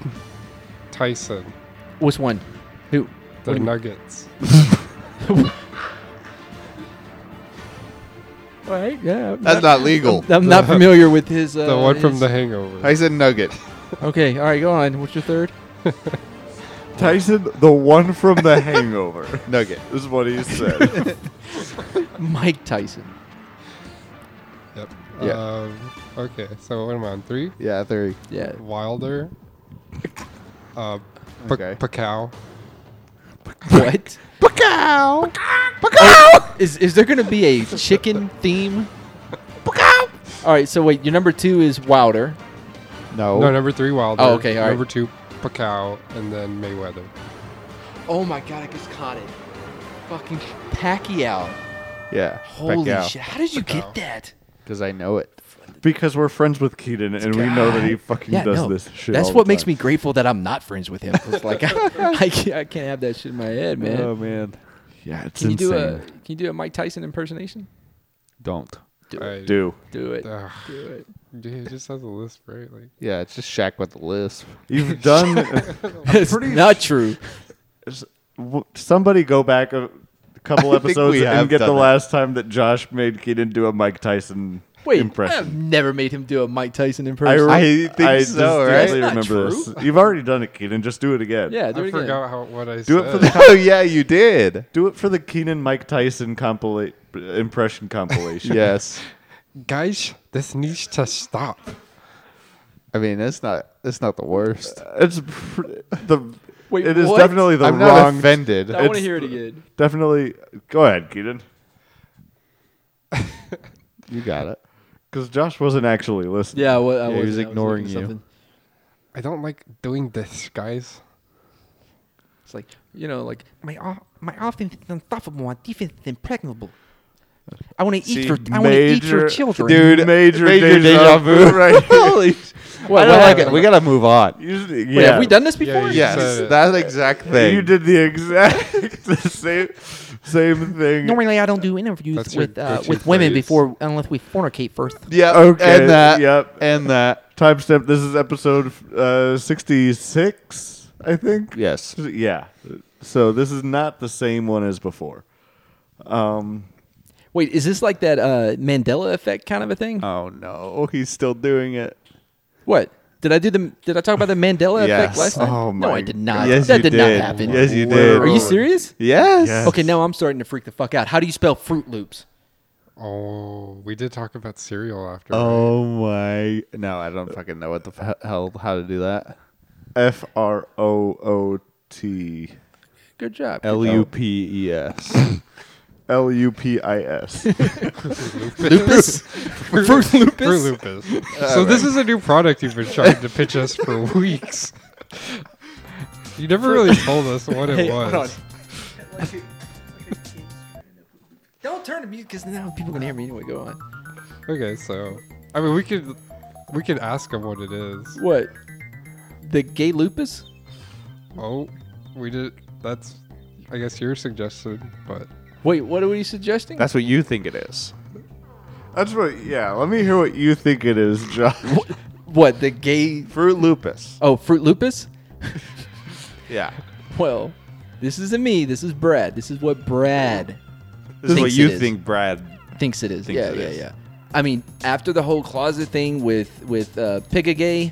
S3: Tyson.
S4: Which one? Who?
S3: The Nuggets.
S6: All right, yeah. I'm
S1: That's
S6: not,
S1: not legal.
S6: I'm not familiar with his. Uh,
S3: the one from
S6: his-
S3: The Hangover.
S1: I said nugget.
S6: Okay, all right, go on. What's your third?
S5: Tyson, the one from The Hangover,
S1: Nugget.
S5: is what he said.
S4: Mike Tyson.
S3: Yep.
S4: Yeah.
S3: Um, okay, so what am I on? Three?
S1: Yeah, three.
S4: Yeah.
S3: Wilder. Uh, P-
S1: Okay.
S3: Pacquiao.
S4: What?
S1: Pacow!
S4: Is is there gonna be a chicken theme? All right, so wait, your number two is Wilder.
S1: No.
S3: No, number three, Wilder.
S4: Oh, okay, all right.
S3: Number two, Pacquiao, and then Mayweather.
S4: Oh my god, I just caught it. Fucking Pacquiao.
S1: Yeah.
S4: Holy shit, how did you
S3: Pacquiao.
S4: get that?
S1: Because I know it.
S5: Because we're friends with Keaton and we know that he fucking
S4: Yeah,
S5: does
S4: no,
S5: this shit.
S4: That's
S5: all
S4: what
S5: the
S4: makes
S5: time.
S4: me grateful that I'm not friends with him. 'cause, like I, I can't, I can't have that shit in my head, man.
S1: Oh man.
S5: Yeah, it's
S6: Can you
S5: insane.
S6: do a Can you do a Mike Tyson impersonation?
S1: Don't.
S5: do,
S3: I-
S6: Do it.
S3: Ugh,
S6: Do it.
S3: dude, it just has a lisp, right? Like,
S1: Yeah, it's just Shaq with the lisp.
S5: you've done?
S4: it's not true.
S5: w- somebody go back a couple
S1: I think
S5: episodes
S1: we have
S5: and get the
S1: done that.
S5: last time that Josh made Keaton do a Mike Tyson
S4: Wait, I've
S5: impression.
S4: never made him do a Mike Tyson impersonation.
S1: I think so, right?
S5: distinctly
S4: That's not
S5: remember this. You've already done it, Keaton. Just do it again.
S6: Yeah, do
S3: I
S6: it again.
S3: forgot how, what I said.
S5: Do it for the
S1: oh yeah, you did.
S5: do it for the Keenan Mike Tyson compila- impression compilation.
S1: Yes.
S3: Guys, this needs to stop.
S1: I mean, it's not. It's not the worst.
S5: it's pr- the.
S6: Wait,
S5: it is
S6: what?
S5: definitely the
S1: I'm not
S5: wrong.
S1: offended.
S6: I want to
S5: It's-
S6: hear it again.
S5: Definitely, go ahead, Keaton,
S1: You got it.
S5: because Josh wasn't actually listening.
S4: Yeah, well,
S1: Yeah,
S4: I
S1: he
S4: wasn't.
S1: was
S4: I looking
S1: ignoring
S4: at
S1: you.
S4: something.
S3: I don't like doing this, guys.
S6: It's like you know, like my o- my offense is unstoppable, my defense is impregnable. I want to
S5: See,
S6: eat your I want to eat
S5: major-
S6: your children.
S1: Dude,
S5: major,
S1: major deja vu.
S5: right?
S1: Holy.
S4: Well, what happened?
S1: We gotta move on.
S5: Usually,
S4: Wait,
S5: yeah.
S4: have we done this before?
S3: you said
S1: Yes,
S3: it.
S1: that exact thing.
S5: You did the exact the same same thing.
S6: Normally, I don't do interviews
S3: That's your
S6: with uh,
S3: go-to
S6: with women
S3: phrase.
S6: before unless we fornicate first.
S1: Yep.
S5: Okay,
S1: And that.
S5: yep.
S1: And that.
S5: Timestamp. This is episode uh, sixty-six, I think.
S1: Yes.
S5: Yeah. So this is not the same one as before.
S4: Wait, is this like that uh, Mandela effect kind of a thing?
S1: Oh no, he's still doing it.
S4: what? Did I do the? Did I talk about the Mandela
S1: Yes.
S4: effect last time?
S5: Oh
S4: no,
S5: my
S4: I did not.
S1: Yes,
S4: that
S1: you
S4: did, not
S1: did.
S4: happen.
S1: Yes, you did.
S4: Are you serious?
S1: Yes.
S5: Yes.
S4: Okay, now I'm starting to freak the fuck out. How do you spell Fruit Loops?
S3: Oh, we did talk about cereal after.
S1: Oh my! No, I don't fucking know what the f- hell how to do that.
S5: F R O O T
S6: Good job.
S1: L U P E S.
S5: L U P I S.
S4: Lupus? Fruit Lupus?
S3: Fruit Lupus. so this is a new product you've been trying to pitch us for weeks. You never really told us what it
S4: Hey, hold on.
S3: was.
S4: Don't turn to music because now people can hear me anyway. Go on.
S3: Okay, so I mean we could we could ask him what it is.
S4: What? The gay lupus?
S3: Oh, we did. That's I guess your suggestion, but
S4: Wait, what are we suggesting?
S1: That's what you think it is.
S5: That's what. Yeah. Let me hear what you think it is, Josh.
S4: what the gay?
S1: Fruit lupus.
S4: Oh, fruit lupus.
S1: Yeah.
S4: Well, this isn't me. This is Brad. This is what Brad
S1: This is what
S4: Thinks
S1: you
S4: it is.
S1: think, Brad.
S4: thinks it is.
S1: Thinks
S4: yeah,
S1: it
S4: yeah,
S1: is.
S4: yeah. I mean, after the whole closet thing with with uh, pick a gay,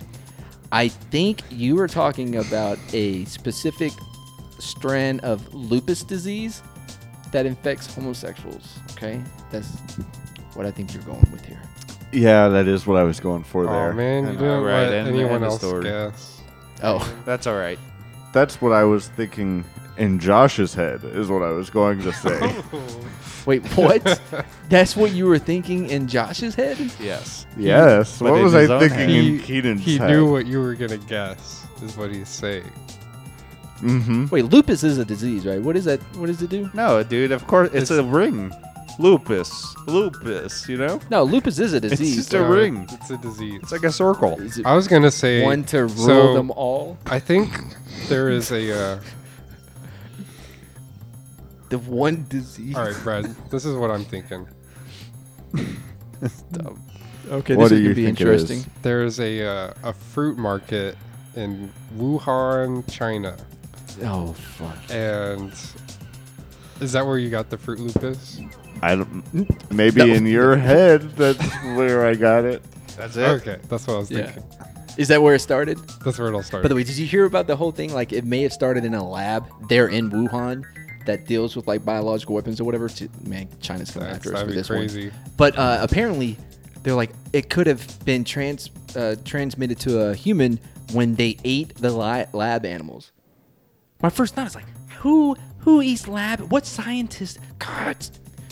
S4: I think you were talking about a specific strand of lupus disease that infects homosexuals. Okay, that's what I think you're going with here.
S5: Yeah, that is what I was going for there.
S3: oh man, you
S1: And-
S3: didn't
S1: alright,
S3: let
S1: end- end
S3: anyone
S1: the
S3: else
S1: story.
S3: guess.
S4: Oh,
S1: That's all right.
S5: That's what I was thinking in Josh's head, is what I was going to say.
S4: wait, what? that's what you were thinking in Josh's head?
S1: Yes.
S5: yes.
S1: But
S5: What
S1: in
S5: was
S1: his
S5: I
S1: own
S5: thinking
S1: head.
S5: in Keenan's
S3: he
S5: head?
S3: knew what you were gonna guess, is what he's saying.
S5: Mm-hmm.
S4: Wait, lupus is a disease, right? What is that? What does it do?
S1: No, dude. Of course, it's, a ring. Lupus. Lupus. You know,
S4: No, lupus is a disease.
S1: just a
S3: No,
S1: ring.
S3: It's a disease.
S1: it's like a circle.
S4: Is it
S3: I was gonna say
S4: one to rule
S3: so
S4: them all?
S3: I think there is a. Uh,
S4: The one disease.
S3: all right, Brad. This is what I'm thinking.
S4: Okay,
S5: What
S4: this
S5: do
S4: is
S5: you
S4: gonna be
S5: think it is?
S4: interesting.
S3: There is a uh, a fruit market in Wuhan, China,
S4: Oh fuck.
S3: and is that where you got the fruit lupus?
S5: I don't, maybe in your head, that's where I got it.
S1: That's
S3: Okay, that's what I was
S4: Yeah.
S3: thinking.
S4: Is that where it started?
S3: That's where it all started.
S4: By the way, did you hear about the whole thing? Like, it may have started in a lab there in Wuhan that deals with like biological weapons or whatever. Ch- Man, China's coming
S3: That's,
S4: after us
S3: that'd
S4: for
S3: be
S4: this
S3: crazy.
S4: one. But uh, apparently, they're like it could have been trans uh, transmitted to a human when they ate the li- lab animals. My first thought is like, who Who eats lab? What scientist? God,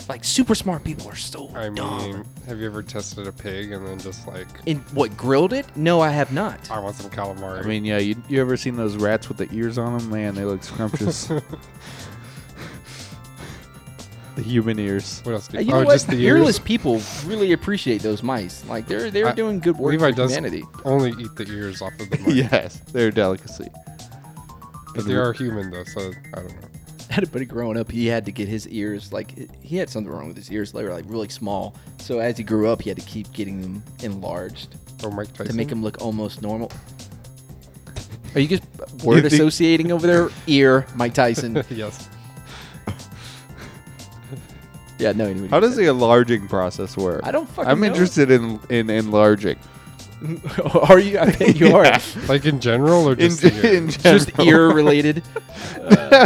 S4: like super smart people are so
S3: I
S4: dumb.
S3: mean, have you ever tested a pig and then just like,
S4: And what grilled it? No, I have not.
S3: I want some calamari?
S1: I mean, yeah, you, you ever seen those rats with the ears on them? Man, they look scrumptious. the human ears.
S3: what else? Do
S4: Uh,
S3: you,
S4: You know
S3: oh,
S4: what?
S3: just the ears.
S4: Earless people really appreciate those mice. Like they're they're
S3: I-
S4: doing good work
S3: Levi
S4: for
S3: does
S4: humanity.
S3: only eat the ears off of the mic.
S1: yes, they're a delicacy.
S3: but they are human though, so I don't know.
S4: Had buddy growing up, he had to get his ears like he had something wrong with his ears. They were like really small. So as he grew up, he had to keep getting them enlarged
S3: Oh, Mike Tyson.
S4: to make him look almost normal. Are you just word
S1: think-
S4: associating over there? Ear, Mike Tyson.
S3: yes.
S4: Yeah, no. Anyway,
S1: How does the enlarging process work?
S4: I don't fucking
S1: I'm
S4: know.
S1: interested in in enlarging.
S4: are you? I bet you are.
S3: Like in general or
S1: In,
S3: just the ears?
S1: in general.
S4: Just ear related.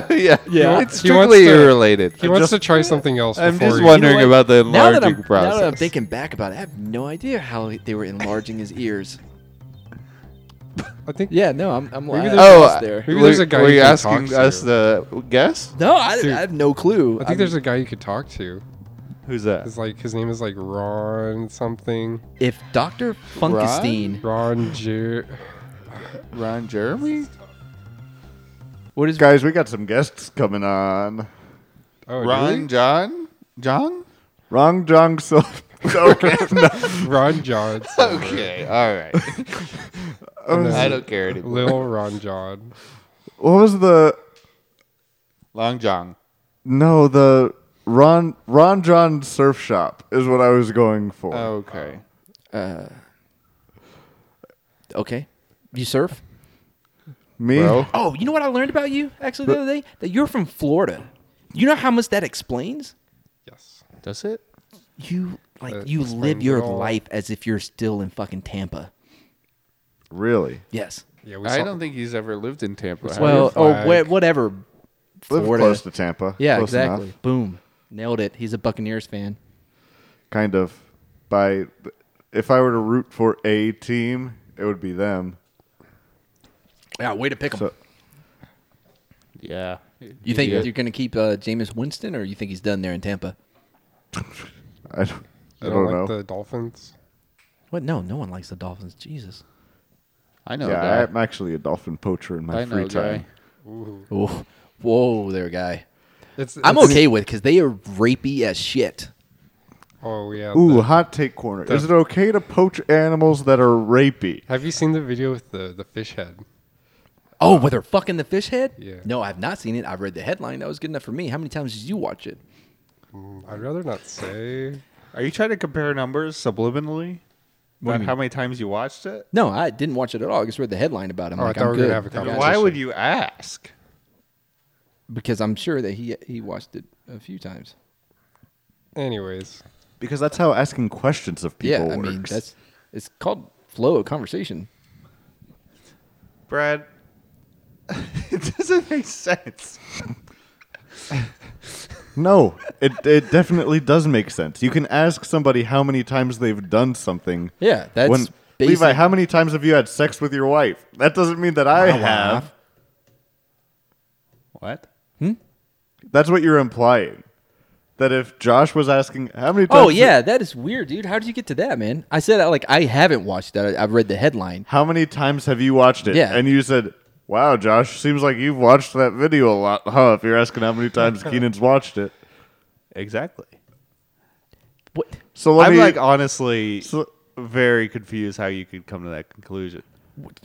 S1: yeah,
S4: Yeah.
S1: It's
S3: He wants
S1: strictly
S3: to-
S1: ear related.
S3: He wants to try something else.
S1: I'm
S3: before
S1: just
S3: he-
S1: wondering
S4: You know what?
S1: about the
S4: Now that, I'm,
S1: enlarging
S4: now that I'm
S1: process.
S4: thinking back about it, I have no idea how they were enlarging his ears.
S3: I think
S4: Yeah, no, I'm, I'm
S3: Maybe
S4: lying.
S3: there's-
S4: I
S1: oh,
S4: was there.
S3: Maybe
S1: were-
S3: there's a guy
S1: were
S3: who
S1: you
S3: can talk
S1: asking
S3: to
S1: us
S3: you.
S1: the guess?
S4: No, I,
S3: Dude,
S4: I have no clue.
S3: I think there's a guy you could talk to.
S1: Who's that?
S3: It's like his name is like Ron something.
S4: if Doctor Funkestein.
S3: Ron Jer.
S1: Ron Jeremy?
S4: What is
S5: Guys, we got some guests coming on.
S3: Oh,
S1: Ron John? John?
S5: Wrong Jong So. okay. no.
S3: really? Ron John.
S1: Okay, all right. I don't care anymore.
S3: Lil Ron John.
S5: What was the
S1: Long John.
S5: no the Ron Ron John Surf Shop is what I was going for.
S1: Okay.
S4: okay? You surf?
S5: Me?
S1: Bro.
S4: Oh, you know what I learned about you actually the other day? That you're from Florida. You know how much that explains?
S3: Yes.
S1: Does it?
S4: You like
S3: That
S4: you live
S3: explains
S4: your
S3: it all.
S4: life as if you're still in fucking Tampa.
S5: Really?
S4: Yes.
S3: Yeah, we
S1: I
S3: saw-
S1: don't think he's ever lived in Tampa. has he?
S4: Well, or
S3: flag.
S4: wh- whatever.
S5: Live
S4: Florida.
S5: close to Tampa.
S4: Yeah,
S5: Close enough.
S4: exactly. Boom. Nailed it. He's a Buccaneers fan.
S5: Kind of. By if I were to root for a team, it would be them.
S4: Yeah, way to pick him.
S5: So-
S1: yeah.
S4: you think
S1: Yeah.
S4: you're going to keep uh, Jameis Winston, or you think he's done there in Tampa?
S5: I don't, I
S3: You
S5: don't
S3: like
S5: know.
S3: the Dolphins.
S4: What? No, no one likes the Dolphins. Jesus.
S1: I know.
S5: yeah,
S1: Yeah,
S5: I'm actually a dolphin poacher in my
S1: I
S5: free
S1: know,
S5: time.
S1: guy.
S4: Oh, whoa, there, guy.
S3: It's,
S4: I'm
S3: it's-
S4: okay with because they are rapey as shit.
S3: Oh yeah.
S5: Ooh,
S3: the-
S5: hot take corner. Is it okay to poach animals that are rapey?
S3: have you seen the video with the the fish head?
S4: Oh, where they're fucking the fish head?
S3: Yeah.
S4: No, I have not seen it. I've read the headline. That was good enough for me. How many times did you watch it?
S3: I'd rather not say.
S1: Are you trying to compare numbers subliminally?
S4: What do you
S1: About
S4: mean?
S1: how many times you watched it?
S4: No, I didn't watch it at all. I just read the headline about him.
S3: Oh,
S4: like,
S3: I thought
S4: I'm
S3: we were
S4: good.
S3: gonna have a conversation.
S1: Why would you ask?
S4: because I'm sure that he he watched it a few times.
S3: Anyways,
S5: Because that's how asking questions of people
S4: yeah, I
S5: works.
S4: mean that's it's called flow of conversation.
S1: Brad, it doesn't make sense.
S5: No, it it definitely does make sense. You can ask somebody how many times they've done something.
S4: Yeah, that's
S5: when,
S4: basic-
S5: Levi, how many times have you had sex with your wife? That doesn't mean that I have.
S1: What?
S5: That's what you're implying. That if Josh was asking how many times
S4: Oh yeah, that is weird, dude. How did you get to that, man? I said I, like I haven't watched that. I, I've read the headline.
S5: how many times have you watched it?
S4: Yeah.
S5: And you said, Wow, Josh, seems like you've watched that video a lot, huh? If you're asking how many times Keenan's watched it.
S1: Exactly.
S4: What?
S5: So let
S1: I'm
S5: me
S1: like honestly
S5: So-
S1: very confused how you could come to that conclusion.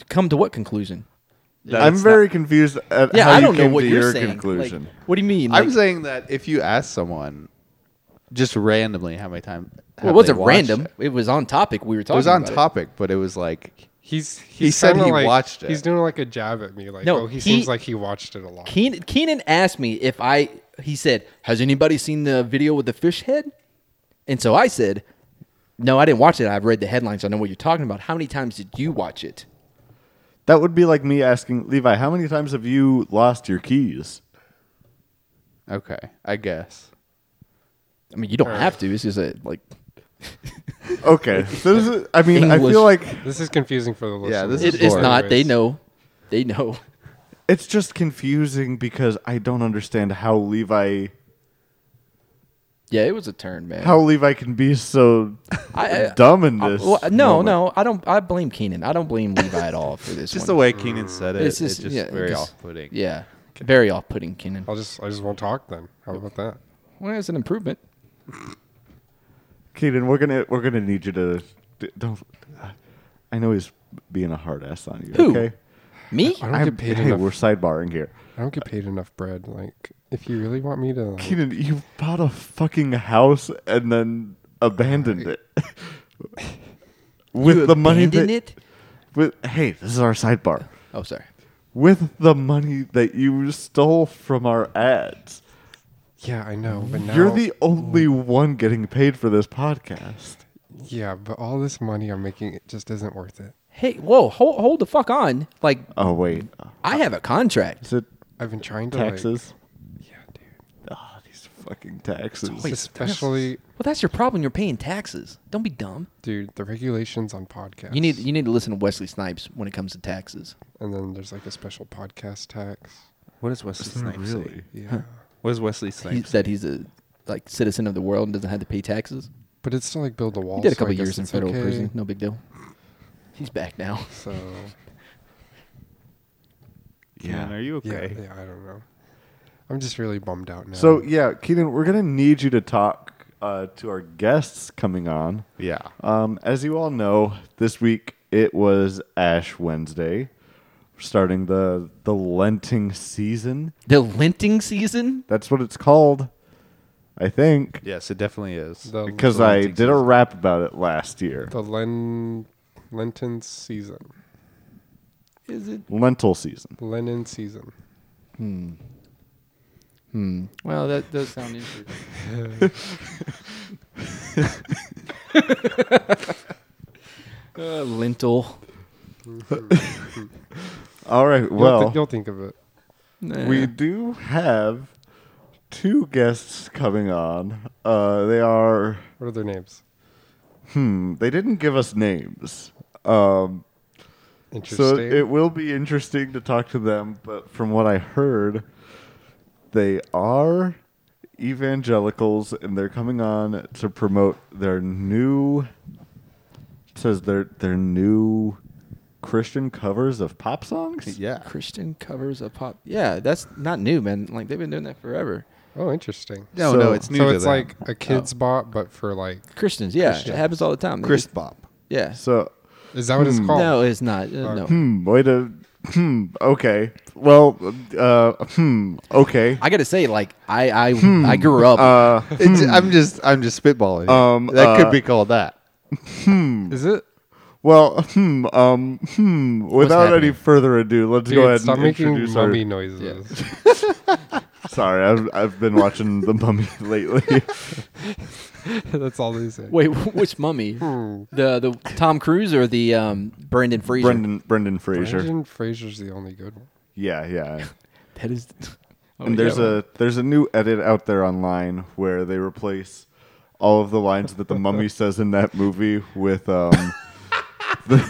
S4: Come to what conclusion?
S1: That
S5: I'm
S1: it's
S5: very confused
S1: uh,
S5: at
S4: Yeah,
S5: how
S4: I
S5: you
S4: don't know
S5: came
S4: what
S5: to
S4: you're
S5: your
S4: saying. Like,
S5: conclusion.
S4: what do you mean?
S1: Not, I'm
S4: Like,
S1: saying that if you ask someone just randomly how many times
S4: well, it wasn't random. It. was on topic. We were
S1: It
S4: talking.
S1: was on
S4: about
S1: topic, but it was like
S3: he's, he's
S1: said
S3: kinda
S1: he
S3: like-
S1: watched it.
S3: He's doing like a jab at me. Like,
S4: No,
S3: oh, he,
S4: he-
S3: seems like he watched it a lot.
S4: Keenan, Keenan asked me if I. He said, "Has anybody seen the video with the fish head?" And so I said, "No, I didn't watch it. I've read the headlines. I know what you're talking about. How many times did you watch it?"
S5: That would be like me asking Levi, how many times have you lost your keys?
S1: okay, I guess.
S4: I mean, you don't have to. It's just a like.
S5: Okay, so this is, I mean, I
S4: English.
S5: feel like
S3: This is confusing for the listeners.
S1: Yeah, this
S4: It,
S1: is
S4: it's
S1: boring.
S4: not. They
S3: Anyways,
S4: know. They know.
S5: It's just confusing because I don't understand how Levi
S4: Yeah, it was a turn, man.
S5: how Levi can be so
S4: I- I-
S5: dumb in
S4: I-
S5: this.
S4: well, no,
S5: moment.
S4: no, I don't. I blame Keenan. I don't blame Levi at all for this.
S1: Just the
S4: one.
S1: way Keenan said it,
S4: It's
S1: it's
S4: just-
S1: just,
S4: yeah,
S1: very
S4: just-
S1: off-putting.
S4: Yeah, very off-putting, Keenan.
S3: I'll just I just won't talk then. How about that?
S4: Well, it's an improvement.
S5: Kaden, we're gonna we're gonna need you to d- don't. I know he's being a hard ass on you.
S4: Who?
S5: Okay.
S4: Me?
S3: I don't
S5: I'm-
S3: get paid
S5: hey,
S3: enough.
S5: we're sidebarring here.
S3: I don't get paid enough bread. Like, if you really want me to, like,
S5: Keenan, you bought a fucking house and then abandoned it with the money that
S4: Abandon it?
S5: with. Hey, this is our sidebar.
S4: Oh, sorry.
S5: With the money that you stole from our ads,
S3: yeah, I know, but now
S5: you're the only one getting paid for this podcast.
S3: yeah, but all this money I'm making it just isn't worth it.
S4: Hey, whoa, hold, hold the fuck on. Like,
S5: Oh wait,
S4: I have a contract.
S5: is it
S3: I've been trying to like-
S5: taxes?
S3: yeah, dude.
S5: Ah, these fucking taxes.
S3: Especially,
S4: Well, that's your problem. You're paying taxes. Don't be dumb.
S3: dude, the regulations on podcasts.
S4: You need you need to listen to Wesley Snipes when it comes to taxes.
S3: and then there's like a special podcast tax.
S8: What does Wesley Snipes say?
S3: Yeah,
S8: What does Wesley
S4: He
S8: Snipes say?
S4: said he's a like citizen of the world and doesn't have to pay taxes.
S3: but it's to like build a wall.
S4: He did a
S3: so I
S4: couple
S3: guess
S4: years in
S3: it's
S4: federal
S3: okay.
S4: prison. No big deal. He's back now.
S3: So
S1: Keenan, are you
S3: yeah,
S1: okay?
S3: yeah, I don't know. I'm just really bummed out now.
S5: So yeah, Keenan, we're gonna need you to talk uh, to our guests coming on.
S1: Yeah.
S5: Um, as you all know, this week it was Ash Wednesday, starting the the Lenting season.
S4: The linting season.
S5: That's what it's called, I think,
S8: Yes, it definitely is.
S3: the,
S5: because
S3: the,
S5: I did a rap about it last year.
S3: the Len Lenten season,
S4: Is it?
S5: Lentil season.
S3: Lenin season.
S4: Hmm. Well, that does sound interesting. uh, lintel.
S5: All right.
S3: You'll, thi-
S5: Well,
S3: you'll think of it.
S5: we do have two guests coming on. Uh, they are.
S3: What are their names?
S5: Hmm. They didn't give us names. Um,
S3: Interesting.
S5: So it will be interesting to talk to them, but from what I heard, they are evangelicals and they're coming on to promote their new it says their their new Christian covers of pop songs?
S1: Yeah.
S4: Christian covers a pop. Yeah, that's not new, man. Like they've been doing that forever.
S3: oh, interesting.
S1: No,
S5: So-
S1: no, it's new
S3: so
S1: to
S3: it's
S1: them.
S3: like
S4: Oh.
S3: a kids bot, but for like,
S4: Christians, yeah,
S3: Christian.
S4: it happens all the time. They
S1: Chris
S4: just-
S1: Bop.
S4: yeah.
S5: So
S3: is that what it's called?
S4: Hmm. No, it's not. Uh, no.
S5: hmm, way to hmm, okay. Well uh hmm, okay.
S4: I gotta say, like I I I grew up.
S5: Uh
S1: It's, I'm just, I'm just spitballing.
S5: Um,
S1: Um, that
S5: uh,
S1: could be called that.
S3: Is it?
S5: well hmm um hmm without any
S4: happening?
S5: further ado, let's
S3: Dude,
S5: go ahead
S3: stop
S5: and
S3: making
S5: introduce our
S3: mummy noises.
S5: Sorry, I've, I've been watching The Mummy lately.
S3: That's all they say.
S4: Wait, which mummy? the the Tom Cruise or the um Brendan Fraser?
S5: Brendan Brendan Fraser.
S3: Brendan Fraser's the only good one.
S5: Yeah, yeah.
S4: That is. Oh,
S5: and there's
S4: yeah.
S5: a there's a new edit out there online where they replace all of the lines that the mummy says in that movie with um the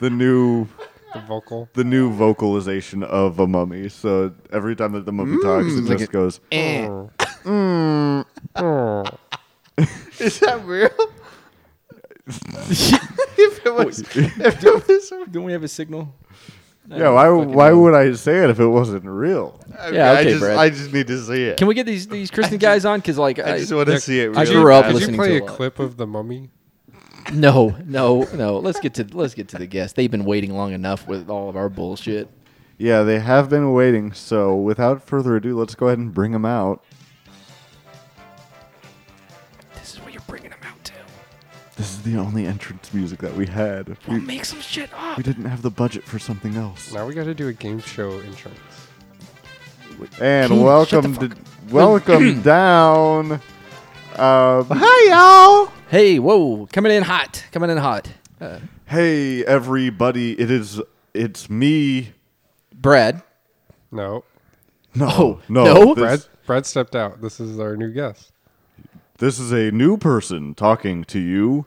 S5: the new
S3: The vocal.
S5: the new vocalization of a mummy. So every time that the
S4: Mm.
S5: mummy talks, it just goes.
S4: eh.
S5: "Oh,
S3: Mm. Mm. Mm.
S1: Is that real? if it was, if it was,
S4: Don't we have a signal?
S5: Yeah, why why
S4: eh.
S5: would I say it if it wasn't real?
S4: Yeah,
S1: I
S4: okay,
S1: just,
S4: Brad.
S1: I just need to see it.
S4: Can we get these these Christian guys on? Because like
S1: I just want to see it.
S4: I
S1: Really
S4: grew up
S1: bad.
S3: Did you
S4: listening
S3: play
S4: to
S3: a
S4: a lot.
S3: clip of the mummy?
S4: No, no, no. Let's get to let's get to the guests. They've been waiting long enough with all of our bullshit.
S5: Yeah, they have been waiting. So without further ado, let's go ahead and bring them out.
S4: This is what you're bringing them out to.
S5: This is the only entrance music that we had.
S4: Well,
S5: We,
S4: make some shit up.
S5: we didn't have the budget for something else.
S3: Now we got to do a game show entrance.
S5: And
S4: Keenan,
S5: welcome to welcome down. Uh,
S1: Hi, y'all.
S4: Hey, whoa, coming in hot, coming in hot. Uh,
S5: hey everybody, it is it's me.
S4: Brad,
S3: No.
S5: No,
S4: Oh, no?
S5: This,
S3: Brad, Brad stepped out. This is our new guest.
S5: this is a new person talking to you,
S4: Oh.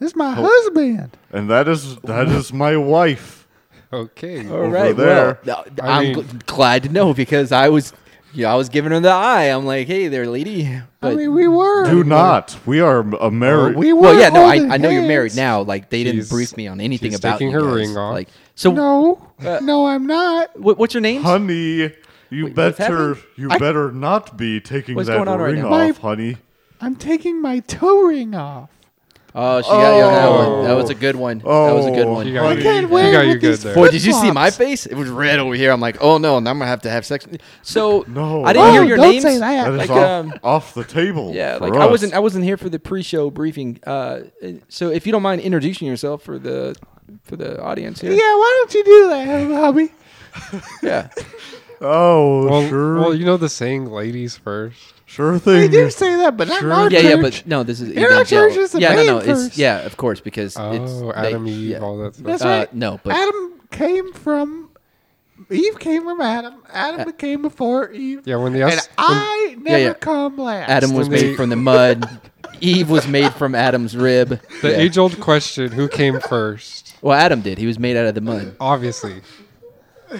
S1: This is my husband.
S5: and that is that is my wife.
S3: Okay.
S4: All right,
S5: there.
S4: well, no,
S3: I
S4: I'm
S3: mean-
S4: gl- glad to know because I was, yeah, I was giving her the eye. I'm like, hey there, lady. But
S3: I mean, we were.
S5: Do not. We are a married.
S3: We were.
S4: well, yeah, no, I,
S3: holding
S4: I know you're married
S3: hands.
S4: now. Like they didn't
S3: She's-
S4: brief me on anything
S3: she's
S4: about
S3: taking
S4: you
S3: her
S4: guys.
S3: ring off.
S4: Like so, uh,
S3: No, no, I'm not.
S4: what, what's your name?
S5: honey, you
S4: Wait, what's
S5: better
S4: happening?
S5: you better not be taking
S4: What's
S5: that
S4: going on right
S5: ring
S4: now?
S5: off,
S3: My-
S5: honey.
S3: I'm taking my toe ring off.
S4: Oh, she got you on that
S5: Oh.
S4: one. That was a good one. that was a good
S5: Oh.
S4: one.
S3: You
S5: I
S3: got, you,
S5: can't
S3: you
S5: wait
S3: got
S5: with
S3: you good
S5: these
S3: there.
S4: Boy, did you see my
S3: flip-flops.
S4: face? It was red over here. I'm like, oh no, now I'm gonna have to have sex. So
S5: No.
S4: I didn't hear
S5: Oh,
S4: your
S3: don't
S4: names.
S3: say that.
S5: That is
S4: Like,
S5: off,
S4: um,
S5: off the table.
S6: Yeah,
S5: for
S6: like I
S5: us.
S6: wasn't I wasn't here for the pre-show briefing. Uh, so if you don't mind introducing yourself for the for the audience here.
S3: Yeah, why don't you do that, Bobby?
S6: Yeah.
S5: Oh,
S3: Well,
S5: sure,
S3: well, you know the saying, ladies first.
S5: sure
S3: They
S5: thing.
S3: do say that, but not
S5: Sure.
S3: in our
S4: yeah, yeah,
S3: church.
S4: but no, this is
S3: You're not
S4: evangel-
S3: churches, the
S4: Yeah, no, no,
S3: man
S4: it's
S3: first.
S4: yeah, of course, because it's
S3: Oh,
S4: they-
S3: Adam, Eve,
S4: yeah.
S3: all that stuff.
S4: Uh,
S3: That's right.
S4: no, but
S2: Adam came from Eve came from Adam. Adam came before Eve.
S3: Yeah, when the
S2: and
S3: us- when-
S2: I never
S4: Um, yeah.
S2: come last.
S4: Adam was
S3: When they-
S4: made from the mud. Eve was made from Adam's rib.
S3: The
S4: Yeah.
S3: age-old question: Who came first?
S4: well, Adam did. He was made out of the mud.
S3: Obviously,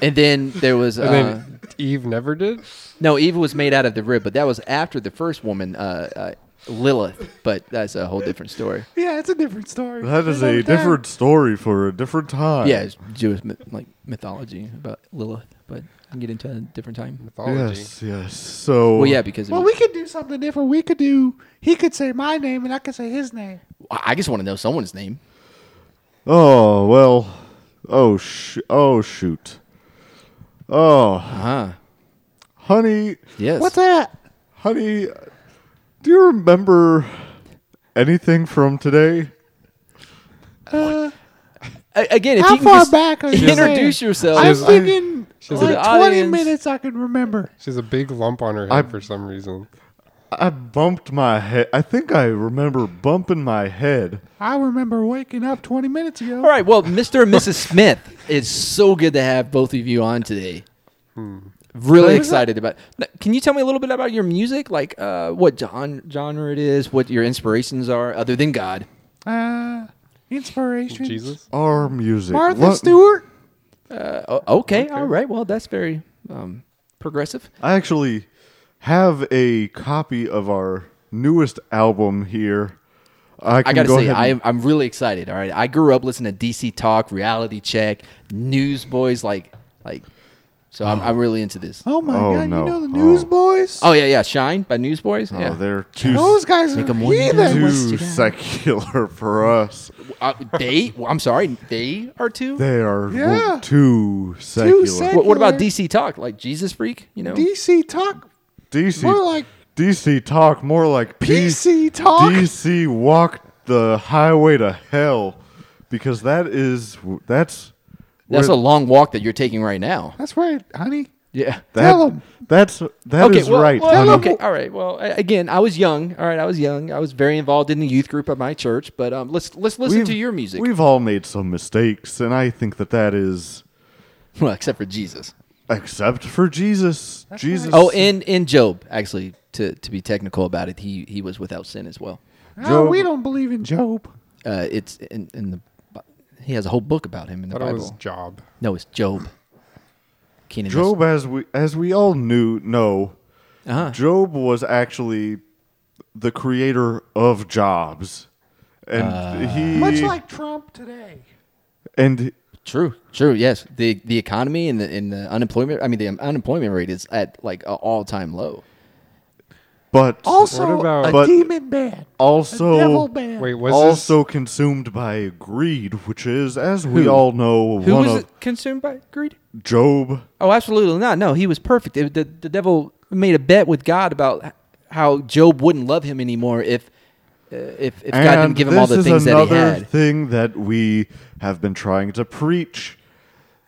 S4: And then there was uh,
S3: and then Eve never did.
S4: no Eve was made out of the rib, but that was after the first woman, uh, uh, Lilith. But that's a whole different story.
S2: Yeah, it's a different story.
S5: That is
S2: Another
S5: a
S2: time.
S5: different story for a different time.
S4: Yeah, it's Jewish myth, like mythology about Lilith, but I can get into that at a different time.
S3: Mythology.
S5: Yes, yes. So
S4: Well, yeah, because it
S2: Well,
S4: was-
S2: we could do something different. We could do. He could say my name, and I could say his name.
S4: I I just want to know someone's name.
S5: Oh well. Oh sh- Oh shoot. Oh,
S4: Huh?
S5: honey,
S4: Yes.
S2: What's that?
S5: honey. Do you remember anything from today?
S2: Uh,
S4: A- again, if
S2: how
S4: you can
S2: far
S4: just
S2: back are you?
S4: introduce
S2: saying?
S4: yourself.
S2: I'm
S3: She's-
S2: thinking
S3: she's
S2: like
S3: an
S2: 20
S6: audience.
S2: minutes. I can remember.
S3: She has a big lump on her head
S5: I'm-
S3: for some reason.
S5: I bumped my head. I think I remember bumping my head.
S2: I remember waking up 20 minutes ago.
S4: All right. Well, Mr. and Mrs. Smith, it's so good to have both of you on today.
S5: Hmm.
S4: Really excited about.
S6: Now, Can you tell me a little bit about your music? Like uh, what gen- genre it is, what your inspirations are other than God?
S2: Uh, inspiration.
S3: Jesus.
S5: Our music.
S2: Martha
S5: What-
S2: Stewart.
S6: Uh, o- okay, all right. Well, that's very um, progressive.
S5: I actually have a copy of our newest album here. I, can
S4: I gotta
S5: go
S4: say,
S5: ahead
S4: I
S5: and-
S4: am, I'm really excited. All right, I grew up listening to DC Talk, Reality Check, Newsboys, like, like. So I'm, I'm really into this.
S2: Oh my
S5: Oh,
S2: God!
S5: no.
S2: You know the
S5: Oh.
S2: Newsboys.
S4: Oh yeah, yeah, Shine by Newsboys.
S5: Oh,
S4: yeah,
S5: they're too,
S2: Those guys are
S4: Make 'em wonder.
S2: heathen.
S5: too secular for us.
S4: Uh, they. well, I'm sorry, they are too.
S5: They are w-
S2: Yeah.
S5: too secular.
S2: sec-
S4: What, what about
S2: Killer.
S4: DC Talk? Like Jesus Freak, you know?
S2: DC talk.
S5: DC,
S2: More like-
S5: DC talk, more like
S2: PC talk.
S5: DC walked the highway to hell because that is that's
S4: That's a
S5: where-
S4: long walk that you're taking right now.
S2: That's right, honey.
S4: Yeah.
S5: that,
S2: tell 'em.
S5: that's that is
S6: well,
S5: right.
S6: well,
S5: honey.
S6: okay, all right. Well, a- again, I was young. All right, I was young. I was very involved in the youth group at my church. But um, let's let's listen
S5: We've-
S6: to your music.
S5: We've all made some mistakes, and I think that that is
S4: Well, except for Jesus.
S5: except for Jesus. Jesus.
S4: Oh, and in Job, actually, to, to be technical about it, he he was without sin as well.
S2: Oh, we don't believe in Job.
S4: Uh, it's in, in the Bi- he has a whole book about him in the
S3: That was
S4: Bible.
S3: job.
S4: No, it's Job. Keenan
S5: Job, as we as we all knew, no,
S4: Uh-huh.
S5: Job was actually the creator of jobs, and he
S2: Much like Trump today.
S5: and
S4: True, true. Yes, the the economy and the and the unemployment. I mean, the unemployment rate is at like an all time low.
S5: but
S2: Also,
S3: about-
S2: a
S5: But-
S2: demon band.
S4: Oh.
S2: a devil
S5: also
S2: band.
S3: Wait, was
S5: also consumed by greed, which is, as we all know,
S6: Who
S5: one
S6: was
S5: of
S6: it consumed by greed?
S5: Job.
S6: Oh, absolutely not. No, he was perfect. It- the, the devil made a bet with God about h- how Job wouldn't love him anymore if uh, if, if God didn't
S5: And
S6: give him all
S5: this
S6: the
S5: is
S6: things that he
S5: another
S6: had.
S5: Thing that we have been trying to preach.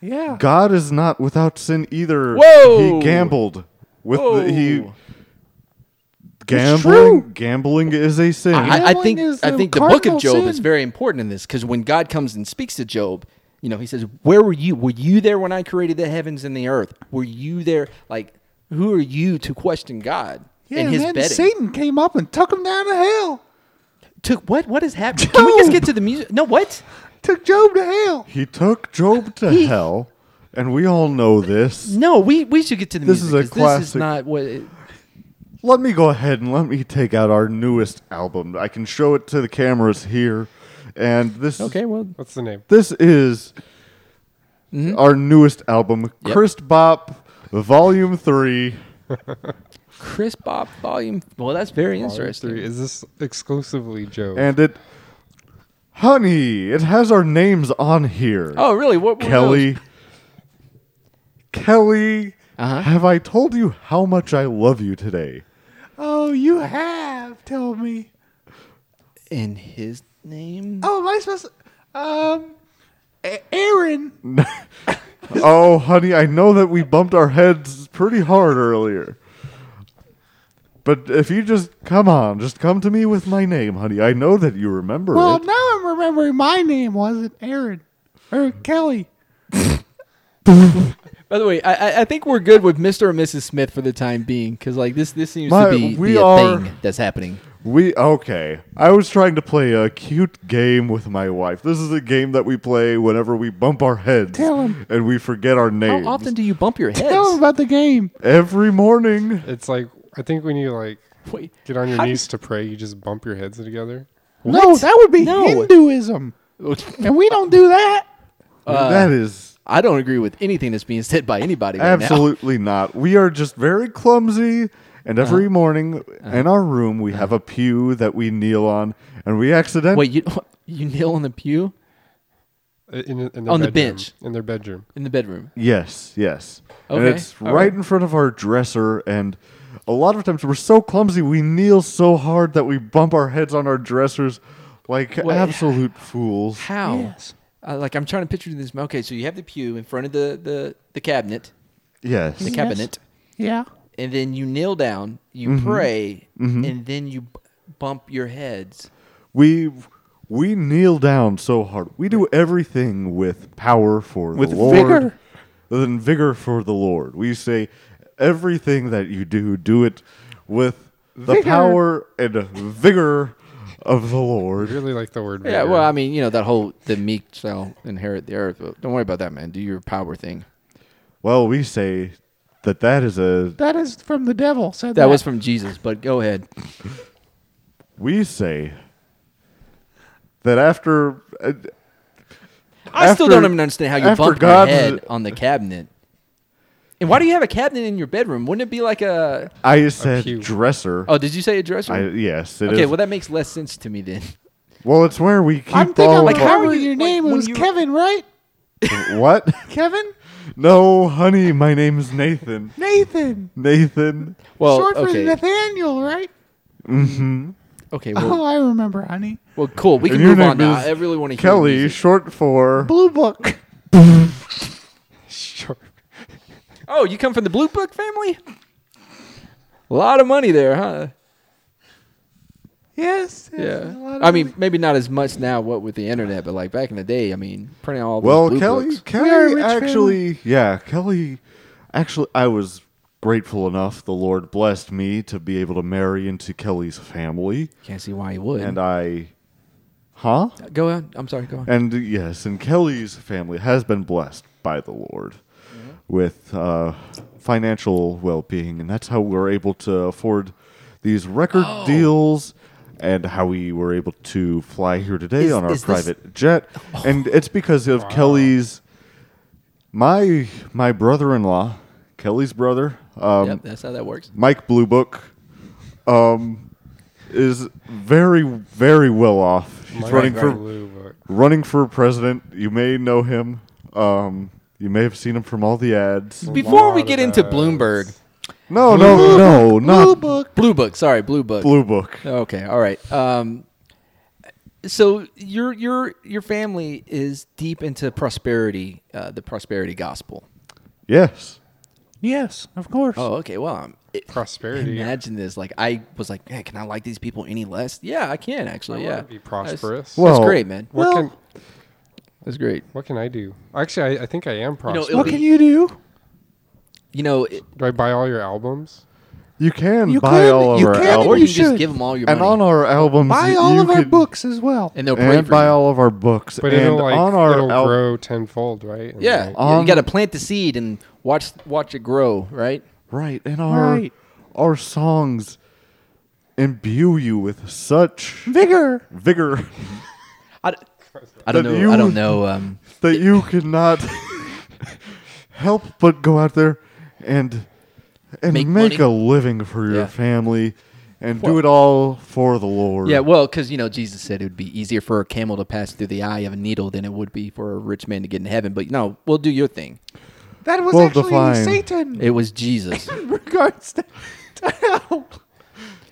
S2: Yeah.
S5: God is not without sin either.
S6: Whoa!
S5: He gambled with the, he
S6: Whoa.
S2: true.
S5: gambling. Gambling is a sin.
S4: I, I
S2: Gambling
S4: think
S2: is
S4: I
S2: the
S4: think the book of
S2: cardinal
S4: Job is
S2: sin.
S4: very important in this because when God comes and speaks to Job, you know, he says, "Where were you? Were you there when I created the heavens and the earth? Were you there? Like, who are you to question God
S2: yeah,
S4: and
S2: and
S4: His
S2: then
S4: betting?"
S2: Satan came up and took him down to hell.
S4: Took what? What is happening? Can we just
S2: Job!
S4: get to the music? No, what?
S2: took Job to hell.
S5: He took Job to hell, and we all know this.
S4: No, we, we should get to the
S5: This
S4: music.
S5: is a
S4: 'cause This is
S5: classic.
S4: not Uh, what. It,
S5: Let me go ahead and let me take out our newest album. I can show it to the cameras here, and this
S4: okay, well,
S3: What's the name?
S5: this is
S4: Mm-hmm.
S5: our newest album, Christ Bop, Volume Three.
S4: Chris Bob Volume. Well, that's very interesting.
S3: Three. Is this exclusively Joe?
S5: and it honey it has our names on here
S4: Oh, really? What? what
S5: kelly kelly
S4: Uh-huh.
S5: have i told you how much i love you today
S2: Oh, you have told me.
S4: In his name?
S2: Oh, am I supposed to? Um, A- Aaron.
S5: oh honey i know that we bumped our heads pretty hard earlier but if you just come on just come to me with my name honey i know that you remember
S2: Well,
S5: it
S2: now I'm remembering my name wasn't Aaron or Kelly.
S4: By the way, I, I- I think we're good with Mr. and Mrs. Smith for the time being, because like this this seems
S5: My-
S4: to be,
S5: we
S4: be a
S5: are-
S4: thing that's happening.
S5: We okay. I was trying to play a cute game with my wife. This is a game that we play whenever we bump our heads
S2: Tell 'em.
S5: and we forget our names.
S4: How often do you bump your
S2: Tell him
S4: heads?
S2: about the game.
S5: Every morning.
S3: It's like I think when you like
S4: Wait,
S3: get on your
S4: how do you-
S3: knees to pray, you just bump your heads together.
S2: No, that would be
S4: No.
S2: Hinduism, and we don't do that.
S4: Uh,
S5: that is
S4: I don't agree with anything that's being said by anybody. Right Now.
S5: absolutely not. We are just very clumsy. And
S4: Uh-huh.
S5: every morning in our room, we have a pew that we kneel on, and we accidentally.
S4: Wait, you you kneel on the pew
S3: Uh, In, in their
S4: On the
S3: bedroom.
S4: bench.
S3: In their bedroom.
S4: in the bedroom.
S5: Yes, yes. And
S4: Okay,
S5: it's
S4: all
S5: right,
S4: right.
S5: in front of our dresser and a lot of times we're so clumsy we kneel so hard that we bump our heads on our dressers like
S4: Wait.
S5: absolute fools.
S4: How? Uh, like I'm trying to picture this. Okay, so you have the pew in front of the the, the cabinet,
S5: Yes.
S4: the cabinet,
S2: Yeah.
S4: and then you kneel down, you pray, and then you b- bump your heads.
S5: We we kneel down so hard. We do everything with power for
S9: With
S5: the Lord.
S2: vigor.
S5: Then vigor for the Lord. We say everything that you do, do it with the
S2: Vigor.
S5: power and vigor of the Lord.
S3: I really like the word.
S4: Yeah,
S3: vigor.
S4: well, I mean, you know that whole the meek shall inherit the earth. But don't worry about that, man. Do your power thing.
S5: Well, we say that that is a
S2: That is from the devil. Said that,
S4: That was from Jesus, but go ahead.
S5: we say that after uh,
S4: I still
S5: After-
S4: don't even understand how you
S5: after
S4: bump
S5: God's-
S4: your head on the cabinet. And why do you have a cabinet in your bedroom? Wouldn't it be like a?
S5: I said
S3: pew.
S5: dresser.
S4: Oh, did you say a
S5: I,
S4: dresser?
S5: yes, it is.
S4: Okay, well that makes less sense to me then.
S5: well, it's where we keep
S2: I'm
S5: all
S2: thinking
S5: of
S2: like
S5: our-
S2: how
S4: are
S2: were
S4: you-
S2: your
S4: like,
S2: name?
S4: when
S2: it was
S4: you-
S2: Kevin, right?
S5: what?
S2: Kevin,
S5: No, honey, my name's Nathan.
S2: Nathan.
S5: Nathan.
S4: Well,
S2: Short for
S4: okay,
S2: Nathaniel, right?
S4: okay,
S2: Oh,
S4: well,
S2: I remember, honey.
S4: well, cool. We
S5: Mm-hmm. And
S4: can
S5: your
S4: move on
S5: name
S4: now.
S5: is
S4: I really want to hear
S5: Kelly,
S4: music.
S5: short for
S2: Blue book.
S3: sure.
S4: Oh, you come from the Blue Book family? A lot of money there, huh?
S2: Yes. yes,
S4: Yeah.
S2: there's a lot of
S4: I mean,
S2: money.
S4: maybe not as much now, what with the internet, but like back in the day, I mean, printing all those
S5: well,
S4: blue
S5: Kelly.
S4: books.
S2: We're a
S5: Kelly
S2: rich
S5: actually, yeah, Kelly. Actually, I was grateful enough. The Lord blessed me to be able to marry into Kelly's family,
S4: Can't see why he would.
S5: and I, huh?
S4: go on. I'm sorry. Go on.
S5: And yes, and Kelly's family has been blessed by the Lord
S4: Mm-hmm.
S5: with uh, financial well being. And that's how we're able to afford these record
S4: Oh.
S5: deals and how we were able to fly here today
S4: Is-
S5: on our
S4: is this- Oh.
S5: private jet. And it's because of Kelly's, my, my brother in law, Kelly's brother, um,
S4: yep, that's how that works.
S5: Mike Blue Book, um, is very, very well off. He's
S3: Mike
S5: running for
S3: Blue Book.
S5: running for president. You may know him. Um, you may have seen him from all the ads.
S4: Before we
S3: lot
S4: get
S3: of
S4: into
S3: those.
S4: Bloomberg,
S5: No, no, no,
S2: Blue
S5: not
S2: book.
S4: Blue Book, sorry, Blue Book.
S5: Blue Book.
S4: Okay, all right. Um, so your your your family is deep into prosperity, uh, the prosperity gospel.
S5: Yes.
S2: Yes, of course.
S4: Oh, okay. Well, um, it,
S3: Prosperity.
S4: imagine this. Like I was like, man, can I like these people any less? Yeah, I can actually. yeah,
S3: yeah. Be prosperous.
S5: Well-
S4: that's great, man.
S3: what can
S4: That's great.
S3: what can I do? Actually, I, I think I am
S4: know,
S3: prosperous.
S4: it'll
S2: what
S4: be-
S2: can you do?
S4: You know, it,
S3: do I buy all your albums?
S5: You can
S2: You
S5: buy
S2: can-
S5: all of
S2: you
S5: our
S2: can and
S5: albums.
S4: Or
S2: you
S4: you just
S2: should.
S4: give them all your
S5: and
S4: money,
S5: on our albums,
S2: Buy
S5: you-
S2: all
S5: you
S2: of our
S5: could-
S2: books as well.
S4: and they'll pray
S5: and
S4: for
S5: buy
S4: you.
S5: all of our books.
S3: But
S5: and
S3: it'll like
S5: on our
S3: it'll
S5: al-
S3: grow tenfold, right? And,
S4: yeah,
S3: like,
S4: yeah,
S5: On-
S4: you got to plant the seed and watch watch it grow, right?
S5: Right, and our
S2: Right.
S5: our songs imbue you with such
S2: Vigor.
S5: vigor
S4: I, d- I don't
S5: That
S4: know.
S5: you-
S4: I don't know. Um,
S5: that you cannot help but go out there and and
S4: Make
S5: make,
S4: money.
S5: a living for your
S4: Yeah.
S5: family and do it all for the Lord.
S4: yeah, well, because you know Jesus said it would be easier for a camel to pass through the eye of a needle than it would be for a rich man to get in heaven. But no, we'll do your thing.
S2: That was
S5: Well
S2: actually
S5: defined.
S2: Satan
S4: It was Jesus.
S2: in regards to.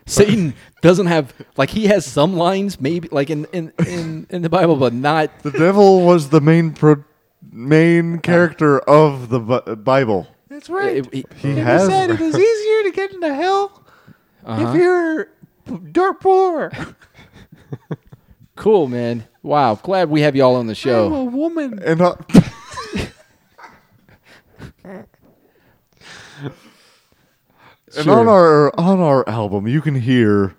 S4: Satan doesn't have like he has some lines maybe like in in in, in the Bible, but not
S5: the devil was the main pro-
S4: Uh.
S5: main character of the Bi- Bible.
S2: That's right.
S4: it- it-
S5: He
S2: And he
S5: has
S2: said it is easier to get into hell
S4: Uh-huh.
S2: if you're p- dirt poor.
S4: cool, man. Wow, glad we have y'all on the
S2: I'm a
S4: show.
S2: woman.
S5: and uh, And on our on our album, you can hear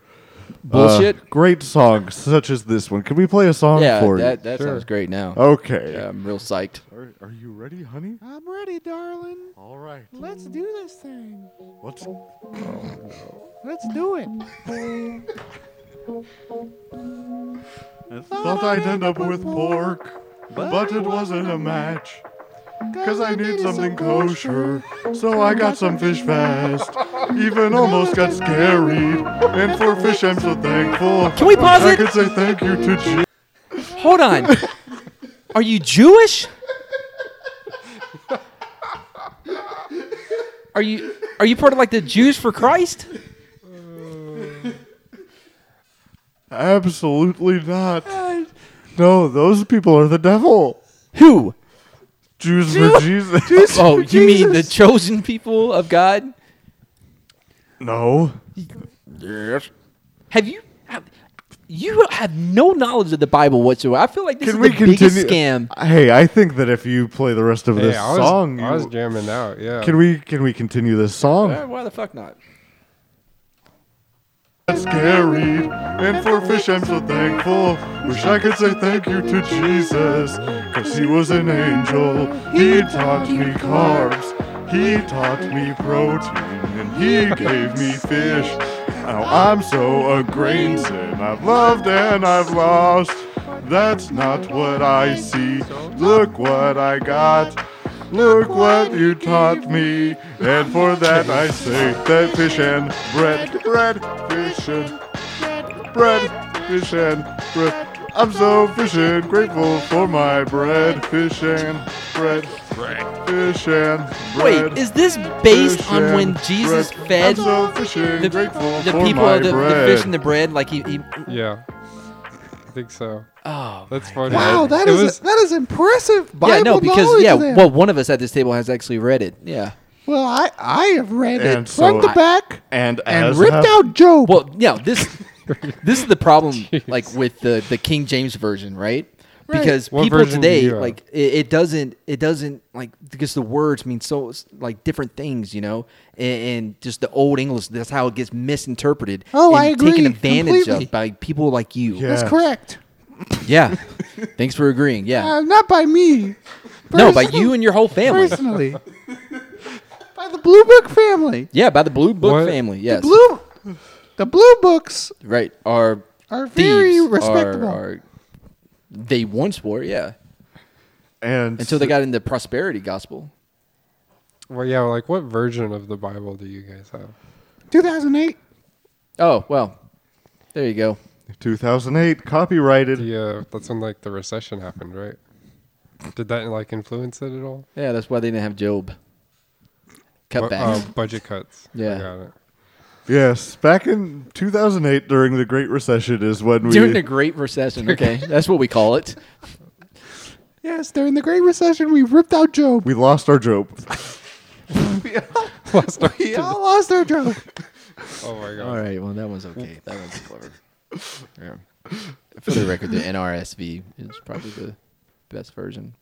S4: Bullshit.
S5: uh, great songs such as this one. Can we play a song
S4: yeah,
S5: for
S4: that
S5: you?
S4: that sounds great now.
S5: Okay.
S4: Yeah, I'm real psyched.
S5: Are, are you ready, honey?
S2: I'm ready, darling.
S5: All right.
S2: Let's do this thing.
S5: What's
S2: Let's do it.
S5: thought I'd end up with pork, but it wasn't a match. Cause I need something kosher, so I got some fish fast. Even almost got scaried, and for fish I'm so thankful. Can
S4: we pause
S5: I
S4: it?
S5: could say thank you to Jesus.
S4: Hold on. Are you Jewish? Are you are you part of like the Jews for Christ?
S5: Absolutely not. No, those people are the devil.
S4: Who?
S5: Jews for Jesus.
S4: Oh, you mean the chosen people of God?
S5: No.
S4: Have you have, you have no knowledge of the Bible whatsoever? I feel like this
S5: Can
S4: is
S5: we
S4: the biggest
S5: continue?
S4: scam.
S5: Hey, I think that if you play the rest of
S3: Hey,
S5: this
S3: I was,
S5: song,
S3: I was
S5: you-
S3: jamming out. Yeah.
S5: can we can we continue this song?
S4: Eh, Why the fuck not?
S5: Scary, and for fish I'm so thankful. Wish I could say thank you to Jesus, cause he was an angel. He taught me carbs, he taught me protein, and he gave me fish. Now I'm so a grain sin. I've loved and I've lost. That's not what I see. Look what I got. Look what you taught me, and for that I say that fish and bread, bread, fish and bread, fish and bread. I'm so fish and grateful for my bread, fish and bread, bread, fish and bread.
S4: Wait, is this based
S5: fish
S4: on
S5: and
S4: when Jesus
S5: bread.
S4: fed
S5: I'm so fish and
S4: the,
S5: grateful
S4: the
S5: for
S4: people
S5: my
S4: of the, the
S5: bread.
S4: fish and the bread? Like he, he
S3: Yeah. I think so.
S4: oh,
S3: That's funny.
S2: Wow, that
S3: It
S2: is
S3: was-
S2: that is impressive Bible
S4: yeah, no, because
S2: knowledge
S4: yeah,
S2: there.
S4: well, one of us at this table has actually read it. Yeah,
S2: Well, I I have read
S5: And
S2: it front
S5: so
S2: to
S5: I-
S2: back
S5: and
S2: and
S5: as
S2: ripped
S5: have-
S2: out Job.
S4: well, yeah, this this is the problem, like with the the King James version, right?
S2: Right.
S4: Because
S3: What
S4: people
S3: version do
S4: today,
S3: you have?
S4: like it, it doesn't, it doesn't like because the words mean so like different things, you know, and, and just the old English. That's how it gets misinterpreted.
S2: Oh,
S4: and
S2: I
S4: Taken
S2: agree
S4: advantage
S2: completely.
S4: of by people like you.
S5: Yeah.
S2: That's correct.
S4: Yeah. Thanks for agreeing. Yeah.
S2: Uh, not by me.
S4: no, by
S2: Person-
S4: you and your whole family.
S2: personally. by the Blue Book family.
S4: Yeah, by the Blue Book
S3: What?
S4: family. Yes.
S2: Blue. The Blue Books
S4: right. Are
S2: are very
S4: thieves, are-
S2: respectable.
S4: are- they once were, yeah.
S5: and
S4: Until they got into prosperity gospel.
S3: Well, yeah. Like, what version of the Bible do you guys have?
S2: 2008.
S4: Oh, well. There you go.
S5: 2008 copyrighted.
S3: The uh, that's when like the recession happened, right? Did that like influence it at all?
S4: Yeah, that's why they didn't have Job.
S3: Bu-
S4: Cut back.
S10: um,
S3: uh, budget cuts.
S4: Yeah.
S3: I got it.
S5: Yes, back in 2008 during the Great Recession is when we
S4: During the Great Recession, okay. that's what we call it.
S2: Yes, during the Great Recession, we ripped out Job.
S5: we lost our job.
S2: We all lost our Job.
S3: Oh my god.
S4: All right, well, that one's okay. That one's clever. Yeah. For the record, the NRSV is probably the best version.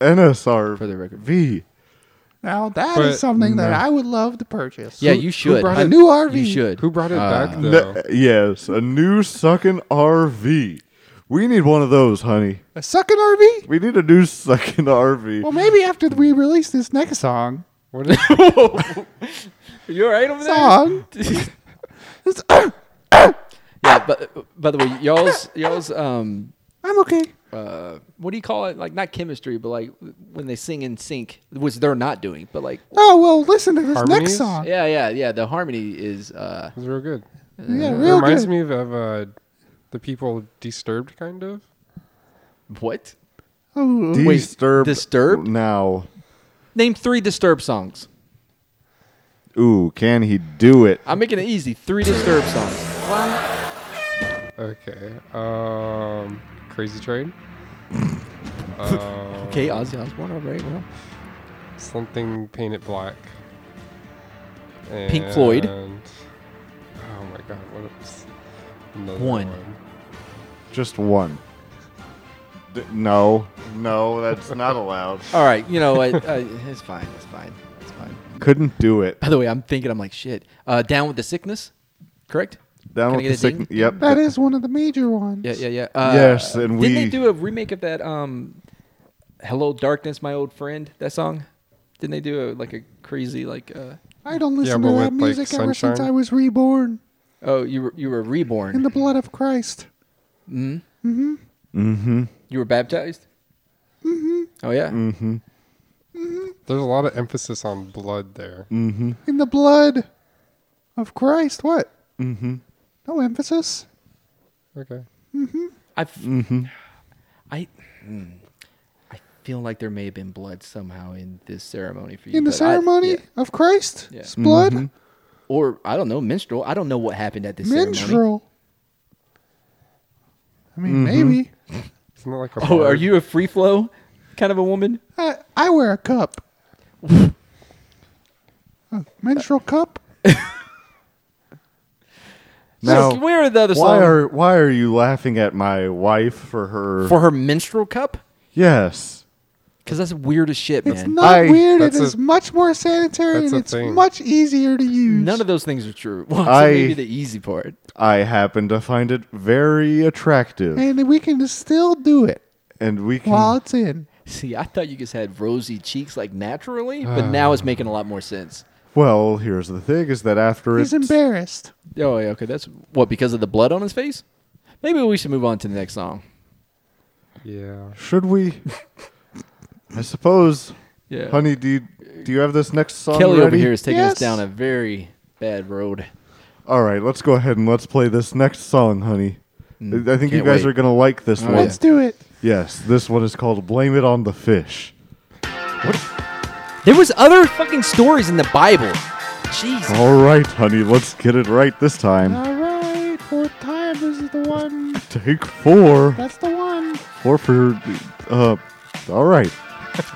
S5: NSR
S4: For the record.
S5: V
S2: Now that is
S3: But
S2: something that
S3: no.
S2: I would love to purchase.
S10: Yeah,
S3: Who-
S10: you
S3: who
S10: should.
S3: brought
S2: a
S3: it-
S2: new RV.
S10: You should.
S3: Who brought it
S4: Uh,
S3: back though?
S5: N- yes, a new sucking RV. We need one of those, honey.
S2: A sucking RV?
S5: We need a new sucking RV.
S2: Well, maybe after we release this next song.
S3: What is-
S10: You all right over there?
S2: Song. It's-
S4: Yeah, but by the way, y'all's y'all's um
S2: I'm okay.
S4: uh what do you call it? Like not chemistry, but like when they sing in sync, which they're not doing, but like
S2: Oh well, listen to this next
S3: Harmonies?
S2: song.
S4: yeah, yeah, yeah. The harmony is uh
S3: It was real good.
S2: Yeah,
S3: it
S2: real
S3: reminds
S2: good.
S3: me of uh, the people disturbed, kind of.
S4: what?
S2: Oh,
S4: Wait,
S5: Disturbed.
S4: Disturbed?
S5: Now.
S4: Name three disturb songs.
S5: Ooh, can he do it?
S4: I'm making it easy. Three disturb songs.
S11: one,
S3: Okay. Um, Crazy Train. um,
S4: Okay, Ozzy Osbourne, all right, well.
S3: Something Paint It Black.
S4: Pink Floyd.
S3: And- Oh my God! What is another
S10: One.
S5: Just one. D- no, no, that's not allowed.
S4: All right, you know what? Uh, it's fine, it's fine, it's fine.
S5: Couldn't do it.
S4: By the way, I'm thinking, I'm like, shit. Uh, down with the sickness, correct?
S5: Down
S4: Can I
S5: with
S4: get
S5: the
S4: a
S5: sick-
S4: ding?
S5: Yep.
S2: that is one of the major ones.
S4: Yeah, yeah, yeah. Uh,
S5: Yes, and
S4: didn't they
S5: we-
S4: do a remake of that? Um, "Hello, Darkness, My Old Friend." That song. Didn't they do a like a crazy like? Uh,
S2: I don't listen
S3: but
S2: to that
S3: with, like,
S2: music ever since
S3: Sunshine?
S2: I was reborn
S4: oh, you were you were
S2: in
S4: reborn.
S2: the blood of Christ.
S4: you were baptized. Mm-hmm. Oh yeah.
S3: There's a lot of emphasis on blood there.
S4: Mm.
S2: In the blood of Christ. What? Mm-hmm. No emphasis.
S3: Okay.
S4: I. f-
S5: Mm-hmm.
S4: I. mm, I feel like there may have been blood somehow in this ceremony for you.
S2: In the
S4: but I-
S2: ceremony
S4: yeah.
S2: of Christ,
S4: Yeah.
S2: it's blood.
S4: or I don't know, minstrel. I don't know what happened at this ceremony.
S2: Minstrel. I mean, maybe.
S3: Isn't that like a?
S4: Oh, are
S3: bard?
S4: you a free flow kind of a woman?
S2: I, I wear a cup. a menstrual cup?
S5: Now,
S4: Look, where are the other
S5: Why
S4: songs?
S5: are why are you laughing at my wife for her?
S4: for her menstrual cup?
S5: yes.
S4: Because that's weird as shit, man.
S2: It's not
S5: I-
S2: weird. It
S3: that's
S2: is
S3: a-
S2: much more sanitary and
S3: that's a
S2: it's
S3: thing.
S2: much easier to use.
S4: None of those things are true. Well,
S5: I-
S4: except maybe the easy part.
S5: I happen to find it very attractive,
S2: and we can still do it
S5: and we can.
S2: while it's in.
S4: See, I thought you just had rosy cheeks like naturally,
S5: Uh.
S4: but now it's making a lot more sense.
S5: well, here's the thing: is that after
S2: He's
S5: it's
S2: embarrassed.
S4: Oh, yeah, okay. That's what because of the blood on his face. Maybe we should move on to the next song.
S3: Yeah.
S5: should we? I suppose.
S4: Yeah,
S5: Honey, do you, do you have this next song
S4: Kelly over
S5: ready?
S4: here is taking us
S2: Yes.
S4: down a very bad road.
S5: All right, let's go ahead and let's play this next song, honey. I I think you
S4: Mm, can't
S5: guys
S4: wait.
S5: are gonna like this
S3: Oh,
S5: one.
S2: Let's do it.
S5: Yes, this one is called "Blame It on the Fish."
S4: There was other fucking stories in the Bible. Jeez.
S5: All right, honey, let's get it right this time.
S2: All right. Fourth time. This is the one.
S5: Take four.
S2: That's the one.
S5: Four for. Uh, all right.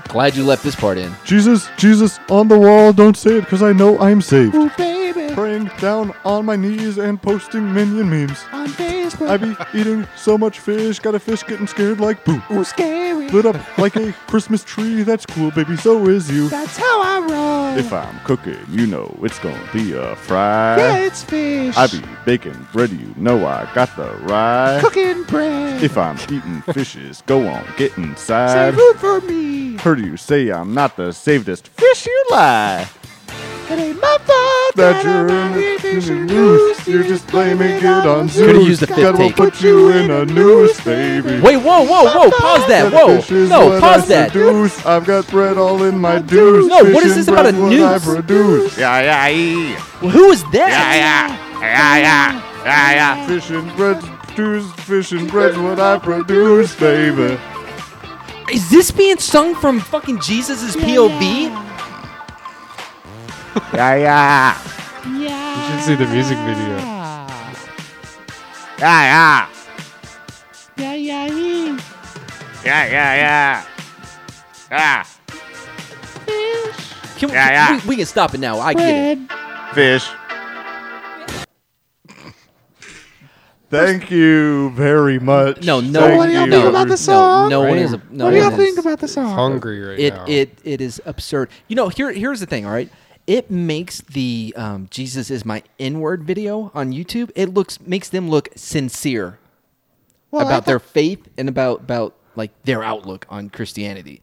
S4: Glad you left this part in.
S5: Jesus, Jesus, on the wall, don't say it because I know I'm saved.
S2: Ooh, baby.
S5: Praying down on my knees and posting minion memes.
S2: On Facebook.
S5: I be eating so much fish, got a fish getting scared like boo.
S2: Ooh, scary.
S5: Lit up like a Christmas tree, that's cool, baby, so is you.
S2: That's how I roll.
S5: If I'm cooking, you know it's gonna be a fry.
S2: yeah, it's fish.
S5: I be baking bread, you know I got the right.
S2: cooking bread.
S5: If I'm eating fishes, go on, get
S2: Say
S5: inside.
S2: food for me.
S5: Heard you say I'm not the savedest fish, you lie.
S2: It ain't my fault
S5: that
S2: that
S5: you're
S2: I'm
S5: in
S2: living
S5: the
S2: should
S5: news.
S2: lose.
S5: You're just blaming it on Zeus.
S4: Could've used the fifth
S5: God will
S4: take.
S5: put you in a noose, baby.
S4: Wait, whoa, whoa, whoa! Pause that! Whoa!
S5: Fish is
S4: No,
S5: what I
S4: pause that!
S5: seduce. I've got bread all in my deuce.
S4: No, what
S5: Fish
S4: is this
S5: and
S4: about a
S5: bread what I
S4: noose?
S5: produce. Yeah,
S4: Who is that?
S5: fish and bread, produce. Fish and bread's what I produce, baby.
S4: Is this being sung from fucking Jesus' POV?
S12: Yeah, yeah.
S3: You should see the music video.
S12: Yeah, yeah. Yeah, yeah, yeah. Yeah.
S4: Can we,
S12: Yeah, yeah.
S4: We, we can stop it now. I get it.
S12: Fish.
S5: Thank you very much.
S4: No, no,
S5: Thank
S2: what do y'all
S5: you.
S2: think about the song?
S4: No, no one is. A, no
S2: what do y'all
S4: one is-
S2: think about the song?
S3: Hungry right
S4: It
S3: now.
S4: it it is absurd. You know, here here's the thing. All right, it makes the um, Jesus is my inward video on YouTube. It looks makes them look sincere
S2: Well, I
S4: about their
S2: thought
S4: faith and about about like their outlook on Christianity.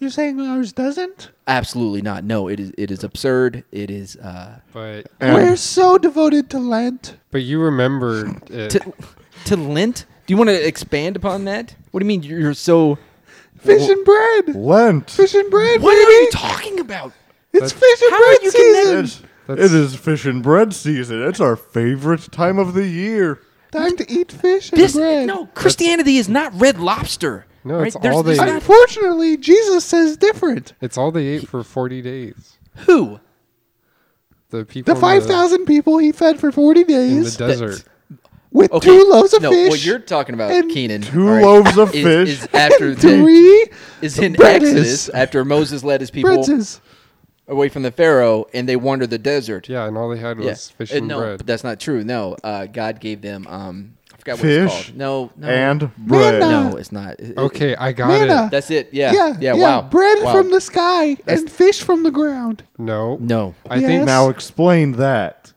S2: You're saying ours doesn't?
S4: Absolutely not. No, it is it is absurd. It is uh,
S3: but
S2: We're so devoted to Lent.
S3: but you remember it.
S4: to to Lent. Do you want to expand upon that? What do you mean you're so?
S2: Fish and bread.
S5: Lent.
S2: Fish and bread.
S4: What are
S2: baby.
S4: you talking about?
S2: It's fish and
S4: How are
S2: bread
S4: you
S2: season.
S5: It's, it is fish and bread season. It's our favorite time of the year.
S2: Time to eat fish and
S4: This
S2: bread.
S4: no Christianity is not Red Lobster.
S3: No,
S4: right?
S3: it's
S4: There's-
S3: all they-
S4: there's not-
S2: Unfortunately, Jesus says different.
S3: it's all they ate for 40 days.
S4: who
S3: The people
S2: The
S3: in
S2: 5,000 people he fed for 40
S3: in the
S2: days
S3: desert.
S2: with
S4: Okay.
S2: two loaves of
S4: no,
S2: fish.
S4: what you're talking about,
S2: and
S4: Keenan.
S5: two
S4: all
S5: loaves of
S4: is-
S5: fish
S4: is after the,
S2: three
S4: is in
S2: breads.
S4: Exodus after Moses led his people
S2: princes.
S4: away from the Pharaoh and they wandered the desert.
S3: Yeah, and all they had was fish
S4: Uh,
S3: and
S4: no,
S3: bread.
S4: but that's not true. No, uh, God gave them. Um, I forgot what it's
S5: Fish
S4: called. No, no,
S5: and bread.
S2: Manna.
S4: no, it's not. It- it-
S3: okay, I got
S2: Manna.
S3: it.
S4: that's it. Yeah,
S2: Yeah,
S4: yeah, Wow,
S2: Bread
S4: Wow.
S2: from the sky and fish from the ground.
S3: No.
S4: No,
S3: I think
S2: Yes.
S5: Now explain that.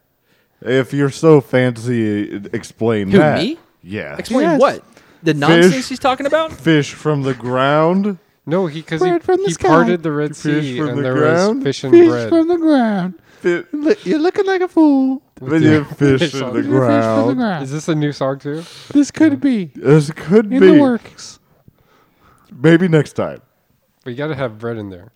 S5: If you're so fancy, explain
S4: Who,
S5: that.
S4: me?
S5: Yeah.
S4: explain
S2: Yes.
S4: what the nonsense
S5: Fish.
S4: she's talking about.
S5: Fish from the ground.
S3: No, he because he,
S2: Bread from the
S3: he
S2: sky.
S3: parted the Red
S5: Fish
S3: Sea
S5: from
S3: and
S5: the
S3: there
S5: ground?
S3: was fish and
S2: Fish
S3: bread.
S2: from the ground.
S5: Fi-
S2: Look, You're looking like a fool.
S5: when you fish in the
S3: Fish from
S2: You're fish from the
S5: ground.
S2: ground.
S3: Is this a new song too?
S2: This could be
S5: This could
S2: in
S5: be.
S2: the works.
S5: Maybe next time.
S3: We got to have bread in there.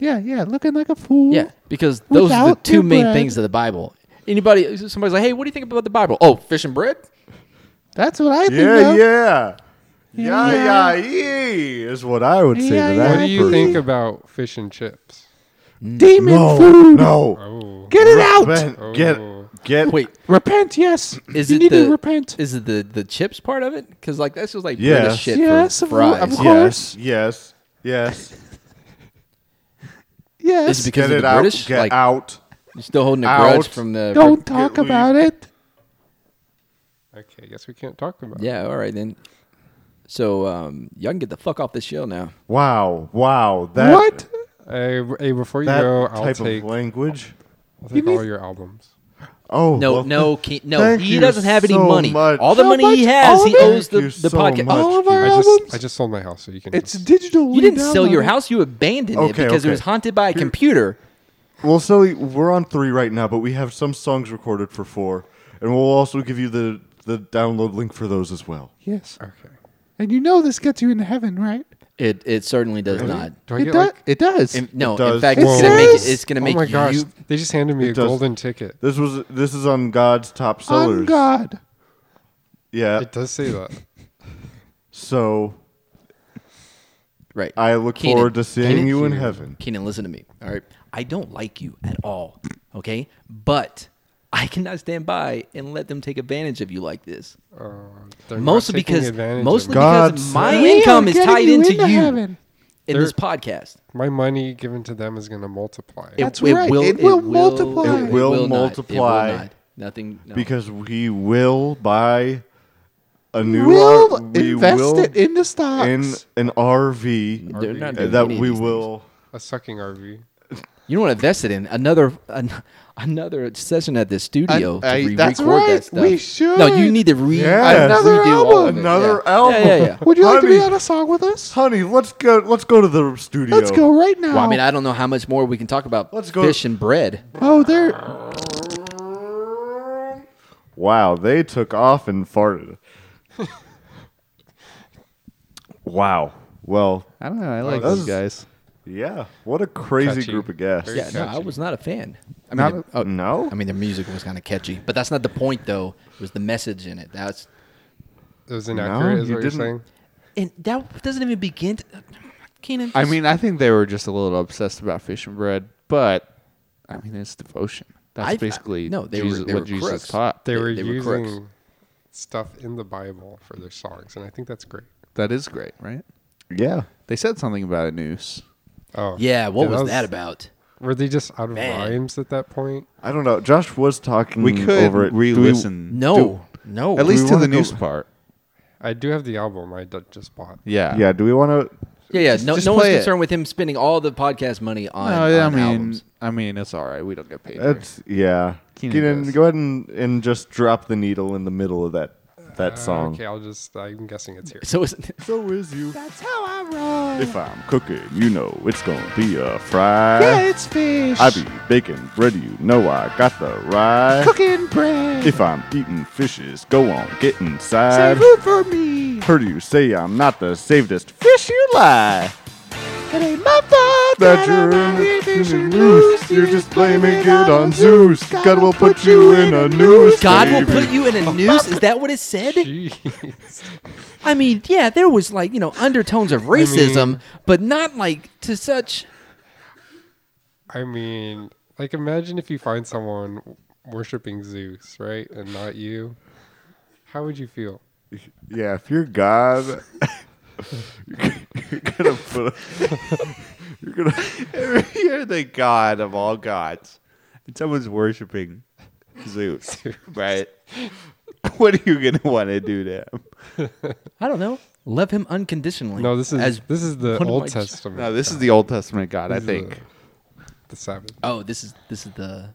S2: Yeah, yeah, looking like a fool.
S4: Yeah, because those are the
S2: Without
S4: two
S2: the
S4: main
S2: bread.
S4: things of the Bible. Anybody, somebody's like, "Hey, what do you think about the Bible?" Oh, fish and bread.
S2: That's what I think.
S5: Yeah,
S2: of.
S5: yeah.
S2: Yeah,
S5: Yeah, yeah, yee is what I would say
S2: Yeah,
S5: to
S2: yeah,
S5: that
S3: What do you
S5: person.
S3: think about fish and chips?
S2: Demon
S5: No,
S2: food.
S5: no.
S3: Oh,
S2: Get it out.
S5: Repent.
S3: Oh.
S5: Get, get.
S4: Wait,
S2: Repent, yes.
S4: is
S2: you
S4: it
S2: need
S4: the
S2: to repent.
S4: Is it the the chips part of it? Because like that's just like
S5: Yes.
S4: British shit
S2: Yes,
S4: for
S2: of course-
S4: fries.
S2: of
S5: Yes, yes, yes.
S2: Yes.
S4: Is it
S5: get
S4: because of
S5: it
S4: the
S5: out.
S4: British?
S5: get
S4: like
S5: out.
S4: you're still holding a
S5: out.
S4: grudge from the.
S2: Don't talk
S5: get- we-
S2: about it.
S3: okay. I guess we can't talk about. it.
S4: Yeah. All right then. So um, y'all can get the fuck off this show now.
S5: Wow, wow. That,
S2: what?
S3: Hey, w- hey, before you
S5: That
S3: go, I'll
S5: type
S3: take,
S5: of language.
S3: I'll take all
S2: need-
S3: your albums.
S5: Oh
S4: No,
S5: well,
S4: no, Ke- no.
S5: thank
S4: He
S5: you
S4: doesn't have any
S5: so
S4: money.
S5: much.
S4: All the
S2: How
S4: money he
S2: much?
S4: has,
S2: All
S4: he
S2: of it?
S4: owes the,
S5: Thank you
S4: the
S5: so
S4: podcast.
S5: much.
S2: All of our
S3: I
S2: albums.
S3: just I just sold my house, so you can.
S2: it's digital.
S4: You didn't sell your house; you abandoned
S5: Okay,
S4: it because it
S5: okay.
S4: was haunted by a computer.
S5: Well, so we're on three right now, but we have some songs recorded for four, and we'll also give you the the download link for those as well.
S2: Yes.
S3: okay.
S2: And you know this gets you into heaven, right?
S4: It it certainly does not.
S3: Do I
S2: It,
S3: get
S2: do-
S3: like?
S2: it does.
S4: In- no,
S5: It does.
S4: in fact,
S2: It
S4: it's gonna make it,
S2: says-
S4: it's gonna
S3: oh
S4: make
S3: my gosh!
S4: you.
S3: They just handed me a
S5: It does.
S3: golden ticket.
S5: This was this is on God's top sellers.
S2: On God.
S5: Yeah.
S3: It does say that.
S5: So
S4: Right.
S5: I look
S4: Keenan,
S5: forward to seeing
S4: Keenan,
S5: you in heaven.
S4: Keenan, listen to me. All right. I don't like you at all.
S2: Mm.
S4: Okay. But I cannot stand by and let them take advantage of you like this.
S3: Uh, they're not
S4: mostly
S3: taking
S4: because
S3: advantage of
S4: mostly
S3: me.
S5: God
S4: because my
S2: said- We are
S4: income is
S2: getting
S4: tied
S2: you
S4: into
S2: into
S4: you
S2: heaven.
S4: in
S3: They're-
S4: this podcast.
S3: my money given to them is going to multiply.
S4: It-
S2: That's right. It will multiply. It
S5: will
S4: not.
S5: multiply.
S4: not. Nothing. no.
S5: Because we will buy a new
S2: We'll
S5: R- we
S2: invest
S5: will
S2: it into stocks.
S5: in an RV
S4: They're not doing
S5: that
S4: any of
S5: we
S4: these
S5: will.
S3: a sucking RV.
S4: You don't want to invest it in another an, another session at this studio
S2: I-
S4: to re-
S2: that's
S4: record
S2: right.
S4: that stuff.
S2: We should.
S4: No, you need to re
S5: Yeah.
S2: Another
S4: redo all of
S2: album.
S4: it.
S5: Another
S4: yeah.
S5: album.
S4: Yeah, yeah, yeah.
S2: Would you like to be
S5: Honey.
S2: on a song with us?
S5: Honey, let's go. Let's go to the studio.
S2: Let's go right now.
S4: Well, I mean, I don't know how much more we can talk about
S5: Let's go-
S4: fish and bread.
S2: oh, there.
S5: Wow, they took off and farted. wow. Well,
S8: I don't know. I like
S5: that
S8: those
S5: was-
S8: guys.
S5: yeah. What a crazy
S3: Catchy.
S5: group of guests.
S3: Very
S4: Yeah, no, I
S3: catchy.
S4: was not a fan. I mean,
S8: Not
S4: the-
S5: Oh, no.
S4: I mean, their music was kind of catchy, but that's not the point, though. It was the message in it. That's
S3: It was inaccurate, is
S5: you
S3: what you're
S5: didn't.
S3: saying?
S4: and that doesn't even begin. To, Keenan,
S8: I mean, I think they were just a little obsessed about fish and bread, but I mean, it's devotion. That's
S4: I- I-
S8: basically
S4: no, they were-
S8: Jesus,
S4: they were
S8: what Jesus
S4: crooks.
S8: taught.
S3: They,
S4: They-
S3: were
S4: they were
S3: using
S4: crooks.
S3: stuff in the Bible for their songs, and I think that's great.
S8: That is great, right?
S5: Yeah.
S8: They said something about a noose.
S3: Oh
S4: yeah, what was
S3: that
S4: that about?
S3: Were they just out of
S4: Man.
S3: rhymes at that point?
S5: I don't know. Josh was talking
S1: We could
S5: over it. Do we-
S8: re-listen.
S4: No, No.
S1: At least
S5: we
S1: to the
S5: wanna go-
S1: news part.
S3: I do have the album I d- just bought.
S1: Yeah.
S5: Yeah, do we want to?
S4: Yeah, yeah. No,
S1: just
S4: no one's
S1: play it.
S4: concerned with him spending all the podcast money on,
S1: No, yeah, I
S4: on
S1: mean,
S4: albums.
S1: I mean, it's all right. We don't get paid. here.
S5: That's yeah.
S1: Keenan
S5: Keenan,
S1: does.
S5: go ahead and, and just drop the needle in the middle of that that song.
S3: Uh, Okay, I'll just. I'm guessing it's here.
S4: So isn't
S5: So is you. That's how I roll. If I'm cooking, you know it's gonna be a fry. Yeah, it's fish. I be baking bread, you know I got the rye.
S2: Cooking bread.
S5: If I'm eating fishes, go on, get inside.
S2: Save room for me.
S5: Heard you say I'm not the savedest fish you lie.
S2: It ain't my fault
S5: That
S2: that I'm
S5: you're in
S2: out here
S5: a
S2: fishing
S5: loose,
S2: loose.
S5: you're just blaming it on Zeus. God will put you in a noose.
S2: noose.
S4: God will
S5: baby.
S4: put you in a noose? Is that what it said?
S3: Jeez.
S4: I mean, yeah, there was like, you know, undertones of racism, but not like to such.
S3: I mean, like, imagine if you find someone worshiping Zeus, right, and not you. How would you feel?
S5: Yeah, if you're God, you're gonna put. you're gonna.
S1: You're the god of all gods. And someone's worshiping Zeus, right? What are you going to want to do to him?
S4: I don't know. Love him unconditionally.
S3: No, this is
S4: As,
S3: this is the
S4: one of my-
S3: Old Testament.
S1: No, this is the Old Testament god, I think.
S3: the Sabbath.
S4: oh, this is this is the.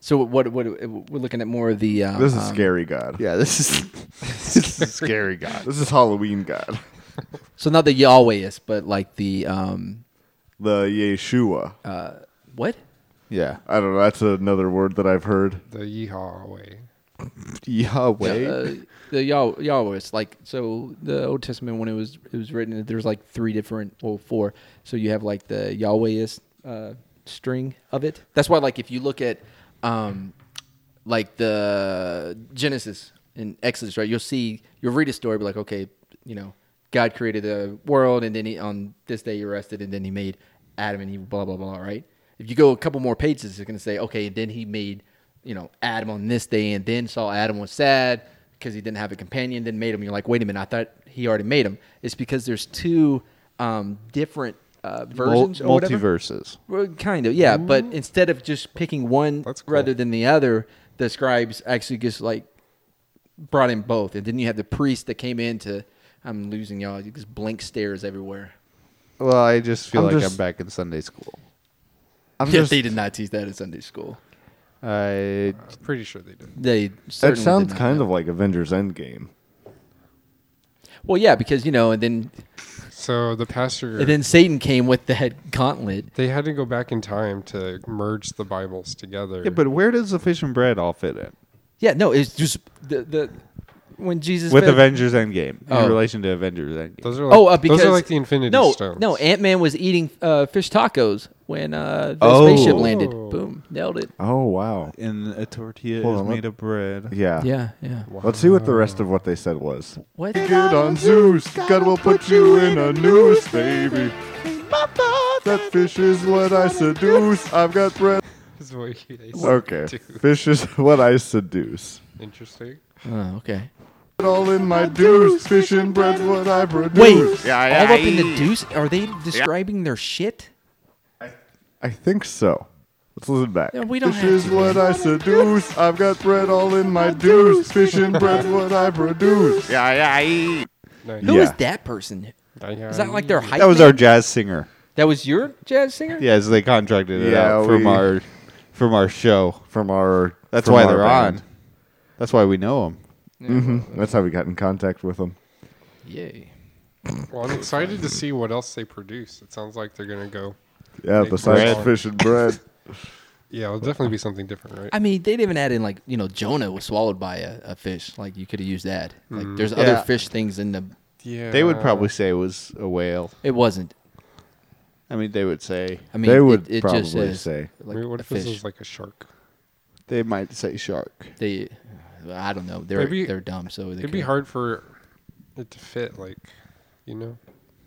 S4: So what? What we're looking at more of the. Um,
S5: This is
S4: um,
S5: scary God.
S1: Yeah, this is, this is scary god.
S5: This is Halloween God.
S4: So not the Yahwehist, but like the um,
S5: The Yeshua.
S4: what?
S1: Yeah.
S5: I don't know. That's another word that I've heard.
S3: The Yeehaw way.
S1: Yahweh.
S4: Uh, the Yah- Yahwehist, like so the Old Testament when it was it was written, there's like three different, well four. So you have like the Yahwehist uh, string of it. That's why, like if you look at, um, like the Genesis and Exodus, right, you'll see you'll read a story, be like, okay, you know, God created the world, and then he, on this day he rested, and then he made Adam, and he blah blah blah, right? If you go a couple more pages, it's going to say, okay, and then he made, you know, Adam on this day, and then saw Adam was sad because he didn't have a companion, then made him. You're like, wait a minute, I thought he already made him. It's because there's two um, different uh,
S1: Mul-
S4: versions, or whatever.
S1: multiverses.
S4: Well, kind of, yeah. But
S5: Mm-hmm.
S4: instead of just picking one
S3: That's cool.
S4: rather than the other, the scribes actually just like brought in both. And then you have the priest that came in to, I'm losing y'all, just blank stares everywhere.
S1: Well, I just feel
S5: I'm
S1: like
S5: just-
S1: I'm back in Sunday school.
S5: I'm
S4: yeah,
S5: just.
S4: they did not teach that in Sunday school.
S1: I
S3: I'm pretty sure they did.
S4: They
S5: That
S4: certainly did
S5: sounds
S4: not
S5: kind
S4: know.
S5: of like Avengers Endgame.
S4: well, yeah, because you know, and then
S3: So the pastor.
S4: and then Satan came with that gauntlet.
S3: they had to go back in time to merge the Bibles together.
S1: yeah, but where does the fish and bread all fit in
S4: Yeah, no, it's just the the when Jesus
S1: with
S4: fed-
S1: Avengers Endgame
S4: Oh.
S1: in relation to Avengers Endgame?
S3: those are like,
S4: Oh, uh, because
S3: those are like the Infinity
S4: no,
S3: Stones.
S4: No, Ant Man was eating uh, fish tacos when uh, the
S1: Oh.
S4: spaceship landed.
S3: Oh.
S4: Boom, nailed it.
S5: Oh wow.
S1: and a tortilla
S5: Hold
S1: is
S5: on, let-
S1: made of bread.
S5: Yeah.
S4: Yeah, yeah.
S5: Let's see what the rest of what they said was.
S4: What?
S5: Good on Zeus. God will put you in a noose, baby.
S2: Ain't my fault
S5: That fish is what I seduce. I've got bread.
S3: Is what he- they said
S5: Okay.
S3: too.
S5: Fish is what I seduce.
S3: Interesting.
S4: Oh, okay.
S5: It all in my deuce. Fish and bread's what I produce.
S4: Wait, all up in the deuce? Are they describing their shit?
S5: I think so. Let's listen back.
S4: No, we don't
S5: Fish
S4: have
S5: is
S4: to.
S5: what I seduce. I've got bread all in my deuce. Fish and bread's what I produce. Yeah,
S3: Nice.
S4: Who is
S5: Yeah.
S4: that person?
S3: Yeah,
S4: Is that like their hype?
S1: That was
S4: man?
S1: our jazz singer.
S4: That was your jazz singer.
S1: Yeah, so they contracted it
S5: Yeah,
S1: out from
S5: we-
S1: our from our show.
S5: From our.
S1: That's
S5: from
S1: why
S5: our
S1: they're
S5: band.
S1: on. That's why we know them.
S5: Mhm. That's how we got in contact with them.
S4: Yay.
S3: Well, I'm excited to see what else they produce. It sounds like they're gonna go.
S5: Yeah,
S3: Big
S5: besides
S3: bread.
S5: fish and bread.
S3: Yeah, it'll definitely be something different, right?
S4: I mean, they'd even add in like you know Jonah was swallowed by a, a fish. Like you could have used that. Like there's other
S1: Mm, Yeah.
S4: fish things in the.
S3: yeah,
S1: They
S4: Uh,
S1: would probably say it was a whale.
S4: It wasn't.
S1: I mean, they would say
S4: I mean,
S5: They
S4: it-
S5: would
S4: it,
S5: probably
S4: just says,
S5: say.
S4: like,
S3: Maybe what
S4: a
S3: if this
S4: fish.
S3: was like a shark?
S1: they might say shark.
S4: they I don't know. They're
S3: Maybe-
S4: they're dumb, so they
S3: It'd be
S4: could-
S3: hard for it to fit, like, you know.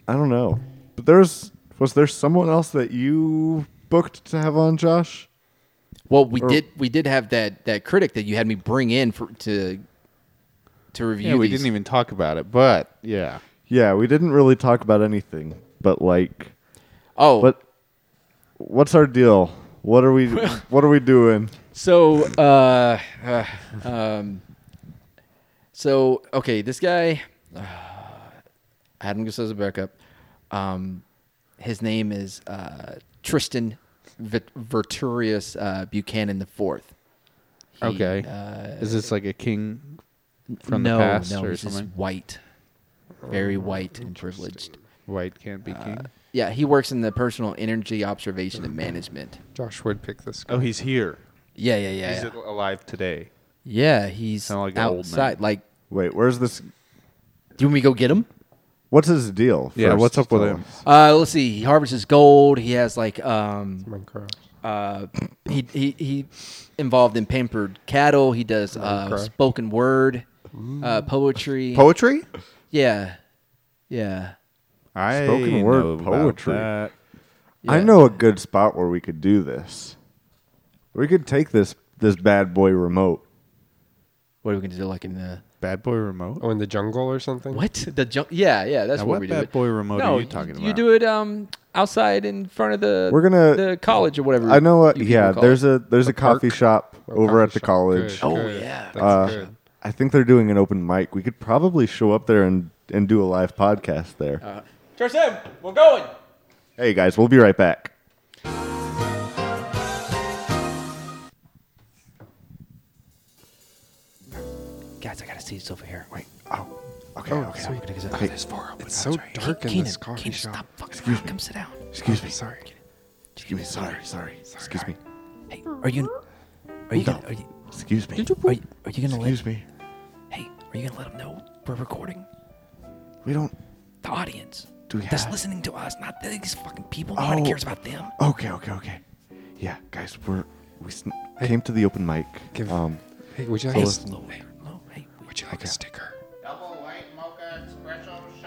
S5: I don't know. But there's was there someone else that you booked to have on Josh?
S4: Well, we
S5: or-
S4: did we did have that that critic that you had me bring in for to to review.
S1: Yeah, we
S4: these.
S1: didn't even talk about it, but yeah,
S5: Yeah, we didn't really talk about anything, but like
S4: Oh,
S5: what what's our deal? What are we what are we doing?
S4: so uh, uh, um, So okay, this guy, uh, Adam just says a backup. Um, his name is uh, Tristan Vit- Verturius uh, Buchanan the Fourth. He,
S8: Okay.
S4: uh,
S8: Is this like a king from
S4: no,
S8: the past
S4: no,
S8: or
S4: he's just
S8: something?
S4: white, very white and privileged.
S8: White can't be king.
S1: Uh,
S4: Yeah, he works in the personal energy observation and management.
S3: Josh would pick this. Guy.
S1: Oh, he's here.
S4: Yeah, yeah, yeah.
S1: He's
S4: yeah.
S1: alive today.
S4: yeah, he's
S8: Sound like an old man.
S4: outside. Like,
S5: Wait, where's this?
S4: do you want me to go get him?
S5: What's his deal?
S8: Yeah,
S5: first?
S8: what's up with
S5: Tell
S8: him?
S5: us.
S4: Uh, let's see. He harvests his gold. He has like um,
S3: Minecraft.
S4: uh, he he he involved in pampered cattle. He does uh,
S3: Okay.
S4: spoken word, uh, poetry.
S1: Poetry?
S4: yeah, yeah.
S1: I
S5: Spoken word
S1: know about
S5: poetry.
S1: that.
S5: I know a good spot where we could do this. We could take this this bad boy remote.
S4: What are we gonna do? Like in the
S1: Bad boy remote.
S3: Oh, in the jungle or something.
S4: what the jump? Yeah, yeah. That's
S1: Now,
S4: what,
S1: what
S4: we do.
S1: bad
S4: it.
S1: boy remote
S6: no,
S1: are you talking about?
S6: You do it um outside in front of the
S5: We're gonna-
S6: the college or whatever.
S5: I know what.
S6: you people
S5: Yeah,
S6: call
S5: there's
S6: it.
S5: a there's a, coffee
S3: park?
S5: shop
S3: Oh,
S5: over
S3: coffee
S5: at the
S3: shop.
S5: college.
S3: Good,
S4: Oh,
S3: good.
S4: yeah.
S3: That's
S5: Uh,
S3: good.
S5: I think they're doing an open mic. We could probably show up there and and do a live podcast there.
S6: Tristan, we're going.
S5: hey guys, we'll be right back.
S4: Guys, I gotta see this over here. Wait,
S5: Oh,
S4: Oh,
S5: Okay, okay.
S4: I'm gonna get
S5: Okay.
S4: this far. up.
S3: It's so dark in
S4: Keenan,
S3: this coffee
S4: Keenan,
S3: shop.
S4: stop fucking around. Come sit down.
S5: Excuse me.
S3: Sorry.
S5: Excuse me. Sorry. Sorry. Excuse me.
S4: Hey, are you? Are you gonna? Are you,
S5: Excuse me.
S4: are you, are you gonna
S5: Excuse
S4: let?
S5: me.
S4: Hey, are you gonna let them know we're recording?
S5: We don't.
S4: The audience.
S5: Do we have?
S4: that's listening to us, not these fucking people. Nobody
S5: Oh.
S4: cares about them.
S5: Okay. Okay. Okay. Yeah, guys, we're we sn- came to the open mic.
S3: Give-
S5: um,
S3: Hey, would
S5: So
S3: you like? a-
S4: Hey,
S5: let's-
S4: slow, hey, slow, hey.
S3: would you like a sticker?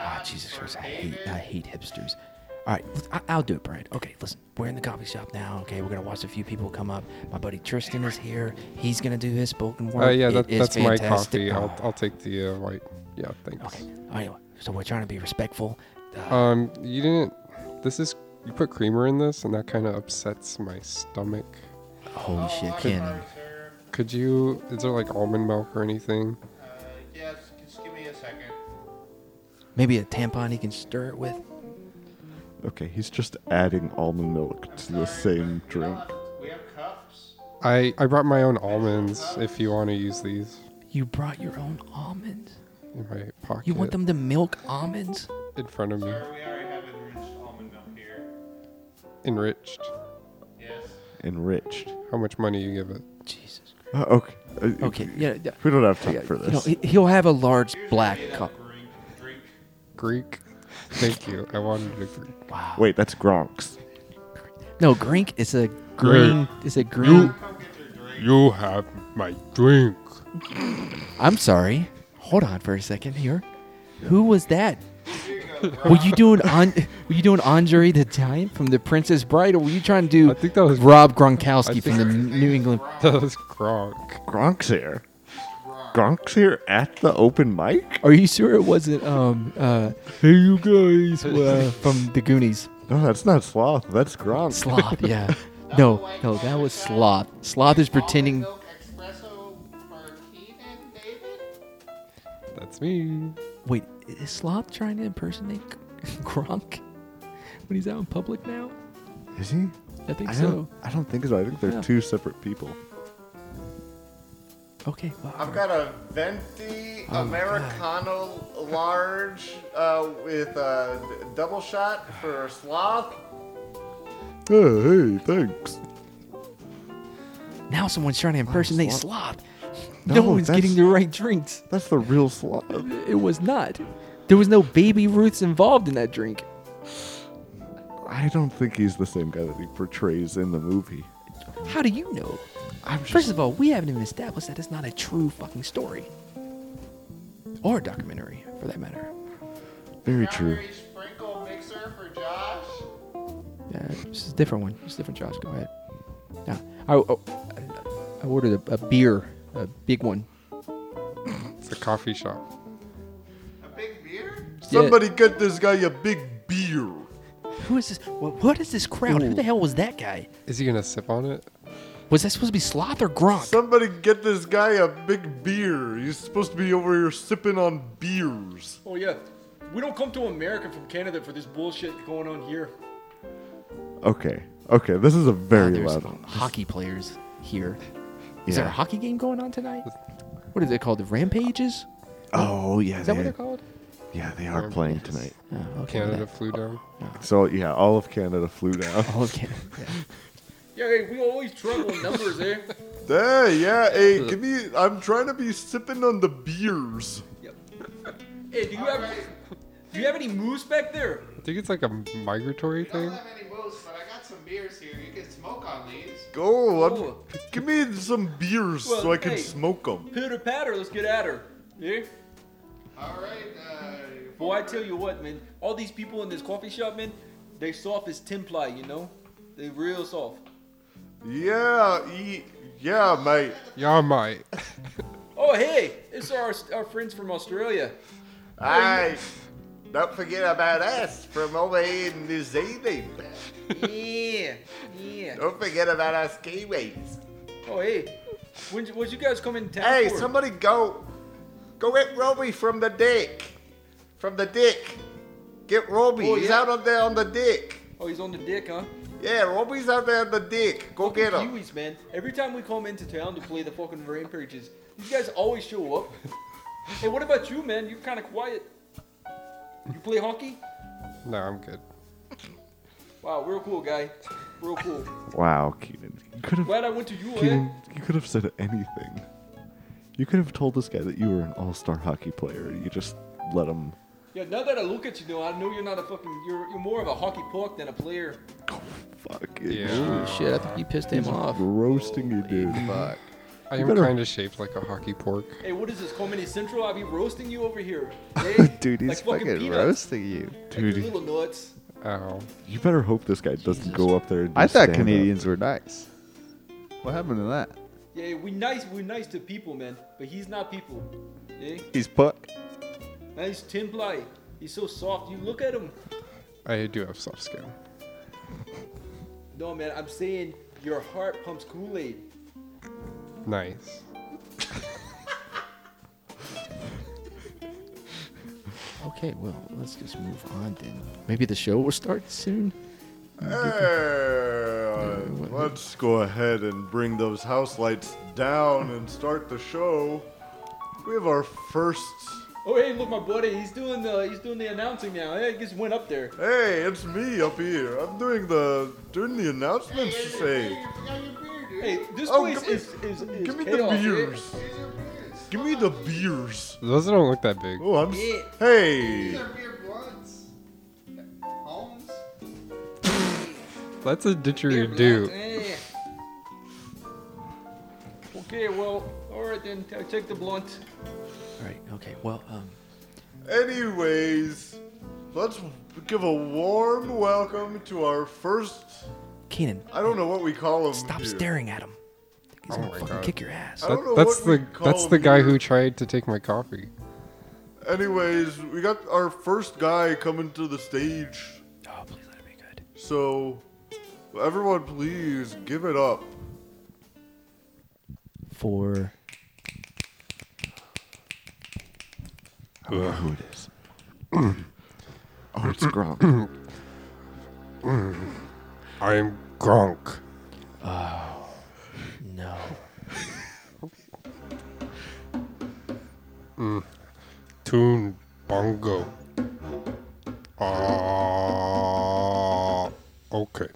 S4: Ah, Jesus Christ, I hate, I hate hipsters. All right, let's- I, I'll do it, Brian. Okay, listen, we're in the coffee shop now. Okay, we're gonna watch a few people come up. My buddy Tristan is here. He's gonna do his spoken word.
S3: Uh, yeah,
S4: It
S3: that,
S4: is
S3: that's my coffee.
S4: fantastic.
S3: I'll,
S4: Oh,
S3: I'll take the uh, white. Yeah, thanks.
S4: okay. All right, anyway, so we're trying to be respectful. Uh,
S3: Um, you didn't. This is you put creamer in this, and that kind of upsets my stomach.
S4: holy shit, Ken.
S3: Could you? Is there like almond milk or anything?
S2: Yes, just give me a second.
S4: Maybe a tampon he can stir it with.
S5: okay, he's just adding almond milk to the same drink.
S2: We have cups.
S3: I I brought my own almonds. If you want to use these
S4: You brought your own almonds.
S3: in my pocket,
S4: You want them to milk almonds?
S3: in front of me,
S2: We already have enriched almond milk here.
S3: enriched.
S2: Yes.
S5: Enriched.
S3: How much money you give it?
S4: Jesus.
S5: Uh, okay. uh,
S4: Okay, yeah, yeah.
S5: We don't have time
S4: Yeah,
S5: for
S4: you
S5: this.
S4: know, he- he'll have a large black cup.
S2: Drink, drink.
S3: Greek. Thank you. I wanted a Greek.
S4: Wow.
S5: Wait, that's Gronks.
S4: No, grink is a green. It's a green.
S2: Come get your drink.
S3: You have my drink.
S4: I'm sorry. Hold on for a second here. Who was that? were you doing on? Were you doing Andre the Giant from The Princess Bride, or were you trying to do
S3: I think that was-
S4: Rob
S3: I
S4: Gronkowski from the
S3: think-
S4: New England?
S3: That was Gronk.
S5: Gronk's here. Gronk's here at the open mic?
S4: Are you sure it wasn't um uh Hey you guys uh, from the Goonies?
S5: No, that's not Sloth. That's Gronk.
S4: Sloth, yeah. No, no, that was Sloth. Sloth is pretending.
S2: Milk espresso for Keenan David?
S3: That's me.
S4: Wait, is Sloth trying to impersonate Gronk when he's out in public now?
S5: Is he?
S4: I think
S5: I
S4: so.
S5: don't, I don't think so. I think they're
S4: Yeah.
S5: two separate people.
S4: Okay, wow.
S2: I've got a venti
S5: Oh,
S2: Americano large uh, with a d- double shot for sloth.
S5: Oh, hey, thanks.
S4: Now someone's trying to impersonate Sloth. No,
S5: No,
S4: one's
S5: that's-
S4: getting the right drinks.
S5: That's the real Sloth.
S4: It was not. There was no baby Ruths involved in that drink.
S5: I don't think he's the same guy that he portrays in the movie.
S4: How do you know?
S5: I'm
S4: First
S5: just,
S4: of all, we haven't even established that it's not a true fucking story. Or a documentary, for that matter.
S5: very true.
S2: Strawberry sprinkle mixer for Josh.
S4: Yeah, it's a different one. It's a different Josh. Go ahead. Yeah. I, oh, I ordered a, a beer, a big one.
S3: It's a coffee shop.
S2: A big beer?
S4: Yeah.
S5: Somebody get this guy a big beer.
S4: Who is this? What, what is this crowd? Who the hell was that guy?
S3: Is he gonna sip on it?
S6: Was that supposed to be sloth or grunk?
S5: Somebody get this guy a big beer. He's supposed to be over here sipping on beers.
S4: Oh yeah, we don't come to America from Canada for this bullshit going on here.
S13: Okay. Okay. This is a
S6: Oh,
S13: very
S6: there's
S13: loud one.
S6: hockey players here. Is
S13: Yeah.
S6: there a hockey game going on tonight? What is it called? The Rampages?
S13: Oh yeah.
S6: Is that
S13: they,
S6: what they're called?
S13: Yeah, they are playing tonight.
S6: Oh, okay.
S3: Canada flew down.
S13: So yeah, all of Canada flew down.
S6: All of Canada.
S4: Yeah, hey, we always trouble in numbers, eh?
S5: Hey, yeah, hey, give me. I'm trying to be sipping on the beers.
S4: Hey, do you have do you have any moose back there?
S3: I think it's like a migratory thing.
S1: any moose, but I got some beers here. You can smoke on these.
S5: Go, I'm-
S4: Oh.
S5: give me some beers
S4: Well,
S5: so I can
S4: hey.
S5: smoke 'em. smoke them.
S4: Pitter patter, let's get at her. Yeah.
S1: All right. Uh,
S4: Boy, I tell you what, man. All these people in this coffee shop, man, they soft as tin ply, you know. They real soft.
S5: Yeah, e- yeah, mate.
S3: Y'all might.
S4: Oh hey, it's our our friends from Australia.
S5: Aye. Don't forget about us from over here in New Zealand.
S4: Yeah, yeah.
S5: Don't forget about us Kiwis.
S4: Oh hey, when would you guys come in town?
S5: Hey,
S4: for?
S5: somebody go. Go get Robbie from the deck. From the deck. Get Robbie.
S4: Oh,
S5: He's
S4: yeah.
S5: out on there on the deck.
S4: Oh, he's on the dick, huh?
S5: Yeah, Robbie's out there on the deck. Go
S4: Fucking
S5: get him.
S4: Kiwis, man. Every time we come into town to play the fucking rampages, these guys always show up. hey, what about you, man? You're kind of quiet. You play hockey?
S3: No, I'm good.
S4: Wow, real cool, guy. Real cool.
S13: Wow, Keenan. You could have
S4: Glad I went to you, eh?
S13: Keenan, you could have said anything. You could have told this guy that you were an all-star hockey player. You just let him.
S4: Yeah, now that I look at you, though, I know you're not a fucking. You're, you're more of a hockey puck than a player.
S13: Fuck it.
S3: Yeah.
S14: Shit, I think you pissed him off.
S13: Roasting you, dude.
S14: Fuck.
S3: I am
S13: better-
S3: kind of shaped like a hockey pork.
S4: Hey, what is this, Comedy Central? I be roasting you over here. Hey,
S1: dude, he's
S4: like fucking
S1: fucking,
S4: peanuts.
S1: roasting you.
S4: Like
S13: Dude,
S4: little nuts.
S3: Ow.
S13: you better hope this guy doesn't go up there and do
S1: I thought
S13: stand-up.
S1: Canadians were nice. What happened to that?
S4: Yeah, we nice. We're nice to people, man. But he's not people. Yeah,
S1: He's puck.
S4: nice Tim Ply. He's so soft. You look at him.
S3: I do have soft skin.
S4: No, man, I'm saying your heart pumps Kool Aid.
S3: Nice.
S6: Okay, well, let's just move on then. Maybe the show will start soon?
S5: Hey, let's go ahead and bring those house lights down and start the show. We have our first.
S4: Oh, hey, look, my buddy. He's doing the he's doing the announcing now. Hey, he just went up there.
S5: Hey, it's me up here. I'm doing the doing the announcements today.
S4: Hey, this
S5: Oh,
S4: place
S5: give me-
S4: is is, is
S5: Give me
S4: chaos,
S5: the
S4: yeah?
S5: beers. Give me the beers.
S3: Those don't look that big.
S5: Oh, I'm.
S4: Yeah.
S5: s Hey.
S3: That's a didgeridoo.
S4: Eh. Okay, well, all right then. I'll Take the blunt.
S6: All right, okay, well, um,
S5: Anyways, let's give a warm welcome to our first.
S6: Keenan,
S5: I don't know what we call him.
S6: stop
S5: here.
S6: staring at him. He's
S3: Oh
S6: gonna
S3: my
S6: fucking
S3: God.
S6: kick your ass.
S5: I don't know
S3: That, that's
S5: what we
S3: the
S5: call
S3: that's the
S5: him
S3: guy
S5: here.
S3: who tried to take my coffee.
S5: Anyways, we got our first guy coming to the stage.
S6: Oh, please let it be good.
S5: So, everyone, please give it up.
S6: For.
S13: Who it is? oh, it's Gronk.
S3: I'm Gronk.
S6: No.
S3: Tune bongo. Ah, okay.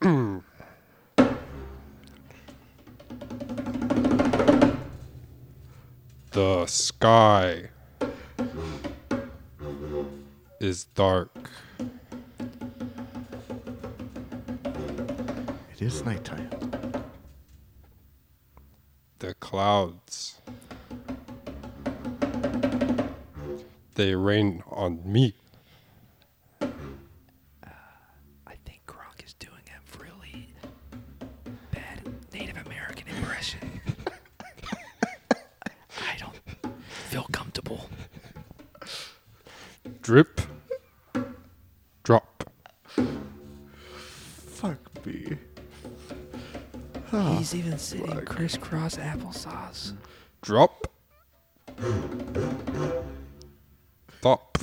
S3: the sky is dark.
S13: it is nighttime.
S3: the clouds. They rain on me.
S6: I think Gronk is doing a really bad Native American impression. I don't feel comfortable.
S3: Drip, drop,
S13: Fuck me.
S6: He's even sitting crisscross applesauce.
S3: Drop. Top.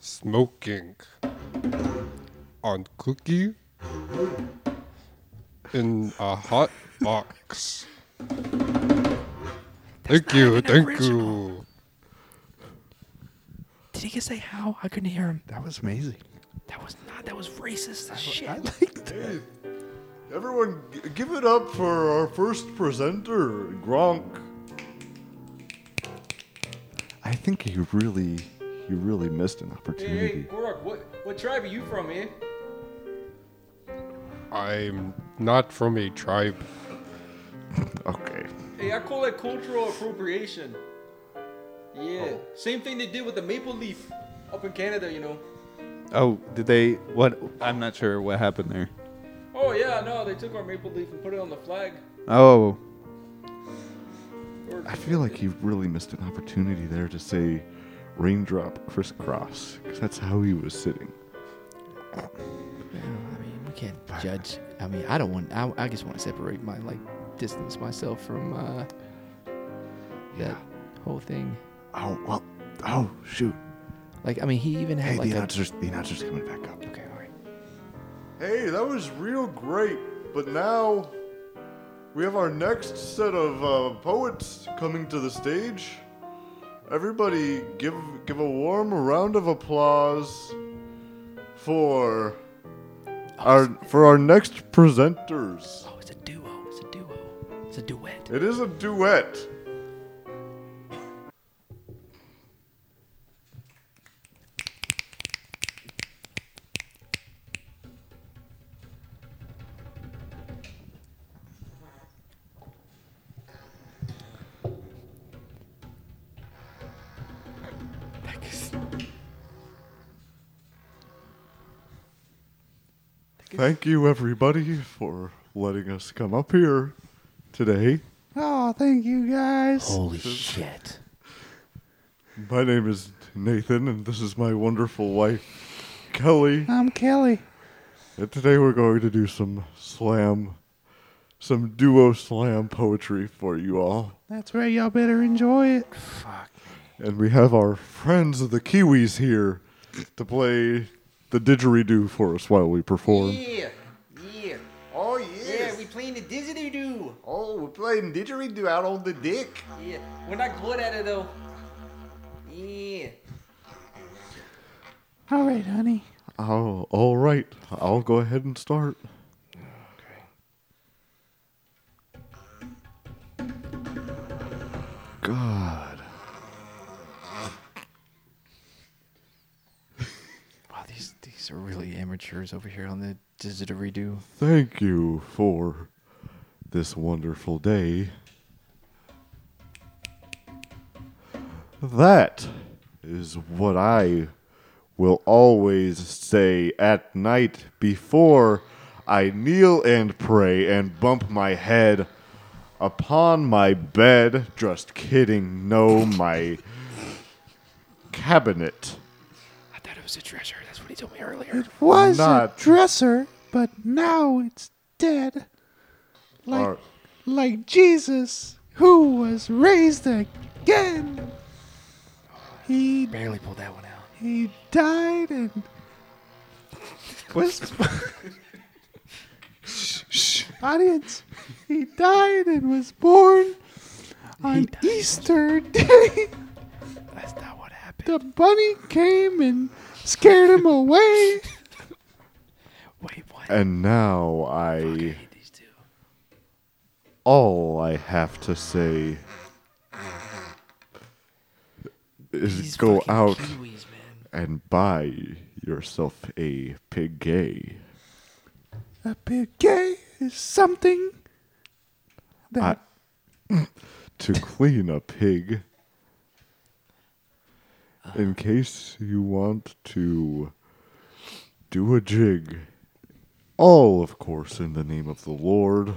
S3: Smoking on cookie in a hot box. thank you, thank you.
S6: Did he say how? I couldn't hear him.
S1: That was amazing.
S6: That was not. That was racist as shit.
S5: Everyone, g- give it up for our first presenter, Gronk. I think he really, he really missed an
S15: Hey, hey,
S5: opportunity.
S15: Gorg, what, what tribe are you from, man?
S3: I'm not from a tribe.
S5: Okay.
S15: Hey, I call that cultural appropriation. Yeah, same thing they did with the maple leaf up in Canada, you know.
S1: Oh, did they? What? I'm not sure what happened there.
S15: Oh yeah, no, they took our maple leaf and put it on the flag.
S1: Oh,
S15: Or-
S5: I feel like he really missed an opportunity there to say raindrop crisscross, because that's how he was sitting.
S4: I mean, we can't judge. I mean, I don't want. I, I just want to separate my like distance myself from uh, that whole thing.
S5: Oh well. Oh shoot.
S4: Like, I mean, he even had
S5: Hey,
S4: like
S5: the
S4: a,
S5: announcer's the announcer's coming back up.
S4: okay, all right.
S2: Hey, that was real great, but now we have our next set of uh, poets coming to the stage. Everybody, give give a warm round of applause for our for our next presenters.
S4: Oh, it's a duo. It's a duo. It's a duet.
S2: It is a duet.
S5: Thank you, everybody, for letting us come up here today.
S1: oh, thank you guys.
S4: Holy shit!
S5: My name is Nathan, and this is my wonderful wife, Kelly.
S1: I'm Kelly.
S5: And today we're going to do some slam, some duo slam poetry for you all.
S1: That's where y'all better enjoy it.
S5: And we have our friends of the Kiwis here to play the didgeridoo for us while we perform.
S15: Yeah, yeah,
S2: Oh yes.
S15: yeah. We playing the didgeridoo.
S2: oh, we're playing didgeridoo out on the dick.
S15: Yeah, we're not good at it though. Yeah.
S1: All right, honey.
S5: Oh, all right. I'll go ahead and start. God.
S4: Wow, these these are really amateurs over here on the digital redo.
S5: Thank you for this wonderful day. That is what I will always say at night before I kneel and pray and bump my head upon my bed. Just kidding, no, my cabinet.
S4: I thought it was a treasure. That's what he told me earlier.
S1: Was
S5: Not-
S1: a dresser, but now it's dead. Like,
S5: Or-
S1: like Jesus, who was raised again. He
S4: Barely pulled that one out.
S1: he died and was audience. He died and was born on Easter Day.
S4: That's not what happened.
S1: The bunny came and scared him away.
S4: Wait, what?
S5: And now I. All I have to say is
S4: These
S5: go
S4: fucking
S5: out
S4: Kiwis, man.
S5: and buy yourself a pigay.
S1: A big gay is something
S5: I,
S1: that
S5: to clean a pig. In case you want to do a jig. All, of course, in the name of the Lord.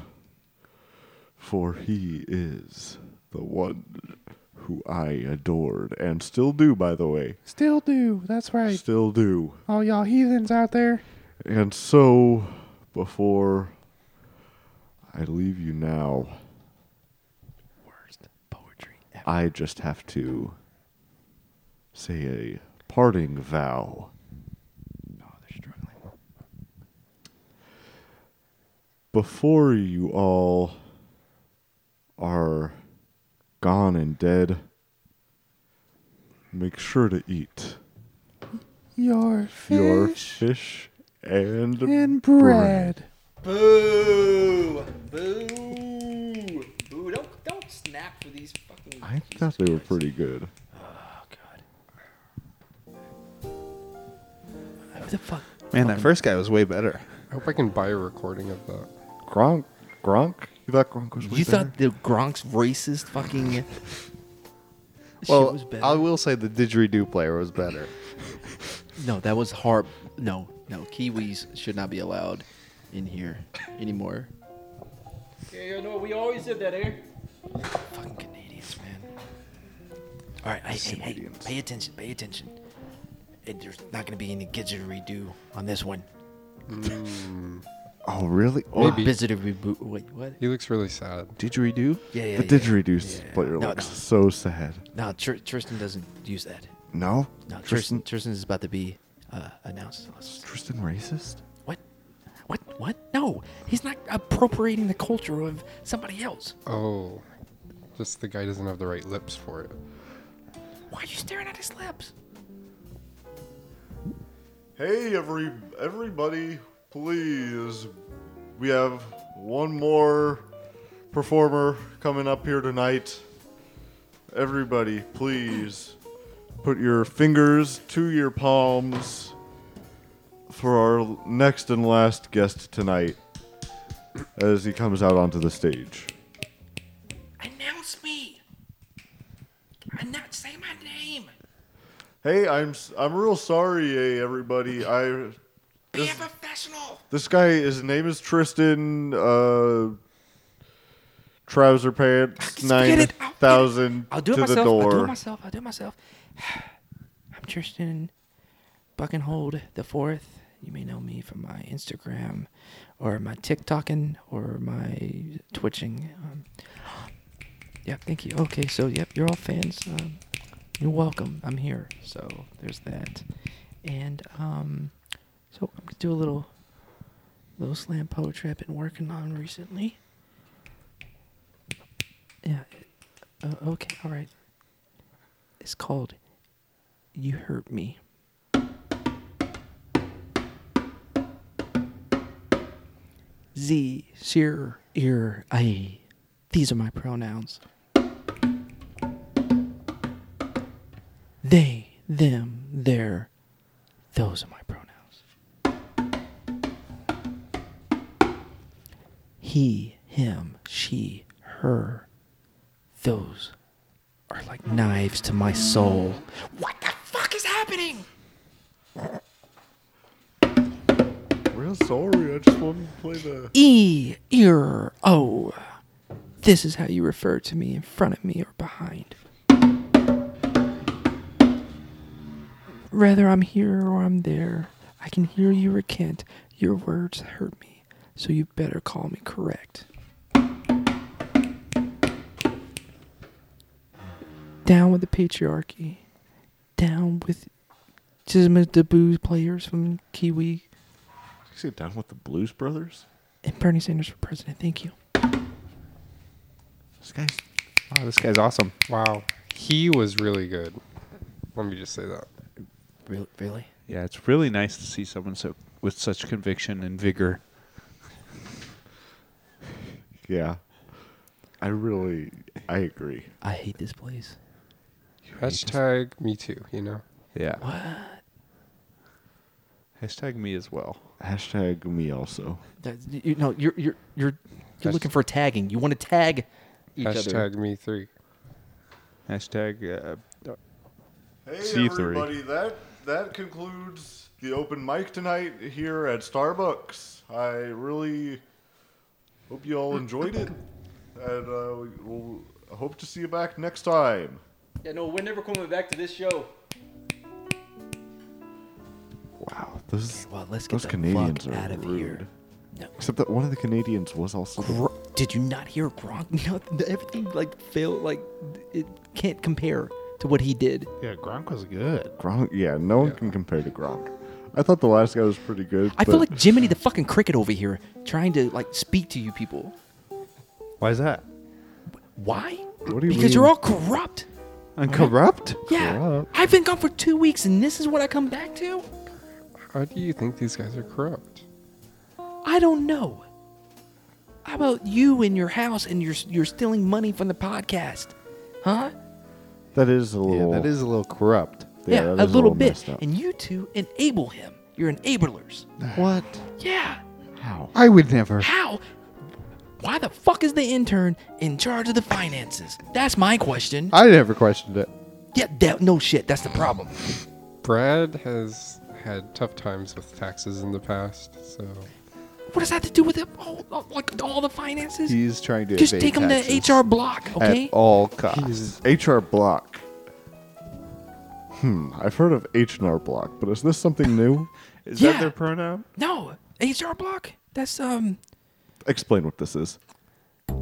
S5: For he is the one
S16: who I adored and still do, by the way.
S2: Still do. That's right.
S16: Still do.
S2: All y'all heathens out there.
S16: And so, before I leave you now,
S6: Worst poetry ever.
S16: I just have to say a parting vow.
S6: Oh, they're struggling.
S16: Before you all are gone and dead, make sure to eat
S2: Your
S16: your
S2: fish
S16: fish and,
S2: and bread.
S4: Boo! Boo! Boo! Don't don't snap for these fucking.
S16: I thought they were pretty good.
S1: Man, that first guy was way better.
S3: I hope I can buy a recording of that.
S16: Gronk, Gronk. You thought Gronk was way
S6: You
S16: better?
S6: thought the Gronk's racist fucking.
S2: Well,
S6: shit was better.
S2: I will say the didgeridoo player was better.
S6: No, that was hard. No, no, Kiwis should not be allowed in here anymore.
S4: Yeah, you know we always did that, eh?
S6: Fucking Canadians, man. All right, hey, hey, hey, pay attention, pay attention. It, there's not going to be any redo on this one.
S16: Oh, really? Oh,
S6: Or
S3: Maybe.
S6: Didgeridoo. Wait, what?
S3: He looks really sad.
S16: didgeridoo?
S6: Yeah, yeah,
S16: The
S6: yeah.
S16: didgeridoo player
S6: No,
S16: looks
S6: no.
S16: so sad.
S6: No, Tr- Tristan doesn't use that.
S16: No?
S6: No, Tristan.
S16: Tristan,
S6: Tristan is about to be uh, announced. Let's-
S16: Tristan racist?
S6: What? What? What? No, he's not appropriating the culture of somebody else.
S3: Oh, just the guy doesn't have the right lips for it.
S6: Why are you staring at his lips?
S5: Hey, every everybody, please. We have one more performer coming up here tonight. Everybody, please put your fingers to your palms for our next and last guest tonight as he comes out onto the stage.
S6: Announce me. I'm not saying my name.
S5: Hey, I'm s- I'm real sorry, eh, everybody. I
S6: Be a professional.
S5: This guy, his name is Tristan. Uh, trouser pants,
S6: I'll get
S5: nine
S6: it, I'll get it.
S5: thousand
S6: I'll
S5: to
S6: do
S5: the
S6: it myself. I'll do it
S5: door.
S6: myself. I'll do it myself. I'm Tristan Buckenhold the fourth. You may know me from my Instagram or my TikToking or my twitching. Um, yeah, thank you. Okay, so yep, you're all fans. Um, you're welcome. I'm here. So there's that. And um, so I'm gonna do a little little slam poetry I've been working on recently. Yeah. Uh, okay, all right. It's called You Hurt Me. Z, seer, ear, I. These are my pronouns. They, them, their. Those are my pronouns. He, him, she, her. Those are like knives to my soul. What the fuck is happening?
S5: Real sorry, I just wanted to play the.
S6: E, ear, o. This is how you refer to me in front of me or behind. Whether I'm here or I'm there, I can hear you recant. Your words hurt me, so you better call me correct. Down with the patriarchy. Down with Jisma Dabu players from Kiwi
S16: You sit down with the Blues Brothers?
S6: and Bernie Sanders for president. Thank you.
S1: This guy's
S2: Wow, this guy's awesome.
S3: Wow, he was really good. Let me just say that.
S6: Really? really?
S1: yeah. It's really nice to see someone so with such conviction and vigor.
S16: Yeah. I really, I agree.
S6: I hate this place.
S3: Hashtag me too. You know.
S1: Yeah. Hashtag me as well.
S16: Hashtag me also.
S6: That, you, no, you're you're you're you're looking for tagging. You want to tag each
S3: Hashtag
S6: other.
S3: me three.
S1: Hashtag. Uh,
S5: Hey,
S1: C3.
S5: everybody, that that concludes the open mic tonight here at Starbucks. I really hope you all enjoyed it, and uh, we'll hope to see you back next time.
S15: Yeah, no, we're never coming back to this show.
S5: Wow, those
S4: Well, let's get
S5: those
S4: the
S5: Canadians
S4: fuck
S5: are
S4: out of
S5: rude.
S4: here. No.
S5: Except that one of the Canadians was also the
S4: Gro- Did you not hear Gronk? Nothing. Everything like fail. Like it can't compare to what he did.
S1: Yeah, Gronk was good.
S5: Gronk. Yeah, no one can compare to Gronk. I thought the last guy was pretty good.
S4: I feel
S5: but-
S4: like Jiminy the fucking cricket over here trying to like speak to you people.
S1: Why is that?
S4: Why?
S5: What do you
S4: because you're
S5: mean?
S4: all corrupt.
S1: I'm corrupt.
S4: Yeah.
S5: Corrupt?
S4: I've been gone for two weeks and this is what I come back to?
S3: How do you think these guys are corrupt?
S4: I don't know. How about you in your house and you're you're stealing money from the podcast? Huh?
S5: that is a
S1: Yeah,
S5: little.
S1: that is a little corrupt.
S5: yeah,
S4: a
S5: that is
S4: little, bit.
S5: messed up.
S4: And you two enable him. You're enablers.
S1: What?
S4: Yeah.
S1: I would never.
S4: How? Why the fuck is the intern in charge of the finances? That's my question.
S1: I never questioned it.
S4: Yeah, that, no shit. That's the problem.
S3: Brad has had tough times with taxes in the past, so
S4: What does that have to do with it? All, like all the finances?
S1: He's trying to
S4: Just
S1: evade
S4: take him
S1: taxes
S4: to HR Block, eh? okay?
S1: at all costs.
S5: HR Block. Hmm, I've heard of H&R Block, but is this something new?
S1: Is
S4: Yeah.
S1: that their pronoun?
S4: No, HR Block. That's um.
S5: Explain what this is.
S1: Oh,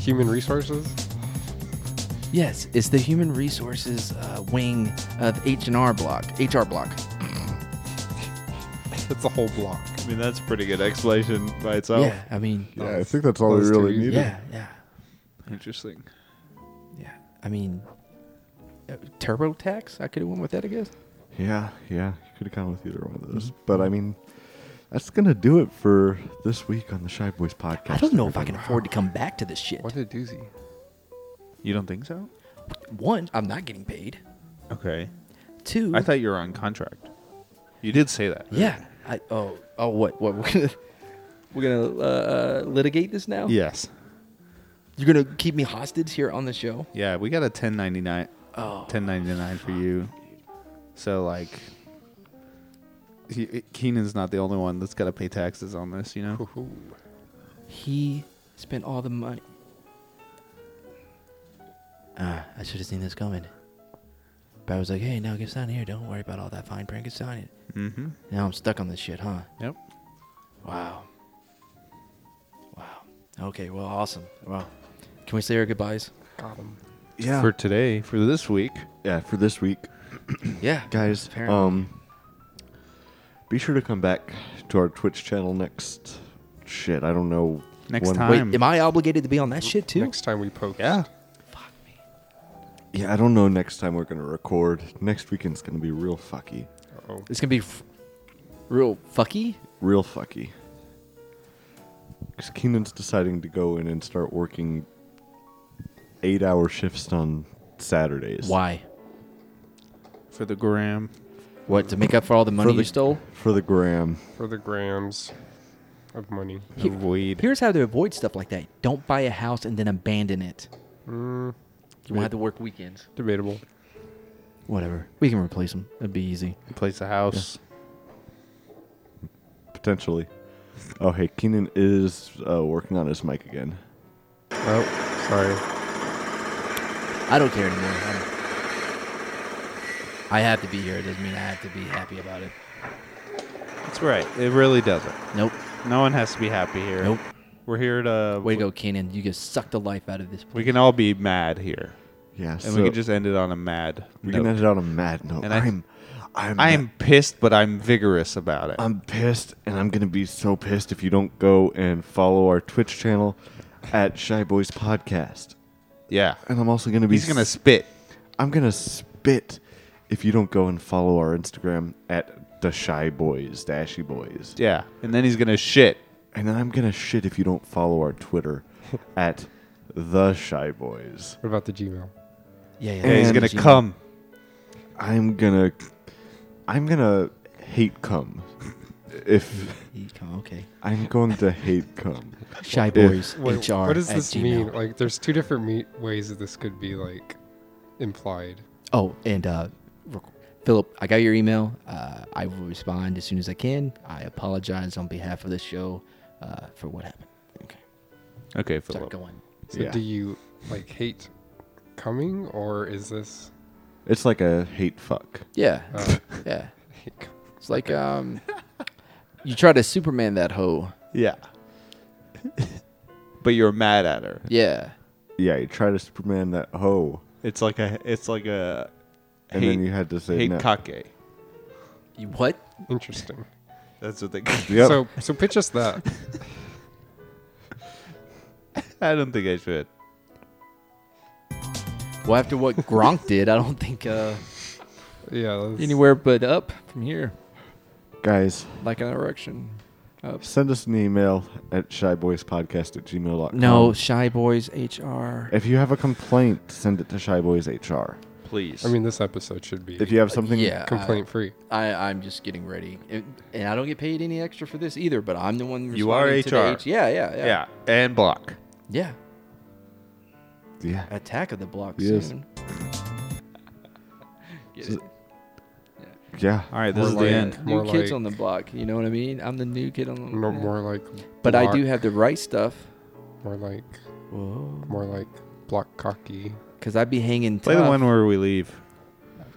S3: human resources.
S4: Yes, it's the human resources uh, wing of H and R Block. HR Block.
S3: It's a whole block.
S1: I mean, that's a pretty good explanation by itself.
S4: Yeah, I mean,
S5: Yeah, I think that's all we
S3: those two
S5: really
S3: easy.
S5: needed.
S4: yeah, yeah,
S1: Interesting.
S4: yeah. I mean, uh, TurboTax. I could have went with that, I guess.
S5: Yeah, yeah. You could have gone with either one of those. But I mean, that's going to do it for this week on the Shy Boys podcast.
S4: I don't know if I can afford to come back to this shit.
S3: What a doozy.
S1: You don't think so?
S4: One, I'm not getting paid.
S1: Okay.
S4: Two,
S1: I thought you were on contract. You did say that.
S4: yeah. I oh oh what what we're gonna we're gonna uh, litigate this now.
S1: Yes.
S4: You're gonna keep me hostage here on the show.
S1: Yeah, we got a 1099
S4: Oh.
S1: 1099 for you. So like he, Keenan's not the only one that's got to pay taxes on this, you know.
S4: He spent all the money. Ah, I should have seen this coming. But I was like, hey, now get down here. Don't worry about all that fine print. Get signed it.
S1: Mhm.
S4: Now I'm stuck on this shit, huh?
S1: Yep.
S4: Wow. Wow. Okay, well, awesome. Well, can we say our goodbyes?
S3: Got him.
S5: Yeah.
S1: For today, for this week,
S5: yeah, for this week.
S4: Yeah.
S5: Guys,
S4: Apparently.
S5: um, be sure to come back to our Twitch channel next. Shit, I don't know.
S1: Next
S5: when-
S1: time.
S4: Wait, am I obligated to be on that shit too?
S3: Next time we poke.
S1: yeah.
S5: Yeah, I don't know next time we're going to record. Next weekend's going to be real fucky.
S4: It's going to be f- real fucky.
S5: real fucky. Because Keenan's deciding to go in and start working eight hour shifts on Saturdays.
S4: Why?
S1: For the gram.
S4: What, to make up for all the money
S5: the-
S4: you stole?
S5: For the gram.
S3: For the grams of money.
S1: Avoid.
S4: Here's how to avoid stuff like that. Don't buy a house and then abandon it. Mm. You won't have to work weekends.
S3: Debatable.
S4: Whatever. We can replace them. It'd be easy.
S1: Place a house.
S5: Potentially. Oh, hey, Keenan is uh, working on his mic again.
S3: Oh, sorry.
S4: I don't care anymore. I, don't. I have to be here. It doesn't mean I have to be happy about it.
S1: That's right. It really doesn't.
S4: Nope.
S1: No one has to be happy here.
S4: Nope.
S1: We're here to
S4: Way to go, Kenan. You just sucked the life out of this.
S1: We can all be mad here.
S5: Yeah,
S1: And we can just end it on a mad.
S5: we can
S1: note.
S5: end it on a mad note.
S1: And I-
S5: I'm, I'm,
S1: I am pissed, but I'm vigorous about it.
S5: I'm pissed, and I'm gonna be so pissed if you don't go and follow our Twitch channel at Shy Boys Podcast.
S1: yeah.
S5: And I'm also gonna be
S1: He's going to spit.
S5: I'm gonna spit if you don't go and follow our Instagram at the shy boys, dashy boys,
S1: Yeah. And then he's going to shit.
S5: and then I'm gonna shit if you don't follow our Twitter at the shy boys.
S3: What about the Gmail?
S4: Yeah, yeah.
S1: Yeah, he's
S5: And-
S1: going to come.
S5: I'm gonna, I'm gonna hate cum. If
S4: He- come, Okay.
S5: I'm going to hate cum,
S4: Shy boys.
S3: Wait,
S4: HR.
S3: what does
S4: at
S3: this
S4: Gmail.
S3: mean? Like, there's two different me- ways that this could be like implied.
S4: Oh, and uh, rec- Philip, I got your email. Uh, I will respond as soon as I can. I apologize on behalf of the show uh, for what happened. Okay.
S1: Okay,
S4: Sorry,
S1: Philip.
S4: go on.
S3: So,
S5: Yeah.
S3: do you like hate coming, or is this?
S5: It's like a hate fuck.
S4: Yeah.
S3: Uh,
S4: yeah. It's like um you try to Superman that hoe.
S1: Yeah. but you're mad at her.
S4: Yeah.
S5: Yeah, you try to Superman that hoe,
S1: It's like a it's like a
S5: and
S1: hate,
S5: then you had to say
S1: hate
S5: no.
S1: kake.
S4: You what?
S3: Interesting.
S1: That's what they
S5: Yep.
S3: So so pitch us that.
S1: I don't think I should.
S4: Well, after what Gronk did, I don't think uh
S3: Yeah. that's-
S6: Anywhere but up from here,
S5: Guys,
S6: like an erection.
S5: send us an email at shyboyspodcast at gmail.com.
S6: No, shy boys HR.
S5: If you have a complaint, send it to shyboyshr.
S8: Please.
S3: I mean, this episode should be
S5: If you have something,
S4: Uh, yeah,
S3: complaint free.
S4: I, I I'm just getting ready, It- and I don't get paid any extra for this either. But I'm the one.
S1: You are
S4: responding
S1: HR.
S4: to the H- yeah, yeah, yeah,
S1: Yeah, and block.
S4: yeah.
S5: yeah.
S4: Attack of the block
S5: Yes.
S4: soon.
S5: Yeah.
S17: All right, this
S3: We're
S17: is the
S3: like-
S17: end.
S4: New
S3: More
S4: kids
S3: like-
S4: on the block. You know what I mean? I'm the new kid on the
S3: No,
S4: block.
S3: more like.
S4: but I do
S3: block-
S4: have the right stuff.
S3: more like. More like block cocky.
S4: Cause I be hanging
S17: Play the
S4: tough.
S17: one where we leave.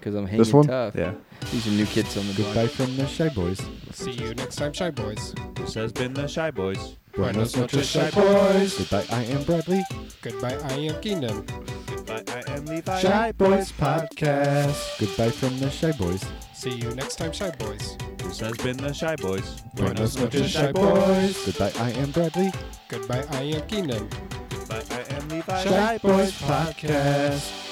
S4: Cause I'm hanging
S5: This one?
S4: tough.
S17: Yeah.
S4: These are new kids on the block.
S18: Goodbye from the Shy Boys.
S3: See you next time, shy boys.
S17: This has been the Shy Boys.
S18: Buenos noches, Shy Boys.
S3: boys.
S18: Goodbye, I am Bradley.
S3: Goodbye, I am Keenan.
S17: I am Levi.
S18: Shy Boys Podcast. Goodbye from the Shy Boys.
S3: See you next time, shy boys.
S17: This has been the Shy Boys.
S18: Buenos noches, Shy Boys. Goodbye, I am Bradley.
S3: Goodbye, I am Keenan.
S17: I am Levi.
S18: Shy Boys Podcast.